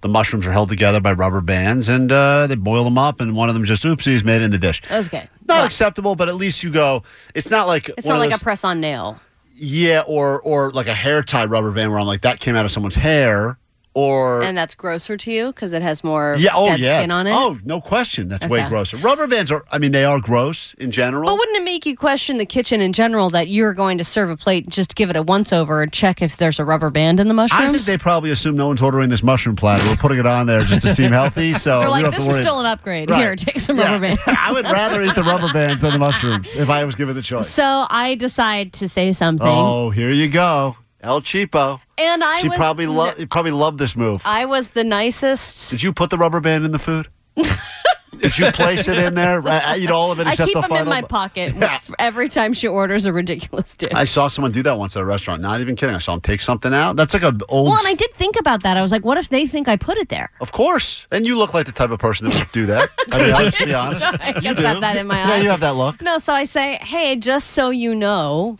the mushrooms are held together by rubber bands and uh, they boil them up and one of them just, oopsies, made it in the dish. Okay. Not acceptable, but at least you go, it's not like. It's one not of like those- a press on nail. Yeah, or, or like a hair tie rubber band where I'm like, that came out of someone's hair. Or and that's grosser to you because it has more yeah, oh dead yeah. skin on it. Oh, no question. That's way Okay. grosser. Rubber bands are. I mean, they are gross in general. But wouldn't it make you question the kitchen in general that you're going to serve a plate, just give it a once over, and check if there's a rubber band in the I mushrooms? think they probably assume no one's ordering this mushroom platter. We're putting it on there just to seem healthy. So They're we like, don't have this to worry. is still an upgrade. Right. Here, take some rubber bands. I would rather eat the rubber bands than the mushrooms if I was given the choice. So I decide to say something. oh, here you go, El Cheapo. And I she was probably loved. You probably loved this move. I was the nicest. Did you put the rubber band in the food? Did you place it in there? I, I eat all of it I except keep the them final. in my pocket every time she orders a ridiculous dish. I saw someone do that once at a restaurant. Not even kidding. I saw him take something out. That's like an old. well, and I did think about that. I was like, what if they think I put it there? Of course. And you look like the type of person that would do that. I mean, let's be honest. So I You guess do. I have that in my Yeah, eye. you have that look. No, so I say, hey, just so you know.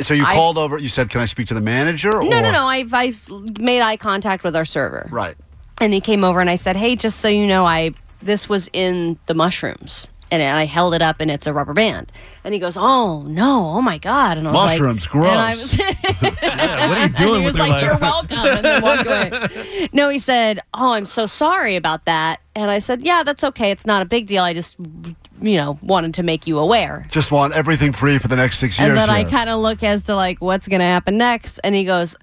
So you I- called over. You said, "Can I speak to the manager?" or? No, no, no. I've, I've made eye contact with our server. Right. And he came over and I said, "Hey, just so you know, I this was in the mushrooms." And I held it up and it's a rubber band. And he goes, "Oh no, oh my god!" And I was Mushrooms, like, And I was, what are you doing he was with your like, life? "You're welcome," and then walked away. No, he said, "Oh, I'm so sorry about that." And I said, "Yeah, that's okay. It's not a big deal. I just, you know, wanted to make you aware." Just want everything free for the next six years. And then I here. kind of look as to like what's going to happen next. And he goes,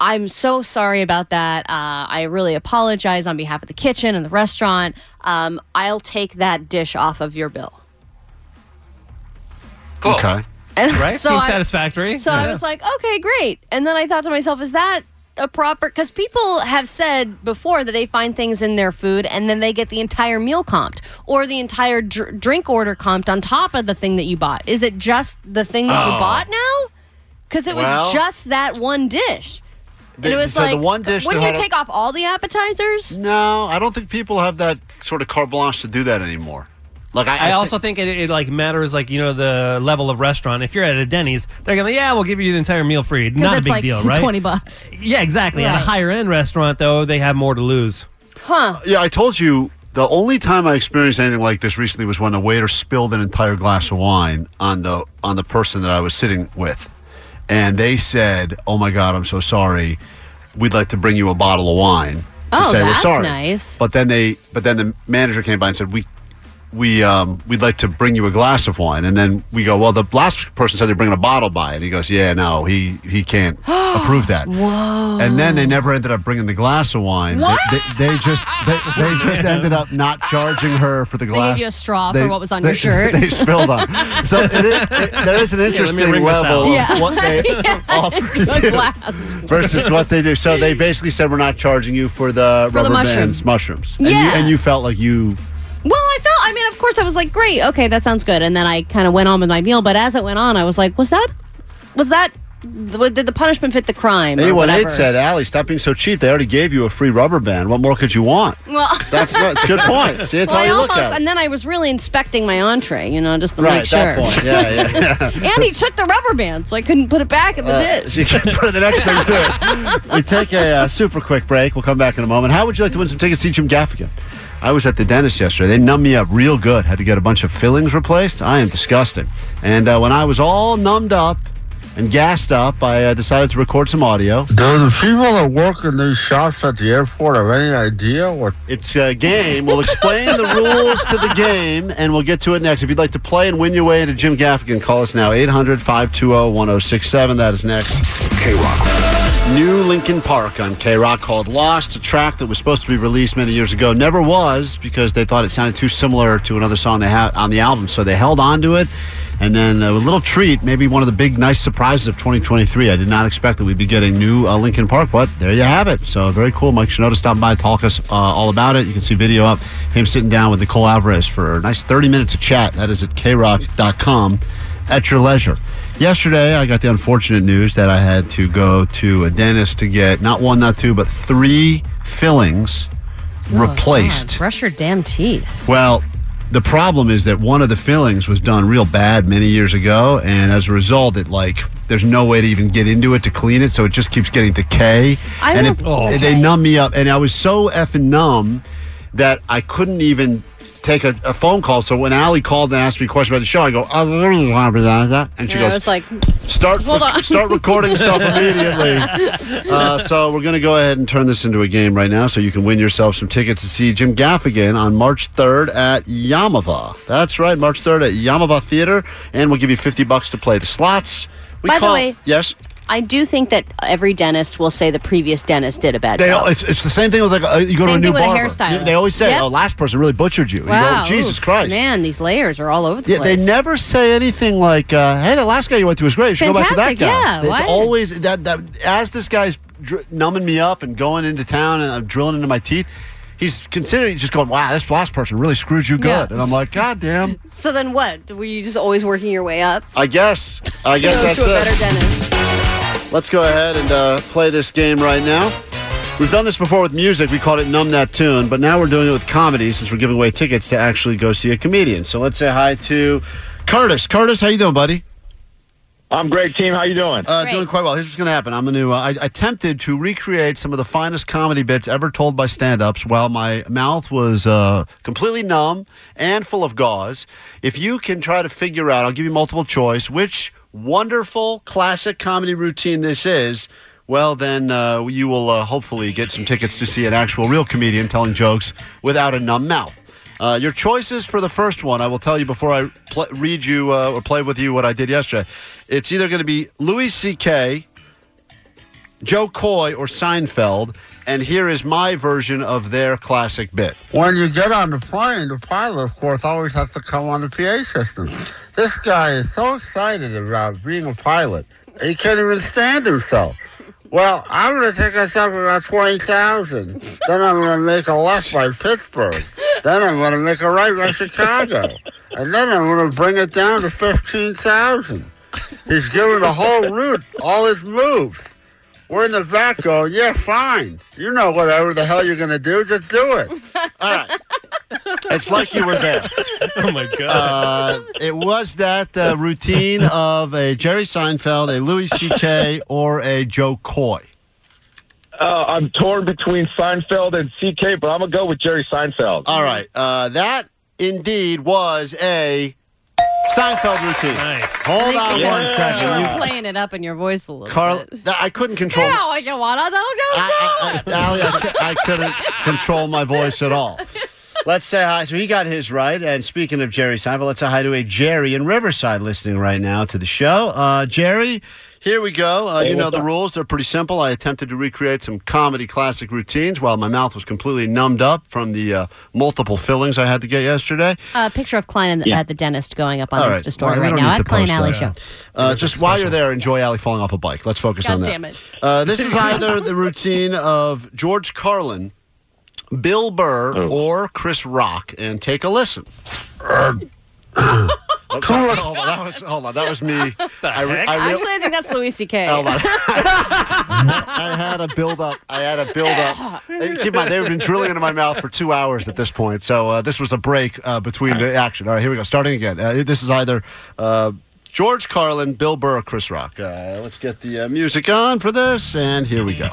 I'm so sorry about that. Uh, I really apologize on behalf of the kitchen and the restaurant. Um, I'll take that dish off of your bill. Okay. And right? so Seems I- satisfactory. So I was like, okay, great. And then I thought to myself, is that a proper? Because people have said before that they find things in their food and then they get the entire meal comped or the entire dr- drink order comped on top of the thing that you bought. Is it just the thing that you Oh. bought now? Because it was Well- just that one dish. And The- it was so the like, one dish wouldn't that you had a- take off all the appetizers? No, I don't think people have that sort of carte blanche to do that anymore. Like I, I, also think it, it like matters like you know the level of restaurant. If you're at a Denny's, they're gonna yeah we'll give you the entire meal free. Because Not a it's big like deal, right? 20 bucks. Yeah, exactly. At a Right. higher end restaurant though, they have more to lose. Huh. Yeah, I told you the only time I experienced anything like this recently was when a waiter spilled an entire glass of wine on the on the person that I was sitting with, and they said, "Oh my God, I'm so sorry. We'd like to bring you a bottle of wine to Oh, say that's we're sorry." nice. But then they, but then the manager came by and said, "We." We um, we'd like to bring you a glass of wine, and then we go. Well, the last person said they're bringing a bottle by, and he goes, "Yeah, no, he he can't approve that." Whoa. And then they never ended up bringing the glass of wine. They- What? They, they just they, they just ended up not charging her for the They glass. gave you a straw for what was on they- your shirt. They spilled on. So it, is- it- there is an Yeah, let me interesting ring this level of yeah. what they Yeah. offer to The do glass. versus what they do. So they basically said we're not charging you for the For the rubber mushroom. bands, mushrooms. And, you, Yeah. and you felt like you Well, I felt, I mean, of course, I was like, great, okay, that sounds good. And then I kind of went on with my meal. But as it went on, I was like, was that, was that th- did the punishment fit the crime? or whatever? 818 said, Allie, stop being so cheap. They already gave you a free rubber band. What more could you want? Well, That's not- it's a good point. See, it's well, how you I look almost, at it. And then I was really inspecting my entree, you know, just to right, make sure. that point. Yeah, yeah. yeah. and he took the rubber band, so I couldn't put it back in the Uh, dish. you can put the next thing too. We take a uh, super quick break. We'll come back in a moment. How would you like to win some tickets to see Jim Gaffigan? I was at the dentist yesterday. They numbed me up real good. Had to get a bunch of fillings replaced. I am disgusting. And uh, when I was all numbed up and gassed up, I uh, decided to record some audio. Do the people that work in these shops at the airport have any idea what? It's a game. We'll explain the rules to the game, and we'll get to it next. If you'd like to play and win your way into Jim Gaffigan, call us now 800 520 1067. That is next. K Rock. New Lincoln Park on K Rock called Lost, a track that was supposed to be released many years ago. Never was because they thought it sounded too similar to another song they had on the album, so they held on to it. And then uh, a little treat, maybe one of the big nice surprises of 2023. I did not expect that we'd be getting new uh, Lincoln Park, but there you have it. So very cool. Mike Shinoda stopped by, talk us uh, all about it. You can see video up, him sitting down with Nicole Alvarez for a nice 30 minutes of chat. That is at krock.com at your leisure. Yesterday, I got the unfortunate news that I had to go to a dentist to get not one, not two, but three fillings replaced. God, brush your damn teeth. Well, the problem is that one of the fillings was done real bad many years ago, and as a result, it like there's no way to even get into it to clean it, so it just keeps getting decay. I and don't- it, Oh. they numb me up, and I was so effing numb that I couldn't even take a, a phone call. So when Allie called and asked me a question about the show, I go, "Oh, and she And I goes, was like, start Hold on. start recording stuff immediately. Uh, so we're going to go ahead and turn this into a game right now, so you can win yourself some tickets to see Jim Gaffigan on March 3rd at Yamava. That's right, March 3rd at Yamava Theater, and we'll give you 50 bucks to play the slots. By the way- yes. I do think that every dentist will say the previous dentist did a bad They, job. all- it's, it's the same thing with like uh, you go to Same a new thing with a barber. hairstylist. They always say, Yep. "Oh, last person really butchered you." You go, wow, Jesus oof, Christ! man, these layers are all over the Yeah, place. they never say anything like, uh, "Hey, the last guy you went to was great. You should go back to Fantastic, that guy." yeah, it's why- always that that as this guy's dr- numbing me up and going into town and I'm drilling into my teeth. He's considering he's just going, "Wow, this last person really screwed you good," Yeah. and I'm like, "God damn." So then what? Were you just always working your way up? I guess. I guess to, that's to a better it. dentist. Let's go ahead and uh, play this game right now. We've done this before with music. We called it Numb That Tune, but now we're doing it with comedy since we're giving away tickets to actually go see a comedian. So let's say hi to Curtis. Curtis, how you doing, buddy? I'm great, team. How you doing? Uh, doing quite well. Here's what's going to happen. I'm going to. Uh, I attempted to recreate some of the finest comedy bits ever told by stand-ups while my mouth was uh, completely numb and full of gauze. If you can try to figure out, I'll give you multiple choice which wonderful classic comedy routine this is. Well, then uh, you will uh, hopefully get some tickets to see an actual real comedian telling jokes without a numb mouth. Uh, your choices for the first one, I will tell you before I pl- read you uh, or play with you what I did yesterday. It's either going to be Louis C.K., Joe Coy, or Seinfeld. And here is my version of their classic bit. When you get on the plane, the pilot, of course, always has to come on the PA system. This guy is so excited about being a pilot, he can't even stand himself. Well, I'm going to take us up about 20,000. Then I'm going to make a left by Pittsburgh. Then I'm going to make a right by Chicago. And then I'm going to bring it down to 15,000. He's giving the whole route all his moves. We're in the back going, yeah, fine. You know whatever the hell you're going to do, just do it. All right. It's like you were there. Oh my god! Uh, it was that uh, routine of a Jerry Seinfeld, a Louis C.K., or a Joe Coy. Uh, I'm torn between Seinfeld and CK, but I'm gonna go with Jerry Seinfeld. All right. Uh, that indeed was a Seinfeld routine. Nice. Hold Thank on you. one Yeah. second. You You- were playing it up in your voice a little Carl, bit. th- I couldn't control. Now I can wanna I, I, Allie, I, cou- I couldn't control my voice at all. Let's say hi. So he got his right. And speaking of Jerry Seinfeld, let's say hi to a Jerry in Riverside listening right now to the show. Uh, Jerry, here we go. Uh, Hey, you know what's the up? rules. They're pretty simple. I attempted to recreate some comedy classic routines while my mouth was completely numbed up from the uh, multiple fillings I had to get yesterday. A picture of Klein in the, at the dentist going up on All Insta right. story Well, we right don't now need to at Klein post Alley that. Show. Uh, just while you're there, enjoy Alley falling off a bike. Let's focus God on that. damn it. Uh, this is either the routine of George Carlin, Bill Burr, or Chris Rock, and take a listen. I'm sorry. Hold on, that was hold on, that was me. I, re- I I, real- Actually, I think that's Louis C.K. Hold on. I had a build up. I had a build up. And Keep in mind, they've been drilling into my mouth for two hours at this point. So uh, this was a break uh, between the action. All right, here we go. Starting again. Uh, this is either uh, George Carlin, Bill Burr, Chris Rock. Uh, let's get the uh, music on for this, and here we go.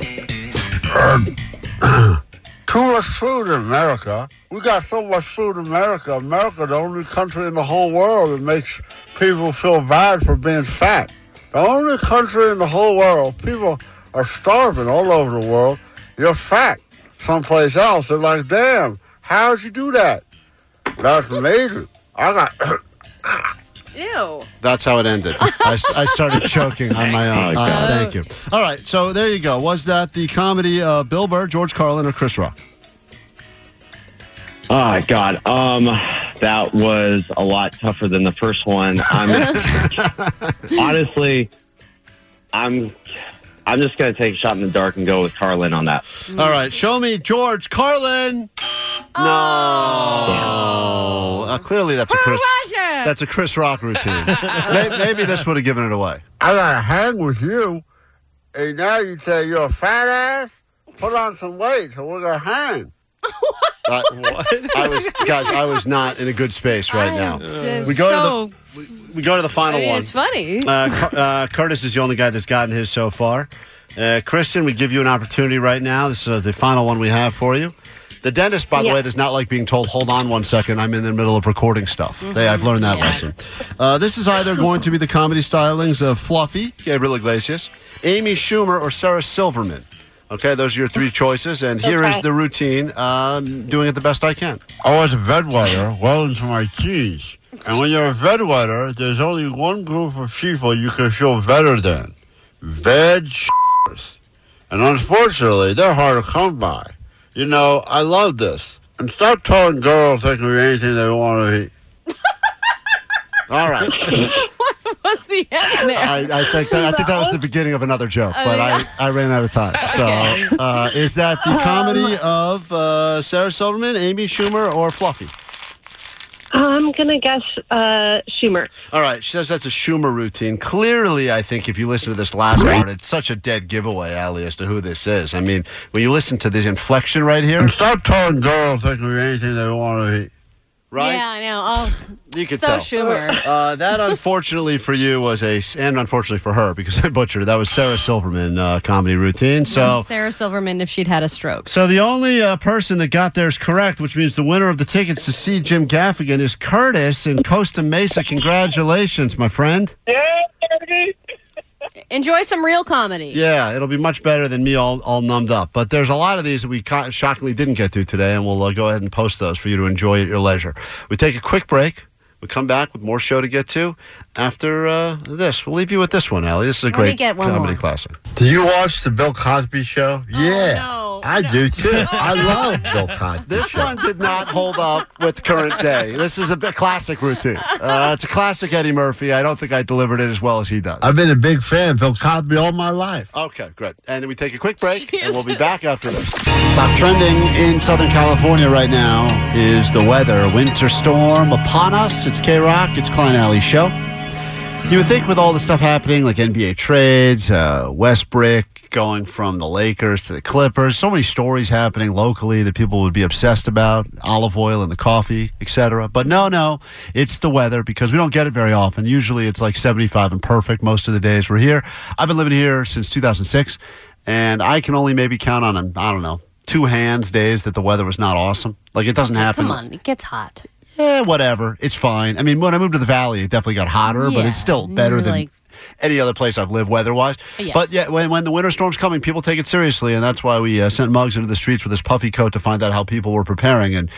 Too much food in America. We got so much food in America. America, the only country in the whole world that makes people feel bad for being fat. The only country in the whole world, people are starving all over the world. You're fat. Someplace else, they're like, damn, how'd you do that? That's amazing. I got Ew. That's how it ended. I, I started choking on my own. Uh, thank you. All right, so there you go. Was that the comedy of Bill Burr, George Carlin, or Chris Rock? Oh God, um, that was a lot tougher than the first one. I'm honestly, I'm, I'm just gonna take a shot in the dark and go with Carlin on that. All right, show me George Carlin. No, Uh, clearly that's a Chris. That's a Chris Rock routine. May- Maybe this would have given it away. I gotta hang with you. And now you say you're a fat ass? Put on some weight so we're gonna hang. I, I was, guys, I was not in a good space right now. just We go so- to the, we, we go to the final I mean, one. it's funny. Uh, Cur- uh, Curtis is the only guy that's gotten his so far. Uh, Kristen, we give you an opportunity right now. This is uh, the final one we have for you. The dentist, by the way, does not like being told, hold on one second, I'm in the middle of recording stuff. They, I've learned that lesson. Uh, this is either going to be the comedy stylings of Fluffy, Gabriel Iglesias, Amy Schumer, or Sarah Silverman. Okay, those are your three choices, and here is Okay. the routine. Um, doing it the best I can. I was a bedwetter well into my teens. And when you're a bedwetter, there's only one group of people you can feel better than. Bed s***ers. And unfortunately, they're hard to come by. You know, I love this. And stop telling girls they can be anything they want to be. All right. What's the end there? I, I think that I think that was the beginning of another joke, Oh, but yeah. I, I ran out of time. So, Okay. uh, is that the Um, comedy of uh, Sarah Silverman, Amy Schumer, or Fluffy? I'm gonna guess uh, Schumer. All right, she says that's a Schumer routine. Clearly, I think if you listen to this last part, it's such a dead giveaway, Ali, as to who this is. I mean, when you listen to this inflection right here, And stop telling girls they can be anything they want to be. right? Yeah, I know. Oh, You could so tell. Schumer. Uh, that unfortunately for you was a, and unfortunately for her because I butchered. it, That was Sarah Silverman uh, comedy routine. So Sarah Silverman, if she'd had a stroke. So the only uh, person that got theirs correct, which means the winner of the tickets to see Jim Gaffigan, is Curtis in Costa Mesa. Congratulations, my friend. Enjoy some real comedy. Yeah, it'll be much better than me all, all numbed up. But there's a lot of these that we co- shockingly didn't get to today, and we'll uh, go ahead and post those for you to enjoy at your leisure. We take a quick break. We come back with more show to get to after uh, this. We'll leave you with this one, Allie. This is a Let me great get one comedy more. Oh, classic. Do you watch the Bill Cosby show? yeah. I do too. I love Bill Cosby. This one did not hold up with current day. This is a bit classic routine. Uh, it's a classic Eddie Murphy. I don't think I delivered it as well as he does. I've been a big fan of Bill Cosby all my life. Okay, great. And then we take a quick break, and we'll be back after this. Top trending in Southern California right now is the weather. Winter storm upon us. It's K Rock. It's Klein Alley Show. You would think with all the stuff happening, like NBA trades, uh, Westbrook going from the Lakers to the Clippers, so many stories happening locally that people would be obsessed about, olive oil and the coffee, etc. But no, no, it's the weather because we don't get it very often. Usually it's like 75 and perfect most of the days we're here. I've been living here since 2006, and I can only maybe count on, I don't know, two hands days that the weather was not awesome. Like it doesn't happen Come on, it gets hot. eh, whatever. It's fine. I mean, when I moved to the valley, it definitely got hotter, but Yeah, it's still better you're than like- any other place I've lived weather-wise. Yes. But yeah, when, when the winter storm's coming, people take it seriously, and that's why we uh, sent Muggs into the streets with his puffy coat to find out how people were preparing. And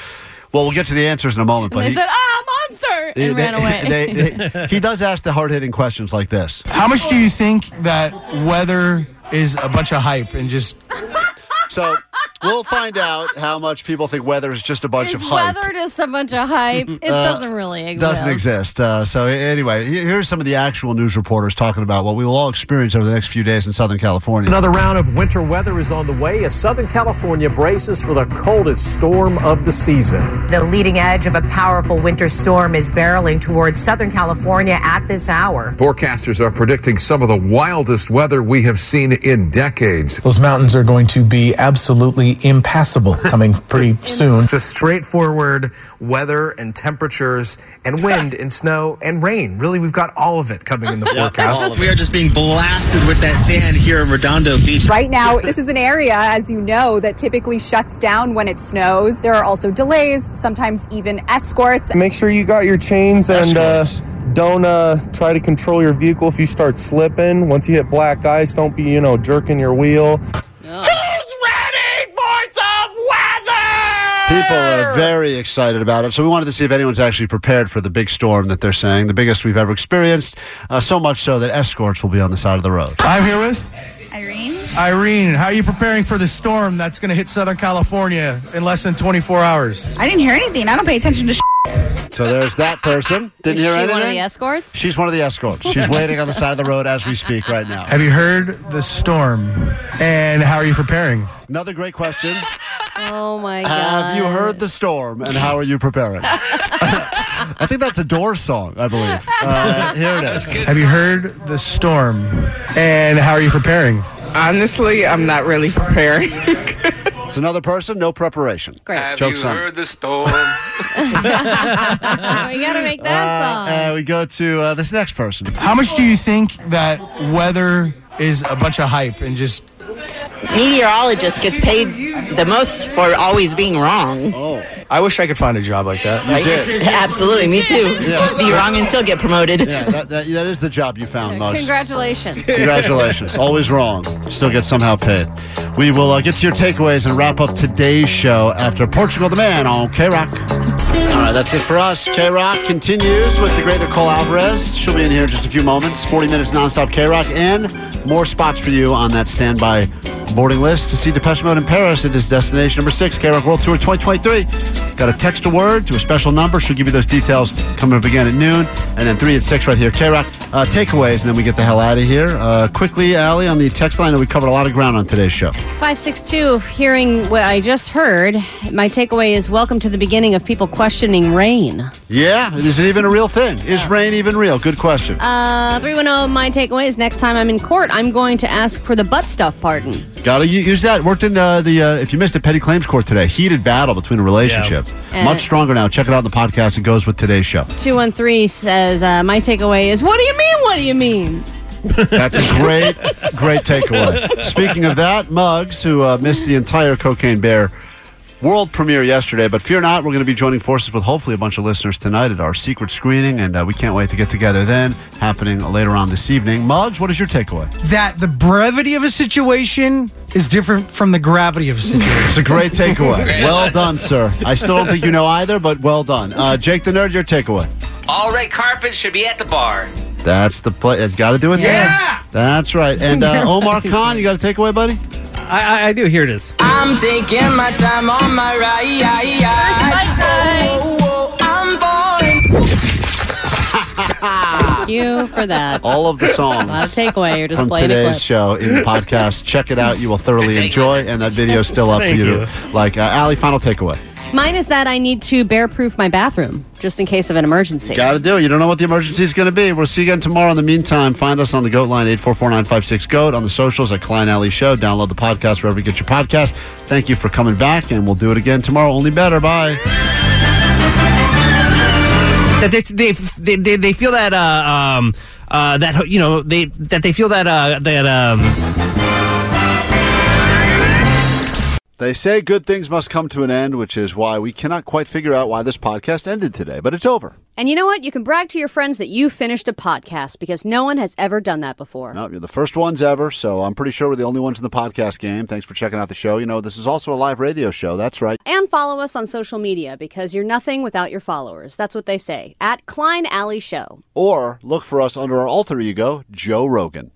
well, we'll get to the answers in a moment. And But they he, said, ah, monster! they- And they- ran away. they- they- he does ask the hard-hitting questions like this. How much do you think that weather is a bunch of hype and just So We'll find out how much people think weather is just a bunch of It's hype. weather just a bunch of hype. It Uh, doesn't really exist. Doesn't exist. Uh, so anyway, he- here's some of the actual news reporters talking about what we will all experience over the next few days in Southern California. Another round of winter weather is on the way as Southern California braces for the coldest storm of the season. The leading edge of a powerful winter storm is barreling towards Southern California at this hour. Forecasters are predicting some of the wildest weather we have seen in decades. Those mountains are going to be absolutely impassable coming pretty soon. Just straightforward weather and temperatures and wind and snow and rain. Really, we've got all of it coming in the forecast. We are just being blasted with that sand here in Redondo Beach. Right now, this is an area, as you know, that typically shuts down when it snows. There are also delays, sometimes even escorts. Make sure you got your chains and uh, don't uh, try to control your vehicle if you start slipping. Once you hit black ice, don't be, you know, jerking your wheel. People are very excited about it. So we wanted to see if anyone's actually prepared for the big storm that they're saying, the biggest we've ever experienced, uh, so much so that escorts will be on the side of the road. I'm here with Irene? Irene. How are you preparing for the storm that's going to hit Southern California in less than 24 hours? I didn't hear anything. I don't pay attention to So there's that person. Didn't Is hear she anything. one of the escorts? She's one of the escorts. She's waiting on the side of the road as we speak right now. Have you heard the storm? And how are you preparing? Another great question. Oh my god. Have you heard the storm and how are you preparing? I think that's a door song, I believe. Uh, here it is. Have you heard the storm? And how are you preparing? Honestly, I'm not really preparing. it's another person, no preparation. Great. Have Joke's you on. heard the storm? we gotta make that song. Uh, we go to uh, this next person. How much do you think that weather is a bunch of hype and just Meteorologist gets paid the most for always being wrong. Oh. I wish I could find a job like that. Right? Absolutely, me too. Be wrong and still get promoted. Yeah, that, that, that is the job you found, Muggs. Congratulations. Congratulations. Always wrong. Still get somehow paid. We will uh, get to your takeaways and wrap up today's show after Portugal the Man on K Rock. All right, that's it for us. K Rock continues with the great Nicole Alvarez. She'll be in here in just a few moments. 40 minutes nonstop K Rock and more spots for you on that standby boarding list to see Depeche Mode in Paris. It is destination number six, K Rock World Tour 2023. Got to text a word to a special number. She'll give you those details coming up again at noon. And then three at six right here. K Rock, uh, takeaways, and then we get the hell out of here. Uh, quickly, Allie, on the text line, we covered a lot of ground on today's show. 562, hearing what I just heard, my takeaway is welcome to the beginning of people questioning rain. Yeah, is it even a real thing? Is rain even real? Good question. Uh, 310, my takeaway is next time I'm in court, I'm going to ask for the butt stuff pardon. Got to use that. Worked in the, the uh, if you missed it, petty claims court today. Heated battle between a relationship. Yeah. Much And- stronger now. Check it out in the podcast. It goes with today's show. 213 says, uh, my takeaway is, what do you mean? What do you mean? That's a great, great takeaway. Speaking of that, Muggs, who uh, missed the entire Cocaine Bear world premiere yesterday, but fear not, we're going to be joining forces with hopefully a bunch of listeners tonight at our secret screening, and uh, we can't wait to get together then, happening later on this evening. Muggs, what is your takeaway? That the brevity of a situation is different from the gravity of a situation. It's a great takeaway. well done, sir. I still don't think you know either, but well done. Uh, Jake the Nerd, your takeaway. All red carpets should be at the bar. That's the play. It's got to do it Yeah. there. That's right. And uh, Omar Khan, you got a takeaway, buddy? I, I, I do. Here it is. I'm taking my time on my ride. Oh, Thank you for that. Ah. All of the songs. A lot of takeaway. You're just from playing today's a clip. show in the podcast. Check it out. You will thoroughly enjoy. And that video's still up for Thank you to like. Uh, Allie, final takeaway. Mine is that I need to bear proof my bathroom just in case of an emergency. Got to do it. You don't know what the emergency is going to be. We'll see you again tomorrow. In the meantime, find us on the GOAT line, 844-956-GOAT, on the socials at Klein Alley Show. Download the podcast wherever you get your podcast. Thank you for coming back, and we'll do it again tomorrow. Only better. Bye. that they they they, they, they feel that uh, um uh that you know they that they feel that uh that um They say good things must come to an end, which is why we cannot quite figure out why this podcast ended today, but it's over. And you know what? You can brag to your friends that you finished a podcast because no one has ever done that before. No, you're the first ones ever, so I'm pretty sure we're the only ones in the podcast game. Thanks for checking out the show. You know, this is also a live radio show. That's right. And follow us on social media because you're nothing without your followers. That's what they say. At Klein Alley Show. Or look for us under our alter ego, Joe Rogan.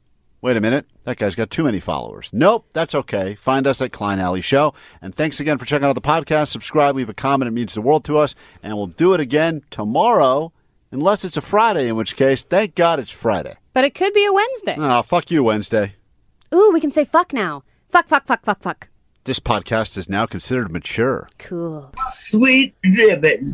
Wait a minute, that guy's got too many followers. Nope, that's okay. Find us at Klein Alley Show. And thanks again for checking out the podcast. Subscribe, leave a comment. It means the world to us. And we'll do it again tomorrow, unless it's a Friday, in which case, thank God it's Friday. But it could be a Wednesday. Ah, fuck you, Wednesday. Ooh, we can say fuck now. Fuck, fuck, fuck, fuck, fuck. This podcast is now considered mature. Cool. Sweet ribbon.